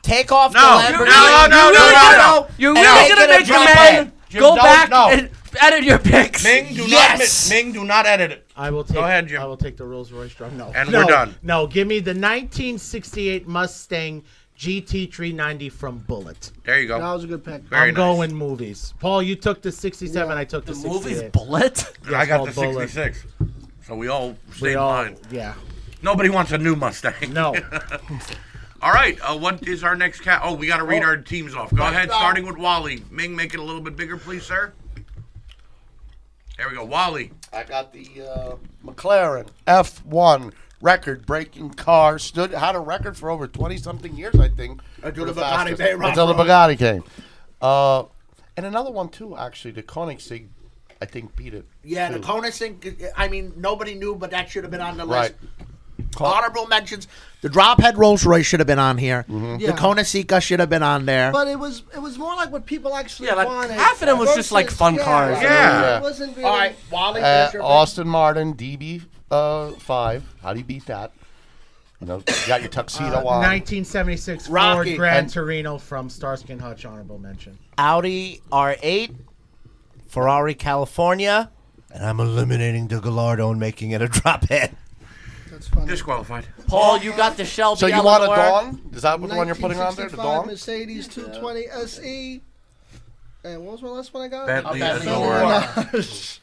S2: Take off
S10: No.
S2: the
S10: You're
S2: Lamborghini.
S10: really- no, no, no, no, no. You're
S2: and
S10: really
S2: make
S10: gonna
S2: it a
S10: make the
S2: drive
S10: man
S2: by.
S10: Jim, go don't- back no. and edit your picks.
S1: Ming, do
S10: Yes.
S1: not mi- Ming, do not edit it.
S8: I will take.
S1: Go ahead, Jim.
S8: I will take the Rolls Royce drum. No,
S1: And
S8: no,
S1: we're done.
S8: No, give me the 1968 Mustang GT390 from Bullet.
S1: There you go.
S12: That was a good pick.
S8: I'm going movies. Paul, you took the 67. I took the, 68.
S1: Yeah, I got the
S8: Yes, Paul, Bullet.
S1: 66. So we all stayed
S8: We
S1: in
S8: all-
S1: line.
S8: Yeah.
S1: Nobody wants a new Mustang.
S8: No.
S1: all right. Uh, what is our next cat? Oh, we got to read our teams off. Go
S11: Right,
S1: ahead,
S11: uh,
S1: starting with Wally. Ming, make it a little bit bigger, please, sir. There we go. Wally.
S11: I got the uh, McLaren F1 record breaking car. Stood had a record for over 20 something years, I think.
S3: Until
S11: for
S3: the Bugatti
S11: fastest-
S3: came, Rob.
S11: Until the Bugatti came. Uh, and another one, too, actually. The Koenigsegg, I think, beat it.
S3: Yeah, the
S11: too.
S3: Koenigsegg. I mean, nobody knew, but that should have been on the
S11: Right.
S3: list. Honorable mentions. The Drophead Rolls Royce should have been on here.
S12: Yeah.
S3: The Kona Seca should have been on there.
S12: But it was it was more like what people actually
S10: Yeah, like,
S12: wanted.
S10: half of them was just, like, fun cars.
S11: Yeah.
S12: It wasn't really.
S3: All right, Wally.
S11: Uh,
S3: here's your pick.
S11: Austin Martin, DB uh, five. How do you beat that? You know, you got your tuxedo
S8: Uh,
S11: on.
S8: 1976
S11: Rocky.
S8: Ford Gran
S11: And-
S8: Torino from Starsky and Hutch. Honorable mention.
S2: Audi R8, Ferrari California, and I'm eliminating the Gallardo and making it a drop head.
S1: Disqualified.
S10: Paul, you got the Shelby.
S11: So you want a
S10: Eleanor.
S11: Dawn? Is that what the one you're putting on there? The
S12: 1965
S11: Dawn?
S12: Mercedes 220 SE. E. And what was my last one I got?
S1: Bentley
S11: E.
S12: Azor.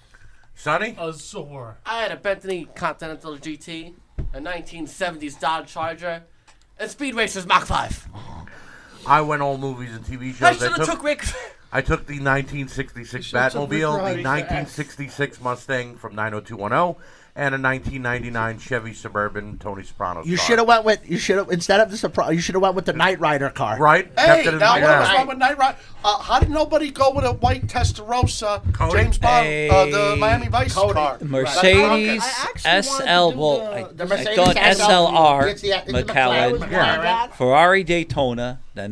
S1: Sonny?
S7: Azor.
S10: I had a Bentley Continental GT, a 1970s Dodge Charger, and Speed Racer's Mach 5.
S1: I went all movies and TV shows.
S10: I should have
S1: took-
S10: took Rick.
S1: I took the 1966
S10: should've took Rick
S1: Batmobile,
S10: Ryan.
S1: the 1966 Mustang from 90210, and a 1999 Chevy Suburban Tony Soprano.
S3: You
S1: car.
S3: should have went with you should have instead of the surprise. You should have went with the Knight Rider car.
S1: Right.
S11: Hey,
S1: Kept it in
S11: now
S1: the
S11: what was
S1: back.
S11: wrong with Night Rider? Uh, how did nobody go with a white Testarossa, James Bond, uh, the Miami Vice car?
S9: Mercedes SL, well, I,
S11: the
S9: I
S11: Mercedes
S9: thought SLR,
S11: It's the- it's the
S9: McAllen,
S11: McLaren. Yeah.
S9: Ferrari Daytona, the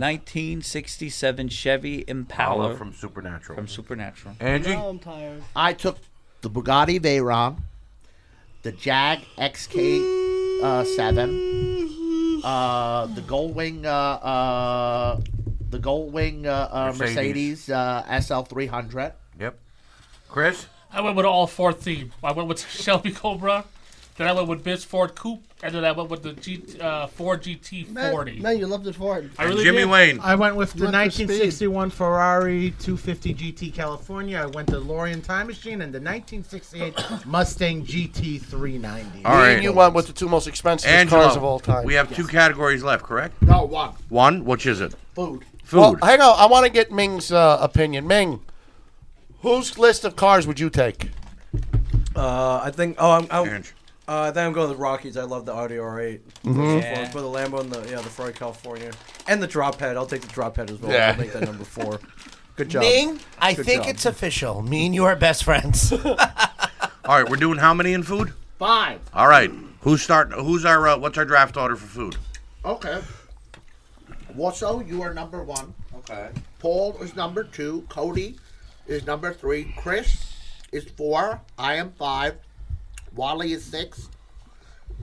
S9: 1967 Chevy Impala
S1: from Supernatural.
S9: From Supernatural.
S12: Now I'm tired.
S3: I took the Bugatti Veyron, the Jag XK uh, seven, uh, the Goldwing, uh, uh, the Goldwing uh, uh,
S1: Mercedes.
S3: Mercedes, uh, SL three hundred.
S1: Yep. Chris.
S7: I went with all four theme. I went with Shelby Cobra, then I went with Biz Ford Coupe, and then I went with the G, uh, Ford GT40.
S12: Man, man, you loved it for it.
S7: I really Jimmy did. Wayne.
S8: I went with the
S7: Went for speed.
S8: 1961 Ferrari 250 GT California. I went the DeLorean Time Machine and the 1968 Mustang GT390.
S1: All right.
S11: You went with the two most expensive
S1: Angelo,
S11: cars of all time.
S1: We have two categories left, correct?
S3: No, one.
S1: One. Which is it?
S3: Food.
S1: Food.
S11: Well, hang on. I want to get Ming's uh, opinion. Ming, whose list of cars would you take?
S13: Uh, I think. Oh, I'm. I'm uh, I think I'm going with the Rockies. I love the Audi R8.
S11: Mhm.
S9: Yeah.
S13: For the Lambo and the yeah the Ferrari California and the drop head. I'll take the drop head as well.
S2: Yeah.
S13: I'll make that number four. Good job.
S2: Ming, I
S13: Good
S2: think
S13: job.
S2: it's official. Me and you are best friends.
S1: All right. We're doing how many in food?
S3: Five.
S1: All right. Who's start? Who's our? Uh, what's our draft order for food?
S3: Okay. Wasso, you are number one. Okay. Paul is number two. Cody is number three. Chris is four. I am five. Wally is six.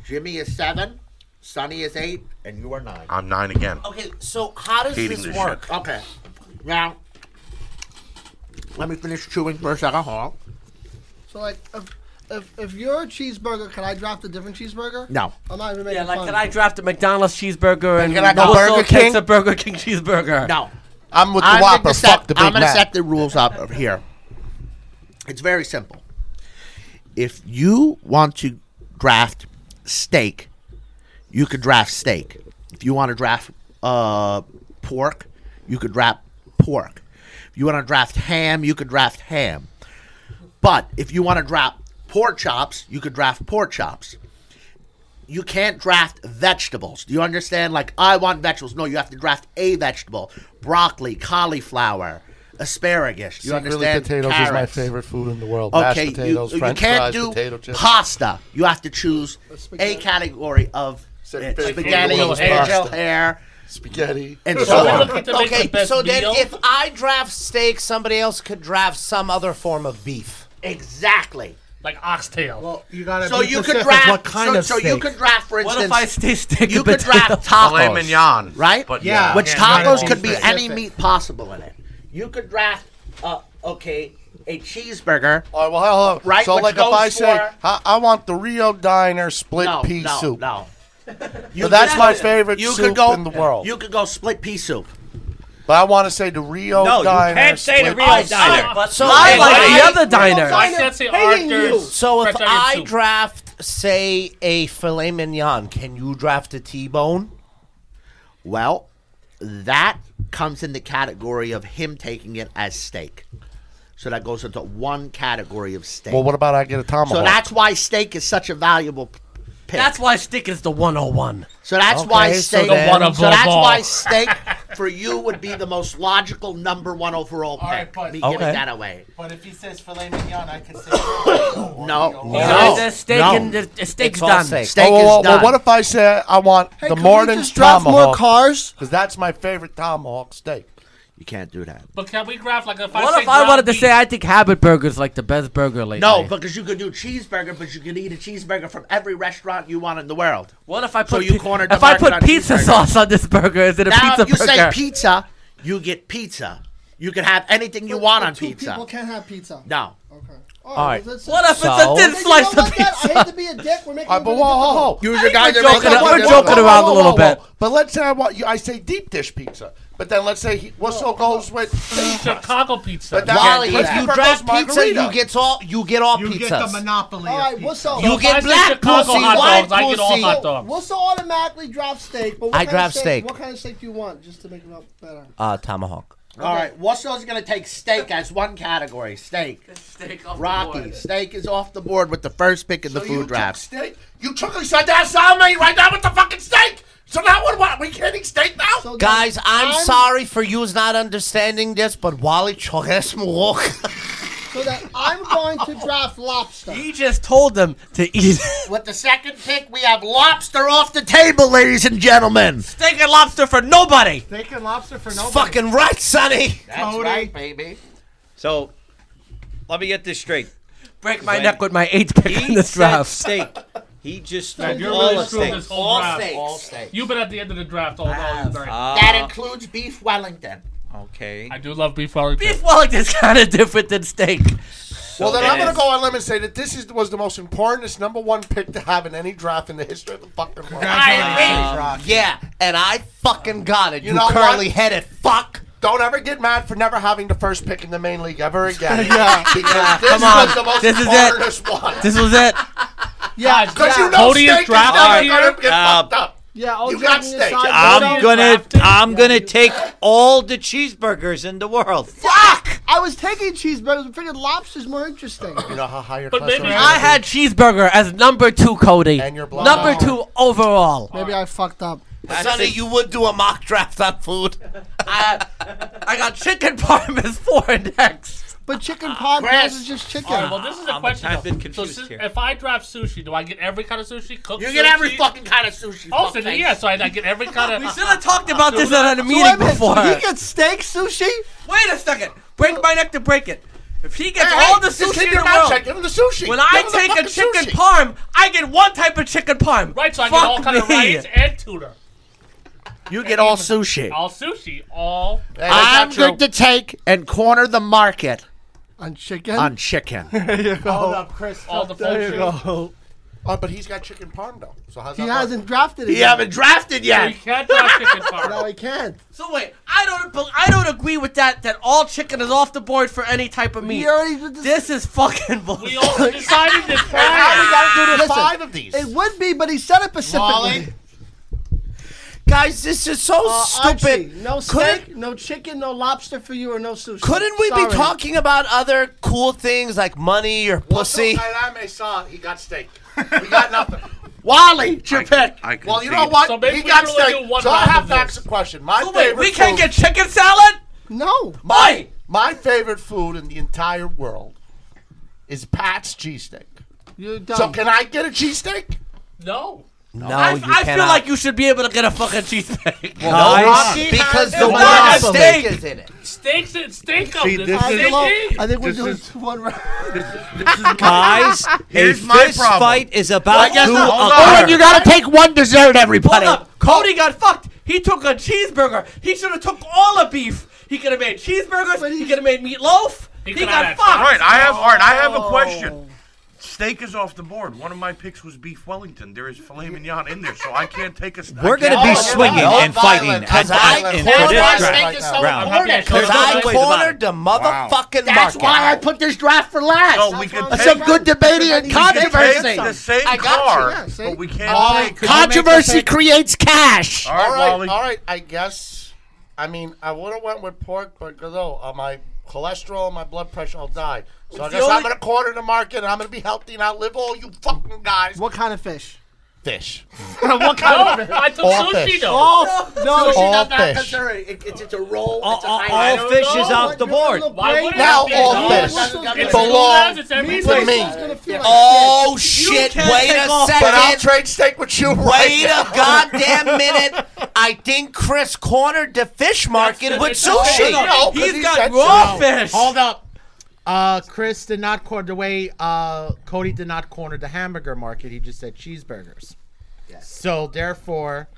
S3: Jimmy is seven. Sonny is eight. And you are nine.
S1: I'm nine again.
S2: okay, so how does
S1: Hating
S2: this
S1: this
S2: work?
S3: Okay. Now, let me finish chewing for a second. Hold on.
S12: So like, if, if if you're a cheeseburger, can I draft a different cheeseburger?
S3: No.
S12: I'm not even making
S10: Yeah, like,
S12: fun.
S10: can I draft a McDonald's cheeseburger and
S12: can I go
S10: Russell
S12: Burger
S10: takes
S12: King?
S10: a Burger King cheeseburger?
S3: No.
S11: I'm with the
S3: I'm
S11: Whopper.
S3: gonna set-
S11: Fuck the Big
S3: I'm gonna
S11: Mac.
S3: set the rules up of here. It's very simple. If you want to draft steak, you could draft steak. If you want to draft uh, pork, you could draft pork. You want to draft ham, you could draft ham. But if you want to draft pork chops, you could draft pork chops. You can't draft vegetables. Do you understand? Like, I want vegetables. No, you have to draft a vegetable broccoli, cauliflower, asparagus. You
S11: Secretly,
S3: understand?
S11: potatoes is my
S3: Carrots.
S11: favorite food in the world.
S3: Okay,
S11: Mashed potatoes,
S3: you, you
S11: French
S3: can't
S11: fries,
S3: do
S11: potato chips.
S3: pasta. You have to choose a category of
S11: Second
S3: uh,
S11: favorite
S3: spaghetti,
S11: food in the world is
S3: angel
S11: pasta.
S3: hair,
S11: spaghetti,
S3: and
S11: So
S3: so
S11: we're
S3: on.
S11: looking to make the best
S2: so then
S11: meal?
S2: if I draft steak, somebody else could draft some other form of beef.
S3: Exactly.
S7: Like oxtail.
S3: Well, you
S8: gotta
S3: So
S8: be
S3: you could
S8: specific.
S3: draft.
S8: What kind
S3: so,
S8: of
S3: so you
S8: steak?
S3: could draft, for
S8: What
S3: instance.
S8: if I stay steak
S3: You
S8: and
S3: could draft
S8: potatoes?
S3: tacos,
S8: Filet mignon,
S3: right?
S8: but Yeah. yeah.
S3: Which
S8: Yeah,
S3: tacos
S8: yeah.
S3: could be any
S8: Specific.
S3: meat possible in it. You could draft. Uh, okay, a cheeseburger.
S11: All right, well, hold on.
S3: Right,
S11: So,
S3: which
S11: like, if
S3: goes
S11: I say,
S3: for-
S11: I, I want the Rio Diner split
S3: No,
S11: pea
S3: no,
S11: soup.
S3: No.
S11: But that's my favorite
S3: you
S11: soup
S3: could go,
S11: in the world.
S3: You could go split pea soup.
S11: But I want to say the Rio
S3: No, you
S11: Diner.
S3: can't say the
S11: split
S3: Rio
S11: pea soup.
S3: Diner.
S2: But so
S11: I
S2: if
S11: like
S2: I-
S11: the other diner.
S7: I can't say
S11: Hating you.
S7: Arthur's.
S2: So if
S7: French onion
S2: I
S7: soup.
S2: draft, say, a filet mignon, can you draft a T-bone?
S3: Well, that comes in the category of him taking it as steak. So that goes into one category of steak.
S11: Well, what about I get a tomahawk?
S3: So that's why steak is such a valuable p- pick.
S10: That's why steak is the 101.
S3: So that's why
S10: Okay, so
S3: steak.
S10: then- The one of
S3: so
S10: them
S3: that's
S10: all.
S3: why steak for you would be the most logical number one overall pick. Me giving
S2: Okay.
S3: that away.
S8: But if he says filet mignon, I can say.
S3: No,
S10: No.
S3: no,
S10: The steak
S3: no.
S10: and the- the steak's It's all done. steak.
S3: Steak
S11: Oh,
S3: is
S11: well, well,
S3: done.
S11: what if I say I want
S3: Hey,
S11: the
S3: can we
S11: Morton's
S3: just draft more
S11: tomahawk?
S3: cars?
S11: Because that's my favorite tomahawk steak.
S3: You can't do that.
S7: But can we graph like a five?
S10: What if I wanted to say I think Habit Burger's like the best burger lately?
S3: No, because you could do cheeseburger, but you can eat a cheeseburger from every restaurant you want in the world.
S10: What if I put
S3: so
S10: pi-
S3: you cornered the
S10: if I
S3: market
S10: put
S3: on
S10: pizza
S3: cheeseburger.
S10: sauce on this burger, is it a
S3: now,
S10: pizza
S3: if you
S10: burger?
S3: say pizza, you get pizza. You can have anything you want on
S12: Two
S3: pizza.
S12: people can't have pizza.
S3: No.
S2: All right.
S12: that's-
S2: What if it's a
S12: So-
S2: thin
S12: Hey, you
S2: slice
S12: know
S2: of
S12: what, Dad? I hate to be a dick. We're making.
S11: All
S12: it
S11: right, but
S12: really
S11: whoa,
S2: Oh,
S11: whoa,
S12: difficult.
S11: whoa.
S3: Use
S11: I
S3: your guys
S11: ain't
S3: are
S11: Oh, joking
S3: making
S11: around-
S3: it
S11: whoa,
S3: difficult.
S11: whoa,
S3: joking
S11: whoa,
S3: around
S11: whoa,
S3: a little
S11: whoa, whoa.
S3: bit.
S11: But let's say I want you, I say deep dish pizza. But then let's say he, what's so goes with
S7: Chicago pizza.
S11: But that-
S2: Wally,
S11: Let's
S2: if you
S11: do
S2: draft
S11: Burgos
S2: pizza, you
S11: margarita.
S2: get all you get all
S8: You
S2: pizzas.
S8: get the monopoly.
S12: All right, what's up?
S2: You get black
S7: Chicago
S2: pussy,
S7: hot
S2: white
S7: dogs, I get all
S2: pussy.
S7: hot dogs.
S12: What's the automatically drop steak? But what
S2: I
S12: kind of
S2: draft steak.
S12: What kind of steak do you want, just to make it up better?
S2: Uh, tomahawk.
S3: All right, Wassow's going to take steak as one category. Steak.
S10: Steak
S3: Rocky. Steak is off the board with the first pick in the food draft.
S11: Steak? You took us at that salami right now with the fucking steak. So now what? What? We can't eat steak now?
S2: Guys, I'm, sorry for you not understanding this, but Wally Chores walk.
S12: So that I'm going to draft lobster.
S10: He just told them to eat.
S3: With the second pick, we have lobster off the table, ladies and gentlemen.
S10: Steak and lobster for nobody.
S8: Steak and lobster for nobody.
S2: Fucking right, Sonny.
S3: That's
S8: Tony.
S3: right, baby.
S9: So let me get this straight.
S10: Break my neck with my eighth pick in this draft.
S9: Steak. He just
S7: Like,
S9: took
S7: you're
S9: all
S7: really
S9: the
S7: screwing this
S9: steaks.
S7: whole draft.
S3: steaks. All Ah, steaks.
S7: You've been at the end of the draft all all night.
S3: that includes beef Wellington.
S9: Okay.
S7: I do love beef Wellington.
S10: Beef Wellington's kind of different than steak.
S11: Well, then
S9: it
S11: I'm going
S9: is.
S11: to go on limb and say that this is, was the most important number one pick to have in any draft in the history of the fucking world.
S2: Yeah, and I fucking got it. You,
S11: know what?
S2: curly headed fuck.
S11: Don't ever get mad for never having the first pick in the main league ever again.
S2: Yeah.
S11: Because Ah,
S2: Yeah,
S11: this
S2: come
S11: was
S2: on.
S11: the most
S2: This is it.
S11: hardest one.
S10: This was it.
S12: Yeah,
S11: Because you know
S7: Cody is
S11: steak is
S7: drafted
S11: never
S7: here. oh,
S11: gonna get
S9: Uh,
S11: fucked up.
S12: Yeah, I'll
S11: You
S12: drop
S11: got
S12: it
S11: steak.
S12: aside.
S9: I'm
S12: Without-
S9: gonna I'm gonna take all the cheeseburgers in the world.
S12: I was taking cheeseburgers, but figured lobster's more interesting.
S11: You know how high your
S12: But maybe-
S11: cholesterol
S10: I had cheeseburger as number two, Cody.
S11: And your blood.
S10: number two overall.
S12: Maybe I fucked up.
S2: Sonny, you would do a mock draft on food.
S10: I, I got chicken parmas for next.
S12: But chicken
S7: Ah,
S12: parmesan is just chicken.
S7: All right, well, this is a question.
S9: I've been
S7: though. So
S9: confused
S7: si-
S9: here.
S7: if I draft sushi, do I get every kind of sushi? Cooked
S3: You get
S7: sushi?
S3: every fucking kind of sushi.
S7: Oh, so
S3: fuckface.
S7: yeah, so I, I get every kind of. uh,
S10: We should have talked about this
S7: So-
S10: at a
S7: so
S10: meeting
S12: wait a minute, so
S10: before.
S12: he gets steak sushi?
S10: Wait a second. Break my neck to break it. If he gets
S11: Hey,
S10: all the
S11: hey, just
S10: sushi
S11: keep
S10: in
S11: your
S10: the
S11: mouth
S10: world,
S11: shut. Give him the sushi.
S10: when
S11: Give
S10: I
S11: him the
S10: take a
S11: fucking
S10: chicken
S11: sushi.
S10: parm, I get one type of chicken parm.
S7: Right, so I
S10: Fuck
S7: get all kind
S10: me.
S7: of rice and tuna.
S3: You get all sushi.
S7: All sushi, all.
S3: I'm going to take and corner the market
S12: On chicken?
S3: on chicken.
S12: there you go.
S11: Hold up, Chris.
S7: All the There you poultry.
S11: Oh, but he's got chicken parm though. So how's
S12: He
S11: that work?
S12: hasn't drafted it
S3: You haven't drafted
S7: So
S3: yet.
S7: you can't draft chicken parm.
S12: No, he can't.
S10: So wait, I don't, bel- I don't agree with that. That all chicken is off the board for any type of meat.
S12: He already did this.
S10: This is fucking bullshit.
S7: We all decided this
S11: How
S7: prior.
S11: we gotta do the
S12: Listen,
S11: five of these?
S12: It would be, but he said it
S11: Wally?
S12: specifically.
S2: Guys, this is so
S12: Uh,
S2: stupid.
S12: Archie, no
S2: Couldn't-
S12: steak, no chicken, no lobster for you, or no sushi.
S2: Couldn't we
S12: Sorry.
S2: be talking about other cool things like money or pussy?
S11: I saw he got steak. We got nothing.
S12: Wally, it's your pick.
S11: I
S12: can Well, you see know it. what?
S11: So maybe
S12: He
S11: we
S12: got
S11: can only
S12: steak.
S11: do one
S12: So I
S11: round
S12: have
S11: of
S12: to
S11: this.
S12: ask
S11: a question. My
S12: So wait,
S11: favorite
S12: we
S11: food-
S12: can't get chicken
S9: salad?
S12: No.
S11: My my favorite food in the entire world is Pat's cheesesteak. So can I get a cheesesteak?
S7: No.
S2: No,
S11: I-
S2: you
S11: I feel
S2: cannot.
S11: like
S9: you should be able to get a fucking cheesesteak.
S2: Well,
S11: Guys,
S2: Rocky because the word steak is in it.
S7: Steaks and steak
S1: See,
S7: of
S1: this
S7: this
S1: is-
S7: steak.
S12: I think we're
S1: This
S12: doing
S1: is-
S12: one round.
S9: Guys,
S1: Here's
S9: a
S1: my
S9: fist
S1: problem.
S9: fight is
S1: Well,
S9: about
S1: I guess
S9: to
S1: not. Hold
S9: occur.
S1: on. Owen, you gotta
S10: take one dessert, everybody.
S9: Hold up.
S10: Cody got fucked. He took a cheeseburger. He should have took all the beef. He could have made cheeseburgers. He could have made meatloaf. He, got fucked.
S1: All right, I have. All right, I have
S10: Oh.
S1: a question. Steak is off the board. One of my picks was beef Wellington. There is filet mignon in there, so I can't take a. I
S9: We're
S1: can't-
S9: gonna be swinging and fighting and,
S1: Cause I
S9: and, and for
S1: cornered
S9: this
S1: steak
S9: round.
S1: is so
S9: round.
S1: important.
S9: There's
S1: Cause
S9: no
S1: I
S9: two ways about
S1: cornered
S9: it.
S1: the Wow. motherfucking
S3: That's why I put this draft for last.
S1: No, we could
S3: Some
S1: take-
S3: good debating
S1: we
S3: and
S1: could take
S3: controversy.
S1: the same
S3: I got you,
S1: car,
S3: yeah, see?
S1: but we can't
S3: Uh,
S1: take- Could you make
S3: controversy
S1: the same-
S3: creates cash.
S11: All right, all
S1: Wally.
S11: right, I guess. I mean, I would have went with pork, but 'cause, oh, uh, my cholesterol, my blood pressure, I'll die. So I
S12: It's the
S11: guess I'm
S12: only-
S11: gonna corner the market, and I'm gonna be healthy and outlive all you fucking guys.
S12: What kind of fish?
S11: Fish.
S12: what kind of fish?
S11: All fish.
S12: Oh, no,
S11: Sushi
S12: all
S11: does not
S12: fish.
S11: consider-
S3: It- it's, it's a roll. it's a
S9: all-
S3: high-
S9: all
S3: I don't
S9: fish is
S3: know.
S9: off the board.
S3: Why would it
S11: Now
S3: be?
S11: all
S3: No,
S11: fish
S3: it doesn't-
S11: belong
S3: it's belongs, it's
S11: to
S3: everything.
S11: me.
S2: Oh shit! Wait a second.
S11: But I'll trade steak with you right
S2: Wait a
S11: now.
S2: goddamn minute. I think Chris cornered the fish market with sushi.
S11: No, 'cause he said so.
S8: Hold up. Uh, Chris did not corner the way uh, Cody did not corner the hamburger market. He just said cheeseburgers. So therefore,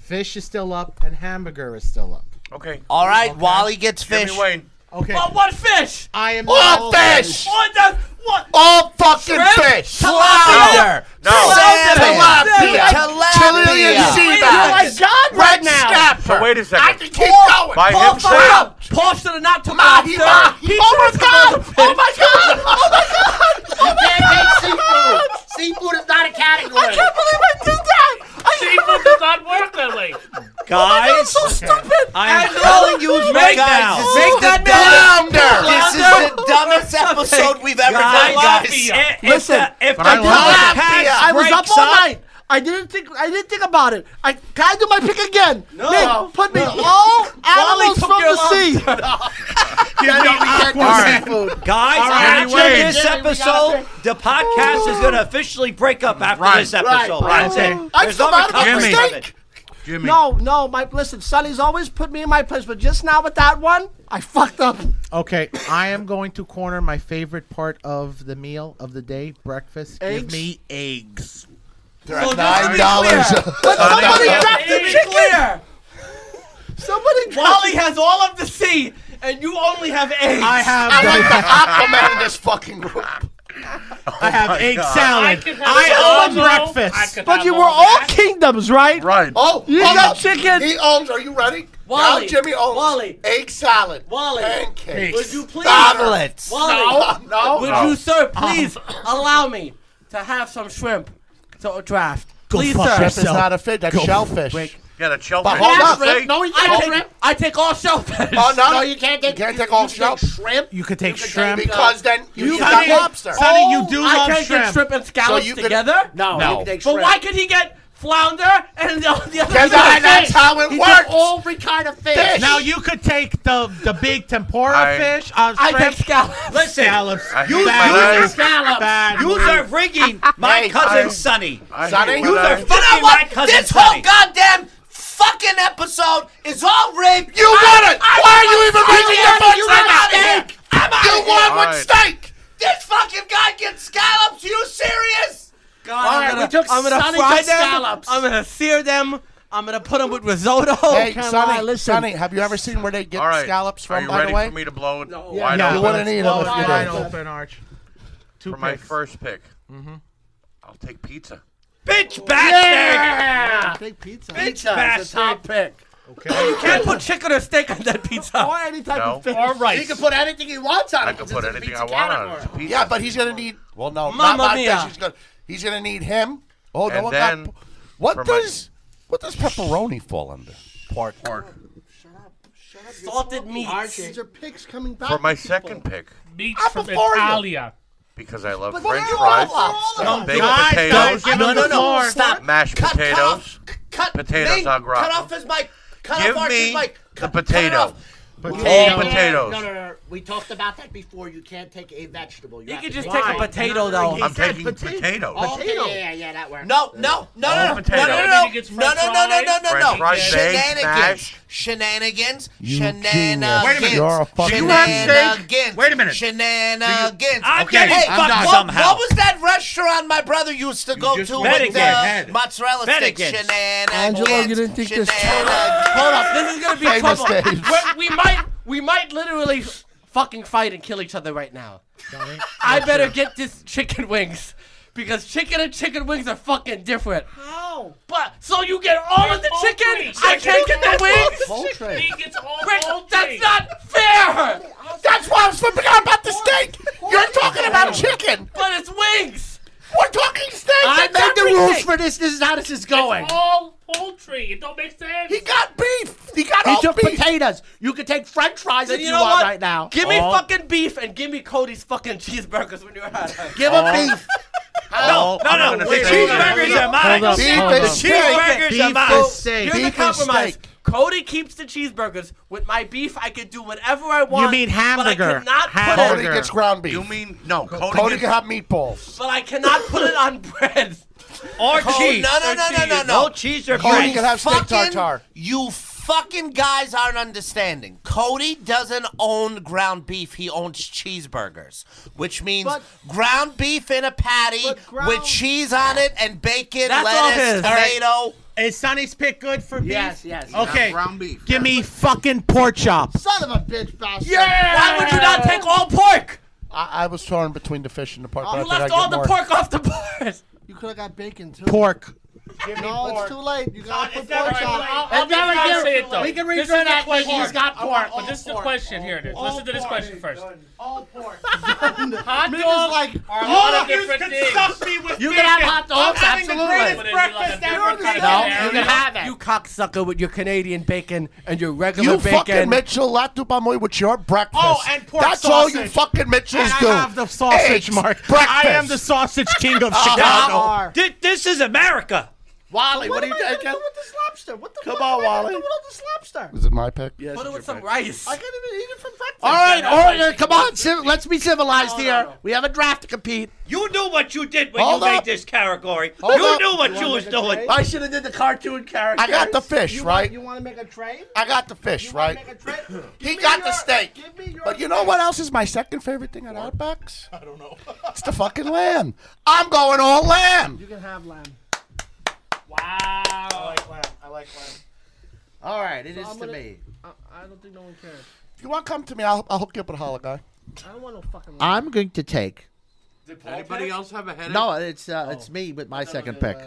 S8: fish is still up and hamburger is still up.
S1: Okay.
S2: All right, Wally gets
S8: Jimmy
S2: fish.
S8: Wayne. Okay.
S10: But what fish?
S8: I am
S11: All fish.
S10: On the what?
S11: All fucking
S10: Shrimp?
S11: fish.
S10: Flounder.
S11: No.
S10: Salmon.
S11: Tilapia.
S10: Tilapia.
S11: Chilean
S10: Tilapia.
S11: sea
S10: Wait,
S11: bass.
S10: my God, right
S11: Red
S10: now.
S11: snapper.
S10: So wait a second.
S11: I can keep
S10: Paul-
S11: going.
S10: By Paul himself. Farrell. Paul should have not took
S11: Mahi,
S10: lobster.
S11: Mahi.
S10: He
S11: Oh
S10: should've
S11: my
S10: took
S11: God.
S10: lobster.
S11: Oh my God. Oh my God.
S3: You can't take seafood. seafood is not a category. I can't
S10: believe I did that.
S7: Seafood does not work that way.
S9: Guys, so
S10: stupid.
S9: I am
S2: Angelo,
S9: telling you,
S2: make
S9: right now.
S2: that- make that flounder. This is the dumbest episode we've ever done, guys.
S9: If- if
S12: Listen,
S9: the- if the
S12: I,
S9: podcast
S12: I was up
S9: breaks
S12: all night. I didn't think. I didn't think about it. I can I do my pick again?
S9: No.
S12: Nick, put me
S9: No.
S12: all
S9: Wally
S12: animals
S9: took
S12: from
S9: your
S12: the sea.
S9: Guys,
S12: All right,
S9: after this
S12: Jimmy, Jimmy, we gotta
S9: episode, the podcast is going to officially break up after
S12: Right,
S9: this
S12: right,
S9: episode.
S12: right.
S9: That's it.
S12: I'm
S9: There's
S12: so
S9: no
S12: mad about
S9: recovery
S12: the
S9: from
S12: steak.
S9: it.
S1: Jimmy.
S12: No, no, my listen, Sonny's always put me in my place, but just now with that one, I fucked up.
S8: Okay, I am going to corner my favorite part of the meal of the day, breakfast. Give
S12: Eggs?
S8: me eggs.
S11: They're at nine dollars.
S12: But somebody dropped
S10: To
S12: the
S10: be
S12: chicken.
S10: clear,
S12: Somebody dropped
S10: Wally has all of the sea, and you only have eggs.
S8: I have.
S11: I like the Aquaman in this fucking group.
S8: I have
S11: my
S8: egg
S11: God.
S8: salad.
S11: I could have
S8: I own
S11: Aldo. I
S8: breakfast.
S11: could
S12: But you were all kingdoms, right?
S1: Right.
S11: Oh,
S12: you
S11: hold
S12: got
S11: up.
S12: chicken.
S11: He owns. Are you ready?
S12: Wally,
S11: Now Jimmy owns.
S12: Wally.
S11: Egg salad.
S12: Wally,
S11: Pancakes.
S12: would you please-
S11: Omelets.
S10: Wally,
S11: No.
S10: would
S11: no.
S10: you, sir, please allow me to have some shrimp to draft?
S11: Go
S10: please,
S11: fuck
S10: sir.
S11: Shrimp is yourself. not a fish, that's Go shellfish.
S10: Wait.
S1: Yeah, the shellfish.
S11: But hold up.
S1: Steak?
S3: No, you
S10: I
S3: can't
S10: take, I take all shellfish.
S11: Oh, no.
S3: No, you can't take. You
S11: can't take all
S3: shrimp. Shrimp.
S8: You could take
S3: could
S8: shrimp.
S3: take, uh,
S11: Because then you,
S10: You
S11: got
S10: can't-
S11: lobster.
S8: Sonny, you do
S10: Oh, I
S8: love
S10: can't
S8: shrimp.
S10: get shrimp and scallops
S11: So you could-
S10: together.
S3: No,
S8: No.
S3: you can take
S10: But
S3: shrimp.
S10: why could he get flounder and the, the other?
S11: Because I- that's how it
S3: He took
S11: works.
S3: Every kind of fish.
S11: Fish.
S8: Now you could take the the big tempura
S1: I-
S8: fish. Uh,
S10: I
S8: shrimp,
S10: take scallops.
S9: Listen,
S8: scallops.
S1: I
S9: You-
S1: hate my
S9: you-
S1: life.
S3: Scallops.
S8: Bad
S9: You
S8: move.
S9: are rigging my
S11: Hey,
S9: cousin
S11: I-
S9: Sonny.
S1: I hate
S11: Sonny,
S1: my
S11: you
S1: life.
S9: You're
S2: But you
S9: fucking
S2: know what?
S9: my cousin
S2: this whole
S9: Sonny.
S2: goddamn fucking episode is all rigged.
S11: You won it. Why are you even raising your voice
S2: You
S11: like
S2: out
S11: that?
S2: here. I'm out
S11: You
S2: of
S11: won
S2: here.
S1: All
S11: with
S1: right.
S11: steak.
S2: This fucking guy gets scallops. You serious?
S10: God,
S3: All
S10: I'm
S3: right,
S10: gonna,
S3: we took
S10: I'm gonna
S3: Sonny
S10: fry
S3: to
S10: them.
S3: scallops.
S10: I'm gonna sear them. I'm gonna put them with risotto.
S11: Hey,
S12: Come
S11: Sonny,
S12: on, listen.
S11: Sonny, have you ever seen where they get
S1: All right.
S11: scallops
S1: Are
S11: from,
S1: you
S11: by the
S1: ready
S11: way?
S1: for me to blow it? No.
S11: Yeah, you wouldn't eat them if you
S8: Wide
S11: did.
S8: open, Arch. Two
S1: For my
S8: picks.
S1: first pick, I'll take pizza.
S9: Bitch bastard!
S12: Big pizza.
S9: Bitch
S3: Pizza is the
S9: bastard!
S3: top pick.
S8: Okay.
S10: You can't put chicken or steak on that
S12: Or
S10: pizza.
S12: any type
S1: No.
S12: of fish.
S7: Or
S3: He
S7: rice.
S3: can put anything he wants on it.
S1: I could
S3: because
S1: put
S3: it's a
S1: anything I
S3: pizza
S1: want on it.
S3: category.
S1: It's a pizza.
S11: Yeah, but he's gonna need. Well, no,
S10: Mamma
S11: not about
S10: mia.
S11: This. He's gonna he's gonna need him. Oh no,
S1: And
S11: what
S1: then
S11: got, what
S1: for my-
S11: does What does pepperoni fall under?
S2: Pork.
S1: Pork.
S12: Salted meats. These are picks coming back.
S1: For my
S12: to people.
S1: second pick.
S7: Meats
S12: I'm
S7: from
S12: before you.
S7: Italia.
S1: Because I love
S12: But
S1: French
S12: they're
S1: fries,
S12: all lobster.
S1: baked
S12: Guys,
S1: potatoes,
S12: guys, give him the floor.
S2: Stop.
S1: mashed
S2: Cut, cut
S1: potatoes,
S2: Cut,
S1: potatoes
S2: Ming,
S1: au gratin.
S2: Cut off his mic. Cut
S1: Give
S2: off
S1: me
S2: Archie's mic.
S1: the potato.
S2: Potato.
S1: All potatoes.
S3: No, no, no, no. We talked about that before. You can't take a vegetable. You, have
S2: could
S3: to
S2: just
S3: take
S2: take a
S3: one.
S2: potato, though. He
S1: I'm
S2: said
S1: taking potatoes.
S3: Oh, okay, yeah, yeah, yeah, that works.
S2: No, no, no,
S1: All
S2: no, no,
S1: potato.
S2: no, no, no,
S1: Everything
S2: no,
S1: gets
S2: no, no, no, no, no, no, no,
S1: French fries, baked,
S2: Shenanigans,
S1: mashed.
S2: shenanigans,
S11: You
S2: shenanigans.
S11: genius. Wait a minute. You're a fucking Do you have steak?
S2: Shenanigans.
S11: Wait a minute.
S2: Shenanigans.
S11: I'm Okay, getting
S2: Hey,
S11: fucked
S2: what-
S11: somehow.
S2: What was that restaurant my brother used to go
S11: just
S2: to
S11: went
S2: with
S11: to my head.
S2: the mozzarella sticks?
S11: Bennigan's.
S2: Shenanigans.
S11: Angelo, you didn't think this
S10: Hold up, this is gonna be
S11: Famous
S10: trouble.
S11: names.
S10: We're- We might, we might literally fucking fight and kill each other right now. I better get this chicken wings because chicken and chicken wings are fucking different.
S12: How?
S10: But so you get all of the
S12: All
S10: chicken,
S12: three.
S10: I can't get the
S12: All
S10: wings.
S12: three. He
S7: gets all,
S10: Rick, that's not fair.
S11: That's why I was flipping out about the steak. You're talking about chicken.
S10: But it's wings.
S11: We're talking steak.
S12: I
S11: That's
S12: made the
S11: everything.
S12: rules for this. This is how this is going.
S7: All poultry. It don't make sense.
S11: He got beef. He got
S12: He
S11: all
S12: took
S11: beef.
S12: potatoes. You could take French fries
S10: Then
S12: if
S10: you
S12: you,
S10: know
S12: want
S10: what?
S12: right now.
S10: Give me
S12: Oh.
S10: fucking beef and give me Cody's fucking cheeseburgers when you're out. of-
S12: Give him beef.
S1: No,
S10: no, no,
S1: no.
S10: wait, hold on, hold on. Hold up,
S11: Beef
S10: hold
S11: is
S10: up.
S11: steak.
S10: Cheeseburgers
S11: Beef
S10: are mine.
S11: is steak.
S10: Here's the
S11: Beef is
S10: compromise.
S11: steak.
S10: Cody keeps the cheeseburgers. With my beef, I could do whatever I want.
S8: mean
S10: But I
S8: hamburger.
S10: cannot put
S11: Cody
S10: it.
S11: gets ground beef.
S1: You mean no? Cody,
S11: Cody
S1: gets-
S11: can have meatballs.
S10: But I cannot put it on bread.
S9: Or
S10: Cody-
S9: cheese.
S10: No, no,
S9: Or
S10: no, no, no,
S9: cheese.
S10: no.
S9: No cheese or
S11: Cody
S9: bread.
S11: can have steak
S2: Fucking-
S11: tartare.
S2: You fucking guys aren't understanding. Cody doesn't own ground beef. He owns cheeseburgers, which means
S12: But-
S2: ground beef in a patty
S12: But ground-
S2: with cheese on it and bacon,
S8: That's all
S2: lettuce,
S8: his. All right.
S2: tomato.
S8: Is Sonny's pick good for beef?
S12: Yes, yes.
S8: Okay.
S12: Ground beef.
S8: Give me fucking pork chop.
S12: Son of a bitch bastard.
S10: Why would you not take all pork? Oh,
S11: I, I was torn between the fish and the pork. but I
S10: You
S11: think I
S10: left
S11: get
S10: all the
S11: more.
S10: pork off the board.
S12: You could have got bacon too.
S8: Pork.
S12: No, it's too late. You gotta put
S7: All
S12: pork
S7: right, I'll-
S12: on. And
S7: I'll be
S12: then
S7: fast
S12: again,
S7: with it, though.
S12: We can
S7: This is
S12: return
S7: the
S12: that way.
S7: question.
S12: He's got pork.
S7: But this is the question here. It is. Listen to this question first.
S12: All pork.
S7: Hot
S12: Niggas
S7: dogs
S12: like-
S7: are a
S12: All
S7: lot
S12: of
S7: of
S12: yous
S7: different
S12: can
S7: things.
S12: stuff me with You can bacon. have hot dogs, I'm having the absolutely. greatest breakfast ever.
S10: No, you
S12: can have it.
S10: You cocksucker with your Canadian bacon and your regular
S11: You
S10: bacon.
S11: fucking Mitchell Latubamoy with your breakfast.
S10: Oh, and pork
S11: That's
S10: sausage.
S11: all you fucking Mitchells
S8: And I
S11: do.
S8: have the sausage,
S11: Eggs,
S8: Mark.
S11: Breakfast.
S8: I am the sausage king of
S11: Oh,
S8: Chicago.
S11: Mark.
S9: Thi- This is America.
S3: Wally,
S12: What
S3: what,
S12: am I
S3: are you
S12: gonna
S3: taking?
S12: do with this lobster? What the
S3: Come
S12: fuck
S3: on,
S12: am I gonna
S3: Wally.
S12: do with all this lobster?
S11: Is it my pick?
S12: Yes,
S10: Put it with some rice.
S12: I can't even eat it for breakfast.
S3: All
S12: right,
S3: all right, uh,
S12: come on. Civ- let's be civilized here. We have a draft to compete.
S9: You knew what you did when
S11: Hold
S9: you
S11: up.
S9: made this category.
S11: Hold
S9: you
S11: up.
S9: knew what
S11: You
S9: you,
S11: wanna
S9: was
S11: make a
S9: doing.
S12: I should have did the cartoon character.
S11: I got the fish, right?
S12: you want to make a trade?
S11: I got the fish, right? he
S12: me
S11: got the
S12: your-
S11: steak.
S12: give me your
S11: But you know what else is my second favorite thing at Outback's? I don't know. it's the fucking lamb. I'm going all lamb.
S12: You can have lamb.
S7: Wow.
S12: lamb. I like lamb.
S3: All right, it
S12: So
S3: is
S12: I'm
S3: to
S12: gonna-
S3: me.
S12: I, I don't think no one cares.
S11: If you want to come to me, I'll, I'll hook you up with a holla guy.
S12: I don't want no fucking lamb.
S3: I'm going to take.
S1: Anybody else have a headache?
S3: No, it's uh, it's me with my second pick.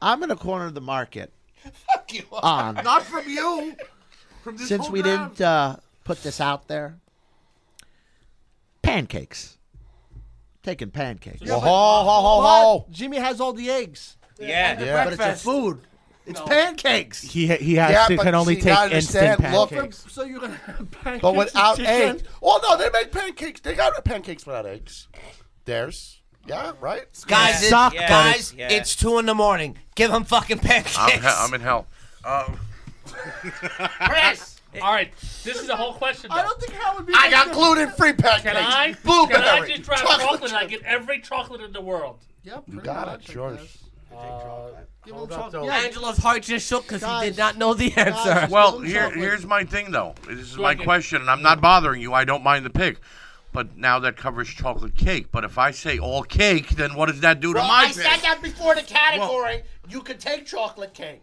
S3: I'm going to corner the market.
S11: Fuck you.
S3: On.
S11: Not from you.
S1: From this
S3: Since
S1: whole
S3: we
S1: draft.
S3: didn't uh, put this out there, pancakes. Taking pancakes.
S11: Ho, ho, ho, ho.
S12: Jimmy has all the eggs.
S9: Yeah.
S11: Yeah.
S3: But it's a food. It's pancakes.
S8: He he has
S11: Yeah,
S8: to,
S11: but
S8: can only
S11: see,
S8: take
S11: I
S8: instant
S11: understand. Look,
S8: pancakes.
S12: So you're gonna have pancakes.
S11: But without
S12: and chicken?
S11: eggs. Oh, no, they make pancakes. They got pancakes without eggs. Theirs. Yeah, right?
S2: Guys,
S11: Yeah.
S2: it-
S11: Suck, but
S2: guys,
S11: it's- yeah.
S2: it's two in the morning. Give them fucking pancakes.
S1: I'm, he- I'm in hell. Um,
S7: Chris. All right. This is a whole question.
S12: I
S7: though.
S12: don't think how would be.
S11: I got
S12: gluten.
S11: gluten-free pancakes.
S7: Can I?
S11: Blueberry.
S7: Can I just try
S11: chocolate
S7: chocolate and I get every chocolate in the world?
S12: Yep.
S11: You got it, George.
S12: Give him chocolate. Yeah,
S10: Angelo's heart just shook because he
S12: Guys,
S10: did not know the answer.
S1: well, here, here's my thing, though. This is my
S7: ahead.
S1: question, and I'm not bothering you. I don't mind the pick. But now that covers chocolate cake. But if I say all cake, then what does that do to
S3: Well,
S1: my
S3: I
S1: pick?
S3: said that before the category. you could take chocolate cake.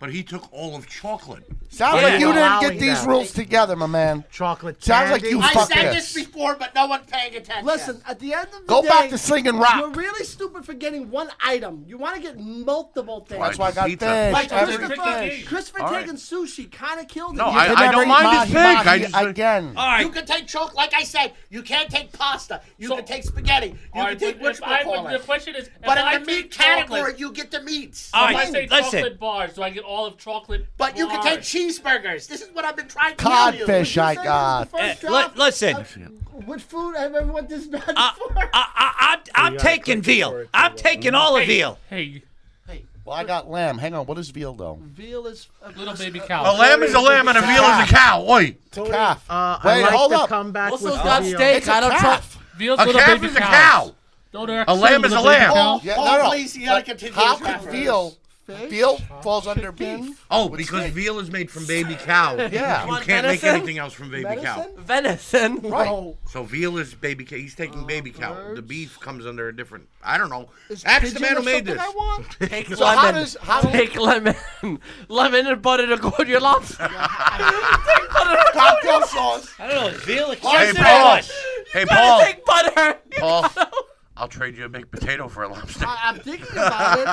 S1: But he took all of chocolate.
S11: Sounds
S3: Yeah.
S11: like you didn't
S3: Allowing
S11: get these
S3: that.
S11: rules together, my man.
S8: Chocolate.
S11: Sounds like you
S3: I
S11: fucked
S3: said
S11: this.
S3: this before, but no one's paying attention.
S12: Listen, at the end of the
S11: Go
S12: day,
S11: back to singing rock.
S12: You're really stupid for getting one item. You want to get multiple things.
S11: That's why I got Pizza. fish,
S12: Like
S11: every
S12: Christopher,
S11: fish.
S12: Christopher
S11: All right.
S12: taking sushi kind of killed it.
S11: No,
S12: You
S11: I-
S12: could
S11: I
S12: never
S11: don't
S12: eat
S11: mind
S12: mahi
S11: his pig. I
S12: mahi
S11: just- again. All right.
S3: You can take chocolate. Like I said, you can't take pasta. You can take spaghetti. You
S7: All
S3: can
S7: right,
S3: take
S7: but
S3: which
S7: if I would-
S3: one
S7: the question is, if
S3: But
S7: I
S3: in the meat
S7: take chocolate-
S3: category, you get the meats.
S7: All
S3: If I
S7: right,
S3: say
S7: listen.
S3: chocolate-
S7: Chocolate bars. Do I get all of chocolate?
S3: But you can take
S7: bars?
S3: cheeseburgers. This is what I've been trying to tell you.
S11: Codfish, I got.
S3: the first
S9: Eh, li- listen,
S12: What food have everyone this bad for?
S9: I'm taking veal. I'm taking all of veal.
S7: Hey.
S11: Hey. Well, I got lamb. Hang on. What is veal, though?
S12: Veal is a
S7: little baby cow.
S1: A lamb is a lamb and a veal is a cow. Oi.
S11: It's a calf.
S8: Uh,
S1: Wait,
S8: I like
S1: hold
S8: the
S1: up.
S8: comeback
S1: Also,
S8: with
S1: it's
S8: the
S1: got
S8: veal.
S1: steak. It's a I don't calf. trust- Veal's A little calf baby is a cows. cow.
S7: Don't
S1: A lamb is a lamb.
S11: Oh,
S1: Yeah,
S11: no, no.
S3: please, you gotta continue
S11: How
S3: this
S11: could
S3: reference.
S11: veal? Veal falls under beef.
S1: Oh, because veal is made from baby cow.
S11: Yeah.
S1: You
S11: Want
S1: can't make
S11: venison?
S1: anything else from baby cow.
S10: Venison.
S11: Right.
S1: So veal is baby cow. He's taking baby cow. The beef comes under a different. I don't know.
S10: Is
S1: Ask the
S10: pigeon
S1: man
S10: or
S1: who made
S10: something
S1: this.
S10: I Take
S1: So
S10: lemon.
S1: how does- how does-
S10: Take lemon. lemon and butter to go in your lobster.
S11: Cocktail sauce.
S9: I don't know. Veal
S1: Hey
S9: expensive.
S1: Paul. Hey Paul.
S10: Take butter.
S1: Paul. I'll trade you a baked potato for a lobster.
S12: I, am thinking about it.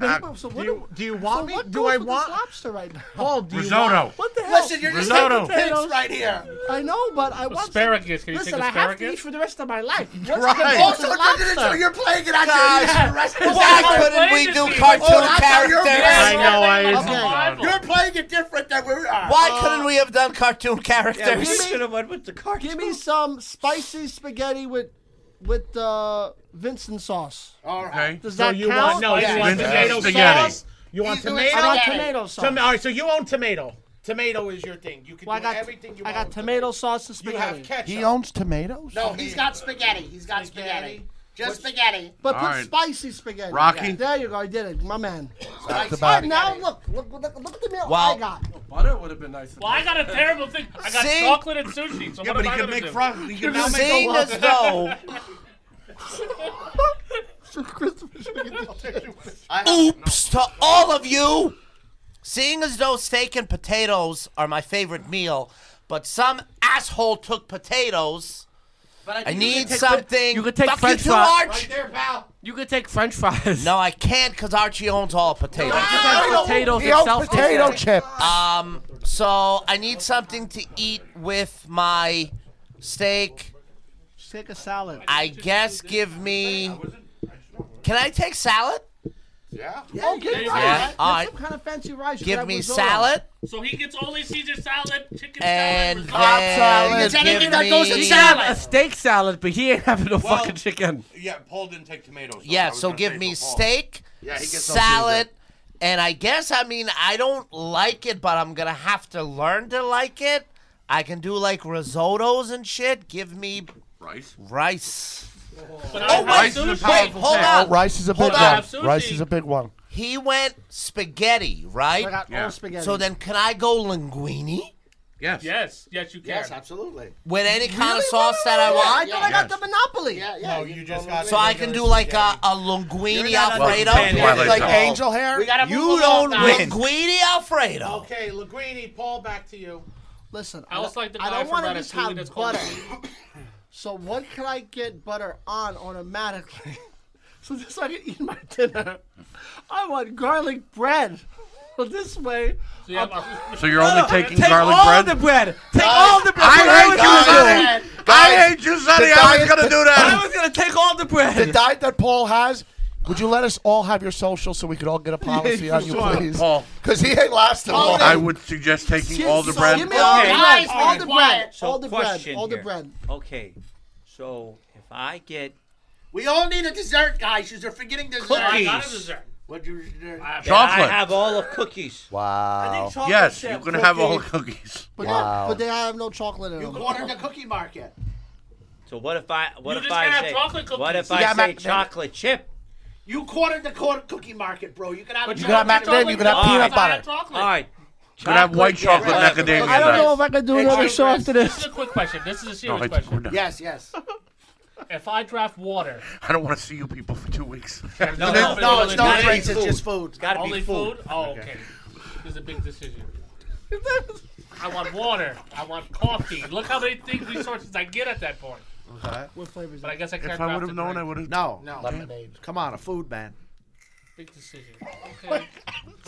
S12: But people- so what
S8: Do you, do you want me?
S12: what
S8: Do
S12: goes
S8: I
S12: with this
S8: want
S12: lobster right now?
S8: Paul? Do you
S1: Risotto.
S8: want?
S12: What the hell?
S3: Listen, you're
S8: just Risotto. taking tips
S12: Potatoes.
S3: right here.
S12: I know, but I want some-
S7: Asparagus. Can you
S12: Listen,
S7: take
S12: I have to
S7: asparagus?
S12: eat for the rest of my life. What's
S3: Right.
S12: the goal
S3: Also,
S12: of
S3: look at it,
S12: lobster?
S3: so you're playing it out
S12: Guys,
S3: your ass the rest of the
S12: why
S3: time.
S12: couldn't we do
S3: Oh,
S12: cartoon
S3: that's how you're
S12: characters?
S3: playing
S12: I know, I-
S3: it.
S12: it's survival.
S3: You're playing it different than we are.
S2: Why couldn't we have done cartoon characters?
S12: Yeah, we should've
S9: went with the cartoon.
S12: Give me some spicy spaghetti with with uh, Vincent sauce.
S3: All right.
S12: Does
S8: So
S12: that
S8: you
S12: count?
S8: want no? You want tomato
S12: Spaghetti.
S8: sauce? You want
S12: He's doing
S8: tomato?
S12: I want tomato sauce.
S8: Tom- all right, so you own tomato. Tomato is your thing. You can
S12: Well, I
S8: do
S12: got-
S8: everything you
S12: I
S8: want.
S12: got tomato sauce and
S8: You
S12: spaghetti.
S8: have ketchup.
S11: He owns tomatoes.
S3: No, he's got spaghetti. He's got spaghetti. Just spaghetti.
S12: But
S11: All
S12: put
S11: right.
S12: spicy spaghetti.
S11: Rocky?
S12: There you go. I did it, my man.
S11: That's
S12: All
S11: about
S12: right,
S11: it.
S12: now look, look, look, look at the meal
S11: Well-
S12: I got.
S13: Butter would have been nice.
S7: Well, I got a terrible thing. I got
S12: See?
S7: chocolate and sushi. So
S1: Yeah,
S7: what am
S1: but he
S7: I
S1: can
S7: gonna
S1: make
S7: do?
S1: froth- he can now make a
S7: Seeing
S1: lot.
S7: as though-
S2: Oops to all of you. Seeing as though steak and potatoes are my favorite meal, but some asshole took potatoes.
S10: But
S2: I
S10: you
S2: need
S10: could take-
S2: something.
S10: you could take
S2: Fuck
S10: French
S2: you too,
S10: fries.
S2: Arch.
S10: Right
S2: there, pal.
S10: You could take French fries.
S2: No, I can't because Archie owns all potatoes.
S10: has potatoes
S2: He owns
S10: itself,
S11: potato
S10: doesn't
S11: chip.
S2: Um, so I need something to eat with my steak.
S12: Just take a salad.
S2: I guess give me. Can I take salad?
S11: Yeah.
S12: Oh, give me
S2: Yeah.
S12: rice.
S2: Yeah.
S12: Get
S2: All right.
S12: some kind of fancy rice. You
S2: Give
S12: could have
S2: me
S12: risotto.
S2: salad.
S7: So he gets only Caesar salad, chicken
S2: And
S7: salad,
S2: Pop then salad,
S7: Is that
S2: give
S7: anything that goes in
S2: me-
S10: A
S7: salad?
S10: steak salad, but he ain't having no fucking chicken.
S1: Yeah, Paul didn't take tomatoes.
S2: Yeah, so give me steak,
S1: Yeah, he gets no
S2: salad, and I guess I mean I don't like it, but I'm gonna have to learn to like it. I can do like risottos and shit. Give me
S1: rice.
S2: Rice.
S7: But
S2: oh
S7: I
S2: wait,
S7: have
S2: wait,
S7: sushi.
S2: hold
S11: Oh,
S2: on.
S11: rice is a
S2: Hold
S11: big
S2: on.
S11: one. Rice is a big one.
S2: He went spaghetti, right?
S12: I got all Yeah. spaghetti.
S2: So then, can I go linguine
S1: Yes.
S7: Yes. Yes, you can.
S3: Yes, absolutely.
S2: with any kind
S12: Really?
S2: of sauce that I
S12: Yeah, I
S2: want?
S12: thought I got the Monopoly. Yeah,
S3: yeah.
S12: you
S3: just
S2: So I can do
S12: uh,
S2: like a, a linguine alfredo,
S11: Like angel hair.
S12: We gotta
S2: You
S12: move
S2: don't
S12: along now.
S2: win. Linguine alfredo.
S8: Okay, Linguini, Paul, back to you.
S12: Listen,
S7: I was like the
S12: I
S7: guy
S12: don't
S7: from
S12: want to just
S7: Ratatouille
S12: have
S7: that's called
S12: butter. so what can I get butter on automatically? so this way I can eat my dinner. I want garlic bread. So this way.
S7: So you have
S12: I'll-
S7: a-
S1: So you're only
S10: Oh,
S12: No, no,
S1: taking
S12: take
S1: garlic
S12: all
S1: bread?
S12: the
S10: bread.
S12: Take all the bread.
S1: I
S12: What
S1: hate
S12: was
S1: you,
S12: gonna
S1: Sonny.
S12: do?
S1: I hate you, Sonny. I was going to do that.
S10: I was gonna take all the bread.
S11: The diet that Paul has. Would you let us all have your social so we could all get a policy on you,
S1: Paul.
S11: please?
S1: Paul.
S11: Because he ain't lasting long.
S1: I would suggest taking all the bread.
S12: Give me all
S9: Okay.
S12: the bread.
S9: Guys,
S12: All the bread.
S9: So
S12: All the bread.
S9: question
S12: All the
S9: here.
S12: bread.
S9: Okay, so if I get
S3: We all need a dessert, guys. You're forgetting dessert.
S9: Cookies. I got a dessert.
S3: What you dessert?
S9: then I have all of cookies.
S11: Wow.
S12: chocolate
S1: Yes,
S12: chip
S1: you can have all the
S12: cookie.
S1: cookies.
S12: But, no, but they have no chocolate in
S3: You
S12: them.
S3: cornered the cookie market.
S9: So what if I what
S3: You
S9: if
S3: just
S9: I
S3: gotta have
S9: say
S3: chocolate cookies.
S9: what if
S3: You
S9: I
S3: got
S9: say
S3: mac-
S9: chocolate chip?
S3: You cornered the cor- cookie market, bro. You can have.
S9: But you
S3: chocolate
S9: got mac-
S3: chocolate
S9: then you can have
S3: cookies.
S9: peanut
S3: I got
S9: butter.
S3: chocolate.
S9: All right.
S1: You could have white chocolate macadamia
S12: I don't
S1: nuts.
S12: know if I can do another show after
S7: This
S12: this.
S7: is a quick question. This is a
S1: No,
S7: serious
S1: I think we're
S7: question.
S1: done.
S3: Yes, yes.
S7: If I draft water,
S1: I don't want to see you people for two weeks.
S7: No,
S3: no, no, it's no
S7: Gotta be
S3: drinks. It's
S7: food.
S3: just food.
S7: Only food? Oh, okay. This is a big decision. I want water. I want coffee. Look how many things resources I get at that point.
S12: What flavors?
S7: But I guess I can't.
S3: If I
S7: draft
S3: would
S7: it
S3: have known,
S7: right.
S3: I would have. No,
S7: No.
S3: lemonade. Come on, a food man.
S7: Big decision. Okay.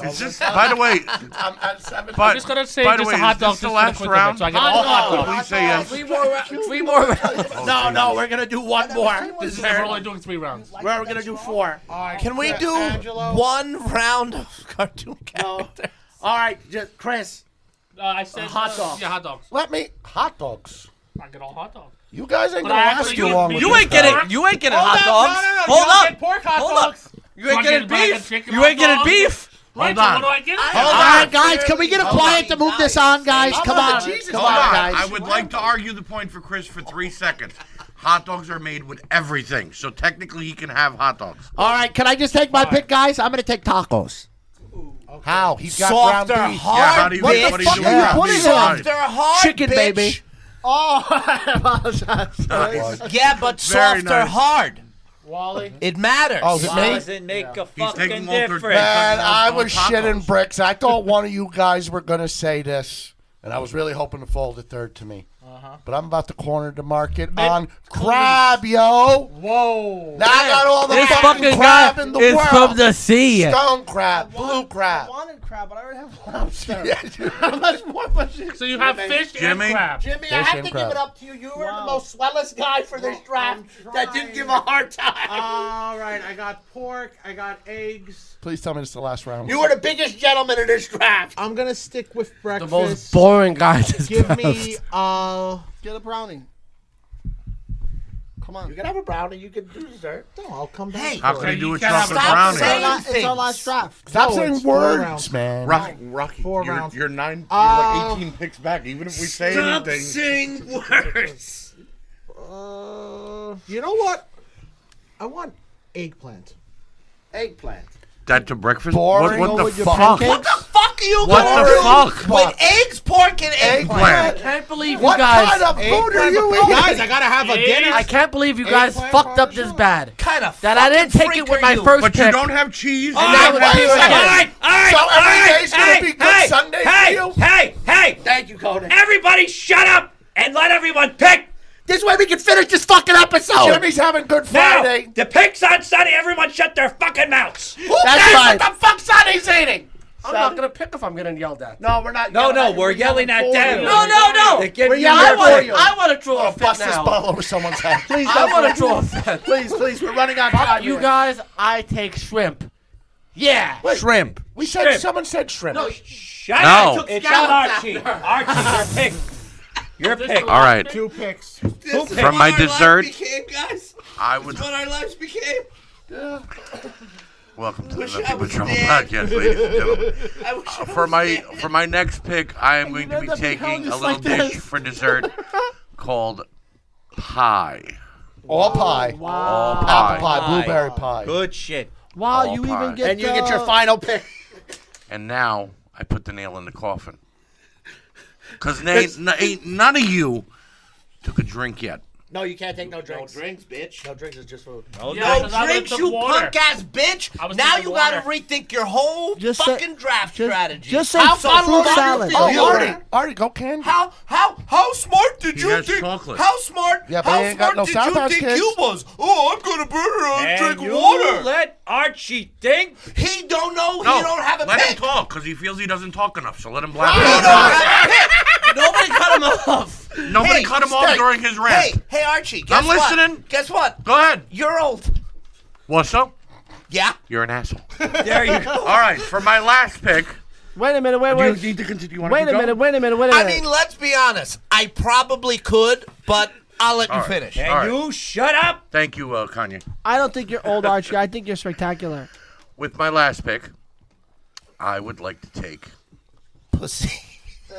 S3: It's just-
S1: By the way,
S11: I'm, I'm,
S1: but-
S7: I'm just gonna say
S1: by the
S7: just
S1: way,
S7: a hot
S1: is
S7: dog
S1: this the
S7: just
S1: last
S7: for the quick
S1: round?
S7: event, so I get
S1: Hot
S7: all hot
S1: dog.
S7: dogs.
S1: Please say yes.
S14: Three more, ra- three more
S1: Oh,
S14: rounds.
S16: no, no, we're gonna do one more.
S7: This is we're only doing three rounds.
S3: We're only gonna do four.
S2: Can we do one round of cartoon characters?
S3: All right, just Chris.
S7: Uh, I said
S3: hot
S7: uh,
S3: dogs.
S7: Yeah, hot dogs.
S11: Let me hot dogs.
S7: I get all hot dogs.
S11: You guys ain't
S7: But
S11: gonna
S7: I
S11: last
S7: actually-
S11: too
S7: you-
S11: long.
S7: you
S11: with
S7: ain't
S11: this
S7: getting-
S11: guy.
S7: you ain't getting
S11: Hold
S7: hot
S11: up,
S7: dogs.
S11: no, no, no,
S7: Hold
S11: you don't
S7: up.
S11: get pork hot
S7: Hold
S11: dogs.
S7: You ain't getting beef.
S11: You ain't getting beef.
S7: Right,
S3: Hold
S7: so
S3: on.
S7: what do I get?
S3: All right, guys, can we get a quiet to move this on, guys?
S1: How
S3: Come on,
S1: about the
S3: come
S1: Hold
S3: on, guys.
S1: I would like to argue the point for Chris for three seconds. Hot dogs are made with everything, so technically he can have hot dogs.
S3: All right, can I just take my pick, guys? I'm gonna take tacos.
S11: How? He's got
S3: Softer,
S11: ground beef.
S3: hard Yeah, how do you-
S11: what
S3: what
S11: the
S3: do you
S11: fuck are you
S3: do with ground
S11: putting
S3: beef?
S11: on?
S3: Softer,
S2: hard,
S3: Chicken,
S2: bitch.
S3: baby.
S12: Oh, I apologize.
S2: Yeah, but
S1: Very
S2: soft or
S1: nice.
S2: hard.
S12: Wally.
S2: It matters.
S11: Oh, is it me?
S9: Doesn't make a
S1: He's
S9: fucking
S1: taking altered
S9: difference.
S11: Man, I was shitting bricks. I thought one of you guys were going to say this, and I was really hoping to fold a third to me. But I'm about to corner the market on crab, yo. Whoa. Now I got all the
S10: This
S11: fucking,
S10: fucking
S11: crab
S10: guy
S11: in the
S10: is
S11: world.
S10: from the sea.
S11: Stone crab, blue crab.
S12: wanted crab, but I already have lobster. How much more fish?
S7: So you have fish
S1: Jimmy?
S7: and crab.
S3: Jimmy,
S11: Fish
S3: I have
S11: and
S3: to
S11: crab.
S3: give it up to you. You were the most swellest guy for this draft that didn't give a hard time.
S8: All right, I got pork. I got eggs.
S11: Please tell me this is the last round.
S3: You were the biggest gentleman in this draft.
S8: I'm gonna stick with breakfast.
S10: most boring guy to
S8: Give me
S10: draft.
S8: uh.
S12: Get a brownie. Come on.
S3: You can have a brownie. You can do dessert.
S8: No, I'll come back.
S1: How
S8: for
S1: can
S8: it.
S1: he do a
S7: can't have
S1: chocolate
S7: a
S1: brownie?
S12: It's our, la- it's our last draft.
S11: Stop
S3: Oh,
S8: No,
S11: saying
S8: it's four
S11: words,
S8: rounds.
S11: man.
S1: Rocky, Rocky,
S8: Four
S1: you're,
S8: rounds.
S1: you're nine, you're
S8: Uh,
S1: like 18 picks back. Even if we say
S7: Stop
S1: anything,
S7: saying words.
S8: Uh, you know what? I want eggplant.
S3: Eggplant.
S1: that to breakfast.
S11: Boring
S1: what, what
S11: with
S1: the
S11: your
S1: fuck?
S11: pancakes?
S2: Fuck you,
S1: What
S2: gonna
S1: the
S2: do
S1: fuck?
S2: With eggs, pork, and eggplant.
S1: Eggplant.
S10: I can't believe you
S11: What
S10: guys.
S11: kind of food are
S8: Eggplant-
S11: you eating?
S8: Guys, I gotta have a dinner.
S10: I can't believe you guys
S8: Eggplant
S10: fucked up this bad.
S2: Kind of.
S10: That I didn't take
S2: freak
S10: it with
S2: are
S10: my
S2: you?
S10: first
S1: But
S10: pick.
S1: you don't have cheese.
S10: Oh,
S1: and you
S10: that
S1: don't
S10: would
S1: have
S10: be
S1: eggs.
S10: right.
S1: All right.
S11: all right, so every day's gonna be good Sunday
S9: hey,
S11: for you.
S9: Hey, hey,
S3: Thank you, Conan.
S9: everybody shut up and let everyone pick.
S3: This way we can finish this fucking episode.
S11: Jimmy's having Good
S9: Now,
S11: Friday.
S9: the picks on Sunday, everyone shut their fucking mouths.
S11: Who
S3: That's
S11: cares
S3: fine.
S11: what the fuck Sonny's eating?
S10: I'm not gonna pick if I'm getting yelled at.
S3: No, we're not.
S9: No,
S3: yelling
S9: no,
S3: you.
S9: we're yelling at them.
S10: No, no, no.
S9: They give
S10: We're
S9: you
S10: yelling- I
S9: your
S10: want,
S9: pick.
S10: I want to draw a
S11: I'll
S10: fit
S11: bust this
S10: now.
S11: bottle over someone's head. Please
S10: I want to draw a fit.
S3: Please, please, we're running out of
S10: Fuck
S3: time.
S10: you
S3: here.
S10: guys. I take shrimp. Yeah.
S3: Shrimp.
S11: We said
S9: Shrimp.
S11: someone said shrimp.
S9: Shut
S1: No.
S9: up. I took it's not Archie. Archie, your pick. Your pick.
S1: All right.
S8: Two picks.
S1: From my dessert,
S14: Became, guys,
S1: I would.
S14: what our lives became.
S1: Welcome to the
S14: Wish I
S1: Nothing But
S14: was
S1: Trouble
S14: dead.
S1: podcast, ladies and gentlemen. Uh,
S14: I wish I
S1: For
S14: was
S1: my
S14: dead.
S1: for my next pick, I am going to be
S11: end up in hell
S1: taking a little
S11: just like
S1: dish
S11: this.
S1: for dessert called pie.
S11: All pie.
S1: All
S11: Apple
S1: pie.
S11: pie, blueberry pie.
S9: Good shit.
S10: Wow,
S1: All
S10: you
S1: pie.
S10: even get.
S3: And you get your
S10: uh,
S3: final pick.
S1: And now I put the nail in the coffin. Cause na- na- ain't none of you took a drink yet.
S3: No, you can't take no drinks. No,
S14: drinks, bitch.
S3: drinks is just food.
S9: No,
S7: Yeah,
S9: no.
S7: I would've
S2: Oh, Drinks,
S7: took
S2: you
S7: water.
S2: punk ass
S7: I was
S2: bitch. Now
S7: thinking
S2: you gotta
S7: water.
S2: rethink your whole
S12: Just say-
S2: fucking draft
S12: just-
S2: strategy.
S12: just say
S2: how
S12: so-
S2: fucking
S12: fruit
S2: smart do you
S12: salad.
S2: feel
S11: Oh,
S2: you
S11: Artie,
S2: were?
S11: Artie, go candy.
S2: How how how smart did
S1: He
S2: you
S1: has
S2: think?
S1: chocolate.
S2: How smart?
S11: Yeah, but
S2: how
S11: he ain't got
S2: smart
S11: no
S2: did
S11: Sour
S2: you
S11: Patch
S2: think
S11: Kids.
S2: you was? Oh, I'm gonna burn her and
S9: And
S2: drink
S9: you
S2: water.
S9: Let Archie think.
S2: he don't know. he don't have a
S1: let him
S2: pick.
S1: talk because he feels he doesn't talk enough. So let him blab.
S2: He don't have a pick. Nobody cut him off.
S1: Nobody
S2: Hey,
S1: cut him off
S2: stay.
S1: during his rant.
S2: Hey, hey, Archie. Guess what?
S1: listening.
S2: Guess what?
S1: Go ahead.
S2: You're old.
S1: Well, so
S2: Yeah.
S1: you're an asshole.
S9: There you go.
S1: All right, for my last pick.
S10: Wait a minute. Wait.
S1: Do you
S10: Wait.
S1: need to continue? You wanna
S10: Wait
S1: keep
S10: a minute.
S1: going?
S10: Wait a minute. Wait a
S2: I
S10: minute.
S2: mean, let's be honest. I probably could, but I'll let you
S1: All right.
S2: finish.
S1: All
S9: And
S1: right.
S9: you shut up.
S1: Thank you, uh, Kanye.
S12: I don't think you're old, Archie. I think you're spectacular.
S1: With my last pick, I would like to take.
S2: Pussy.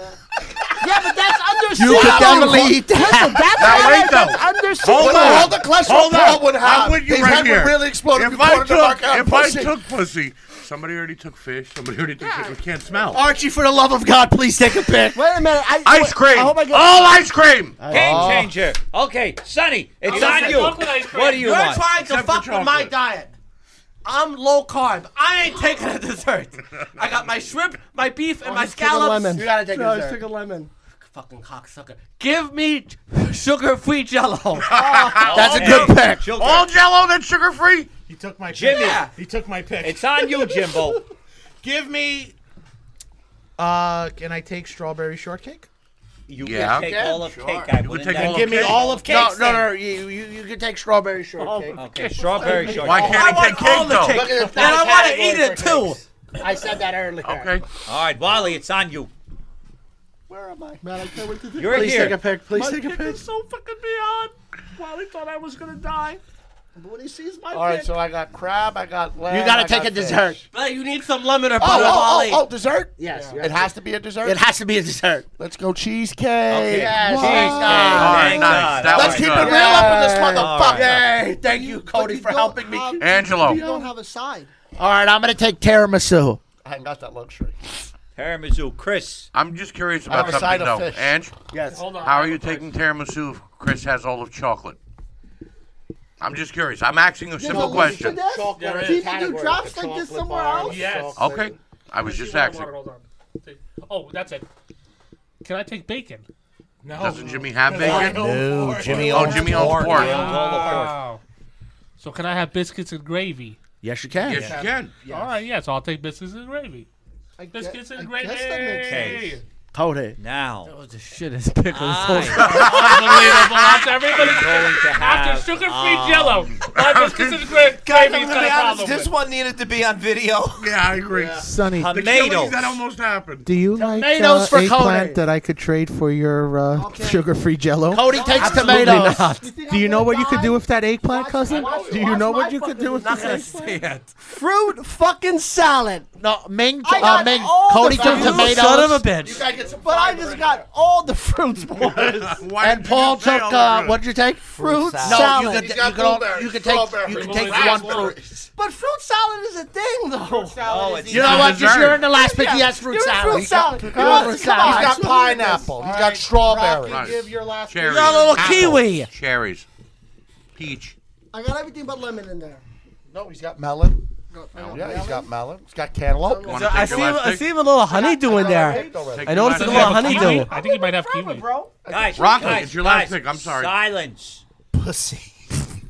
S10: yeah, but that's
S11: You
S10: understandable.
S11: could definitely eat
S10: That's,
S11: that.
S10: that's,
S1: Now, wait, though.
S10: that's understandable.
S1: Hold
S11: With
S1: on.
S11: all the cholesterol
S1: Hold
S11: Paul
S1: on.
S11: would have,
S1: I'm with you
S11: his
S1: right
S11: head would
S1: here.
S11: really explode
S1: If
S11: if you
S1: I
S11: poured the
S1: took,
S11: mark out
S1: if
S11: pussy.
S1: I took pussy, somebody already took fish. Somebody already took fish. We can't smell.
S3: Archie, for the love of God, please take a pick.
S10: Wait a minute. I,
S1: Ice cream.
S10: I hope I get.
S1: All ice cream.
S9: Game changer. Okay, Sonny, it's
S7: don't
S9: on
S7: say
S9: you.
S7: chocolate ice cream.
S9: What do you
S10: You're
S9: want?
S10: trying to
S1: Except for
S10: fuck with my
S1: chocolate.
S10: diet. I'm low carb. I ain't taking a dessert. I got my shrimp, my beef, and my
S12: Just take Oh, a
S10: scallops.
S12: lemon. no, just
S10: dessert.
S12: take a lemon.
S10: Fucking cocksucker. Give me sugar-free Jello.
S12: That's
S10: a good
S11: pick.
S1: All Jello that's sugar-free.
S15: He took my
S9: Jimmy.
S15: Pick. He took my pick.
S9: It's on you, Jimbo.
S15: Give me. Uh, can I take strawberry shortcake?
S9: You
S1: Yeah.
S9: can take
S1: Yeah,
S9: all of
S1: sure.
S9: cake. I
S1: You
S9: wouldn't
S1: could take
S9: doubt
S1: all
S9: it.
S1: of Give me cake. all of
S3: No,
S1: cakes,
S3: no,
S1: then.
S3: no. You, you, you can take strawberry shortcake.
S9: okay, strawberry shortcake.
S1: Why
S3: Oh,
S1: can't I take cake, though?
S3: Look at this
S9: And I wanna
S3: category
S9: eat it,
S3: for
S9: too.
S3: cakes. I said that earlier.
S1: Okay.
S9: All right, Wally, it's on you.
S12: Where am I? Man, I can't wait to do
S9: You're
S12: Please
S9: here.
S12: take a pic. Please
S9: My
S12: take a
S9: pick
S12: pic.
S15: is so fucking beyond. Wally thought I was gonna die.
S12: But when he sees my
S11: All right, so I got crab, I got lamb.
S3: You
S11: I
S3: gotta take
S11: got
S3: a
S11: fish.
S3: dessert.
S10: But you need some lemon or
S11: Oh,
S3: butter,
S11: oh,
S3: Wally.
S11: oh, oh, dessert?
S3: Yes, you
S11: It
S3: have
S11: has to
S3: to-
S11: be a dessert?
S3: It has to be a dessert.
S11: Let's go cheesecake.
S3: Yes,
S11: What?
S3: cheesecake. All right, Thank nice. God. That
S11: Let's
S3: was
S11: keep
S3: good.
S11: it real up in this
S3: Yay.
S11: motherfucker.
S3: Yay. Thank you, Cody, for helping me.
S12: You don't have a side.
S3: All right, I'm gonna take tiramisu.
S11: I haven't got that luxury.
S9: Tiramisu, Chris.
S1: I'm just curious
S11: I
S1: about
S11: have a
S1: something
S11: side
S1: though.
S11: of fish.
S1: Ange,
S11: Yes. Hold on,
S1: How
S11: I
S1: are you taking tiramisu if Chris has all of chocolate? I'm just curious. I'm asking a simple question.
S7: There is.
S12: People do drops like this somewhere else.
S7: Yes.
S1: Okay. I was just asking.
S7: Hold on. Oh, that's it. Can I take bacon? No.
S1: Doesn't Jimmy have bacon?
S7: No,
S1: Jimmy owns Oh, Jimmy owns pork. pork. Wow.
S7: So can I have biscuits and gravy?
S3: Yes, you can.
S1: Yes, you can.
S7: All right, yeah, so I'll take biscuits and gravy. biscuits and gravy.
S9: sense.
S3: Cody.
S9: Now.
S10: That was the shittest pickles.
S7: Unbelievable. After everybody's
S9: going to have.
S7: after sugar-free jello. My biscuits and gra-
S2: Guys,
S7: gravy's
S2: I'm
S7: got
S2: gonna be
S7: a
S2: honest.
S7: problem
S2: This
S7: with.
S2: one needed to be on video.
S1: Yeah, I agree.
S8: Sonny.
S1: The
S2: Tomatoes.
S1: killings that almost happened.
S8: Do you like
S3: Tomatoes
S8: uh,
S3: for
S8: eggplant
S3: Cody.
S8: that I could trade for your uh, sugar-free Jello?
S3: Cody takes
S8: Absolutely
S3: tomatoes.
S8: Not.
S3: You
S8: do you know what you could do with that eggplant, cousin? Do you know what you
S12: fucking
S8: could do with
S12: not
S8: this
S12: gonna
S8: eggplant?
S12: Fruit fucking salad.
S3: No, Ming.
S12: I
S3: Uh,
S12: got
S3: Ming.
S12: all
S3: Cody
S12: the
S3: took
S12: fruit.
S3: tomatoes.
S12: But I just got all the fruits, boys.
S3: and Paul took. Uh, what did you take?
S12: Fruit
S3: No, you
S12: salad.
S3: could, you could, all, you could take. You could take one fruit.
S12: But fruit salad is a thing, though.
S9: Oh, it's
S3: You know what? Just you're in the last pick.
S12: Yeah,
S3: He has fruit
S12: you're in
S3: salad.
S12: fruit
S3: He
S12: salad.
S3: got-
S12: Come
S3: he got
S12: on,
S3: fruit
S12: come
S3: salad.
S12: on.
S11: He's got pineapple. He's got strawberry.
S1: Rocky, give
S12: your last
S1: Cherries.
S12: pick. Your little
S1: Apple.
S12: kiwi.
S1: Cherries. Peach.
S12: I got everything but lemon in there.
S11: No, he's got melon. Oh, Yeah, he's got melon. He's got cantaloupe.
S1: Wanna
S10: So I
S1: take
S10: see,
S1: your
S10: him,
S1: last
S10: I
S1: pick?
S10: see him a little honeydew in there.
S1: Take
S10: I
S1: your
S10: noticed a
S1: last
S10: little
S1: pick.
S10: honeydew.
S7: I think he might have kiwi.
S12: Bro.
S9: Guys,
S1: Rocky,
S9: guys,
S1: it's your last
S9: guys,
S1: pick. I'm sorry.
S9: Silence.
S2: Pussy.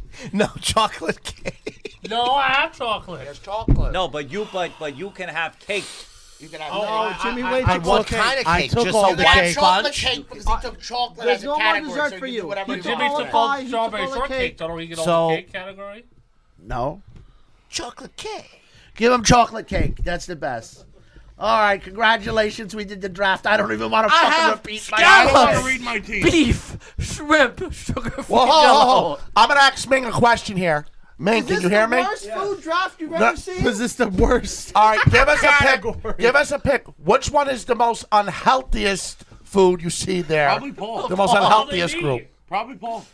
S2: no chocolate cake.
S7: No, I have chocolate. There's
S11: chocolate.
S9: No, but you but but you can have cake.
S3: You can have.
S12: Oh, Jimmy, wait.
S2: I- what kind of
S8: I
S2: cake?
S8: took
S2: Just
S8: all
S2: a
S8: the
S2: white
S8: cake.
S3: chocolate
S2: bunch?
S3: cake because he took chocolate
S12: There's
S3: as
S12: no
S3: a
S12: more
S3: category.
S12: dessert
S3: so
S12: for
S3: can
S12: you.
S3: do whatever
S12: You
S3: you
S12: took
S7: Jimmy
S3: want.
S7: took
S12: all
S7: all
S12: the
S7: strawberry
S12: cake.
S7: shortcake. Don't we get all
S3: So-
S7: the cake category?
S3: No.
S12: Chocolate cake.
S3: Give him chocolate cake. That's the best. All right, congratulations. We did the draft. I don't even want to
S10: I
S3: fucking
S10: have
S3: repeat my.
S10: scallops,
S3: I don't wanna read my teeth.
S10: beef, shrimp, sugar-free
S11: Whoa, ho, ho,
S10: Jello.
S11: ho. I'm gonna ask Ming a question here. Ming, can you hear me?
S12: Worst food draft you've
S11: No,
S12: ever seen.
S11: was
S8: this the worst?
S11: All right, give us a pick. Give us a pick. Which one is the most unhealthiest food you see there?
S1: Probably Paul.
S11: The most
S1: Probably
S11: unhealthiest
S1: me.
S11: group.
S1: Probably Paul.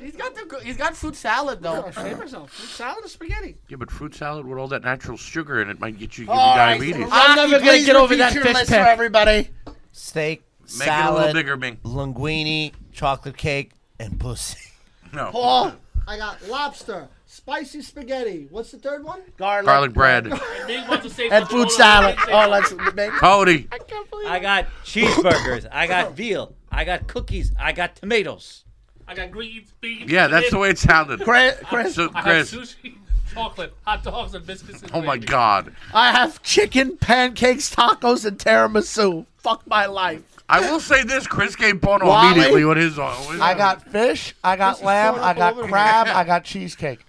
S12: He's got the he's got fruit salad though. Save Oh, yourself. Fruit salad and spaghetti.
S1: Yeah, but fruit salad with all that natural sugar in it might get you, give you
S3: All right,
S1: diabetes.
S3: so I'm never gonna
S2: please
S3: get over
S2: repeat
S3: that
S2: your
S3: fish
S2: list
S3: pick.
S2: for
S3: everybody.
S2: Steak,
S1: Make it a little
S2: salad,
S1: bigger, Bing.
S2: linguine, chocolate cake, and pussy.
S1: No.
S12: Paul. I got lobster, spicy spaghetti. What's the third one?
S3: Garlic,
S1: Garlic bread.
S3: And food salad. Oh, let's make.
S1: Cody.
S9: I got cheeseburgers. I got veal. I got cookies. I got tomatoes.
S7: I got greens, beans.
S1: Yeah, that's the way it sounded.
S3: Chris-
S1: So,
S7: I have
S1: Chris.
S7: sushi, chocolate, hot dogs, and biscuits. And
S1: Oh my
S7: gravy.
S1: God.
S3: I have chicken, pancakes, tacos, and tiramisu. Fuck my life.
S1: I will say this: Chris gave Bono
S3: Wally?
S1: immediately with his. with-
S11: I got fish. I got
S12: This is
S11: lamb.
S12: throwing
S11: I
S12: up
S11: got
S12: all over me.
S11: crab. I got cheesecake.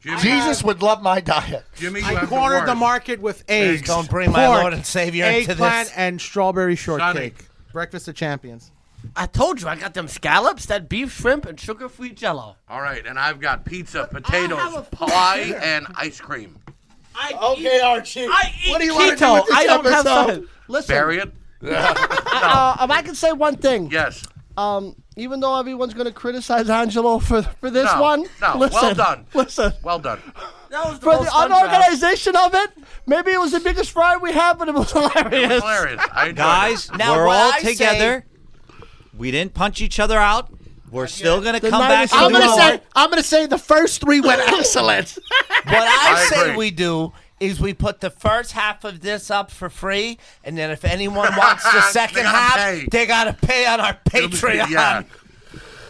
S1: Jimmy. uh,
S11: Jesus would love my diet.
S1: Jimmy, you
S8: I
S1: have
S8: cornered the
S1: worst.
S8: market with eggs.
S2: Don't bring my
S8: pork,
S2: Lord and Savior into this.
S8: eggplant and strawberry shortcake. Breakfast of champions.
S10: I told you I got them scallops, that beef, shrimp, and sugar-free Jello.
S1: All right, and I've got pizza, potatoes, pie, and ice cream.
S3: okay, Archie.
S10: I
S12: eat
S3: what do you want to do
S12: keto.
S3: with this
S12: I don't have
S3: episode?
S12: time. Listen.
S1: Bury it.
S12: Uh, if I can say one thing.
S1: Yes.
S12: Um, even though everyone's going to criticize Angelo for, for this
S1: No,
S12: one,
S1: No.
S12: listen,
S1: well done.
S12: Listen,
S1: Well done.
S12: for
S10: most
S12: the
S10: fun
S12: unorganization of it, maybe it was the biggest fry we had, but it was hilarious.
S1: Hilarious. I enjoyed it.
S9: Guys,
S2: Now,
S9: we're
S2: what
S9: all
S2: I say-
S9: together. we didn't punch each other out. We're still gonna
S3: The
S9: come
S3: night
S9: back.
S3: is
S9: to
S3: I'm gonna
S9: the-
S3: say- I'm gonna say the first three went excellent.
S2: What I,
S3: I
S2: say
S3: agree.
S2: we do is we put the first half of this up for free, and then if anyone wants the second half, they gotta pay on our Patreon.
S1: Yeah.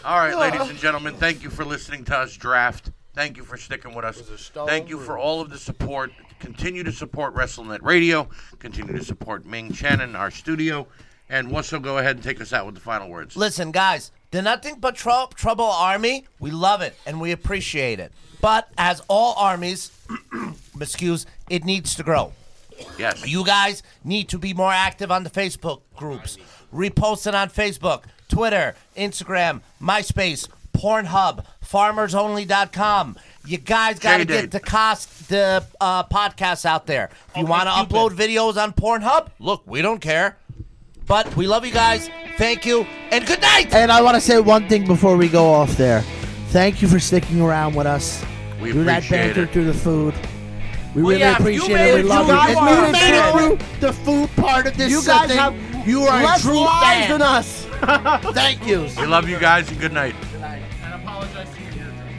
S1: All right, ladies and gentlemen, thank you for listening to us draft. Thank you for sticking with us. Thank you for all of the support. Continue to support WrestleNet Radio. Continue to support Ming Chen in our studio. And Wusso, go ahead and take us out with the final words.
S2: Listen, guys, the Nothing But Trou- Trouble Army, we love it and we appreciate it. But as all armies, excuse, it needs to grow.
S1: Yes.
S2: You guys need to be more active on the Facebook groups. Repost it on Facebook, Twitter, Instagram, MySpace, Pornhub, FarmersOnly.com. You guys got to
S1: Jaded.
S2: get the cost the uh, podcast out there. If you want to upload videos on Pornhub, look, we don't care. But we love you guys. Thank you and good night.
S3: And I want to say one thing before we go off there. Thank you for sticking around with us.
S1: We
S3: through that
S1: appreciate
S3: banter
S1: it.
S3: through the food. We
S12: Well,
S3: really
S12: yeah, if you
S3: appreciate
S12: made
S3: it. We
S12: it
S3: love
S12: through
S3: it.
S12: the food
S3: If you made it
S12: part-
S3: through the food part of this
S12: You guys
S3: thing,
S12: have
S3: you are
S12: less
S3: a true
S12: lives
S3: fan.
S12: than us.
S3: Thank you.
S1: We love you guys and good night.
S7: And apologize to your character.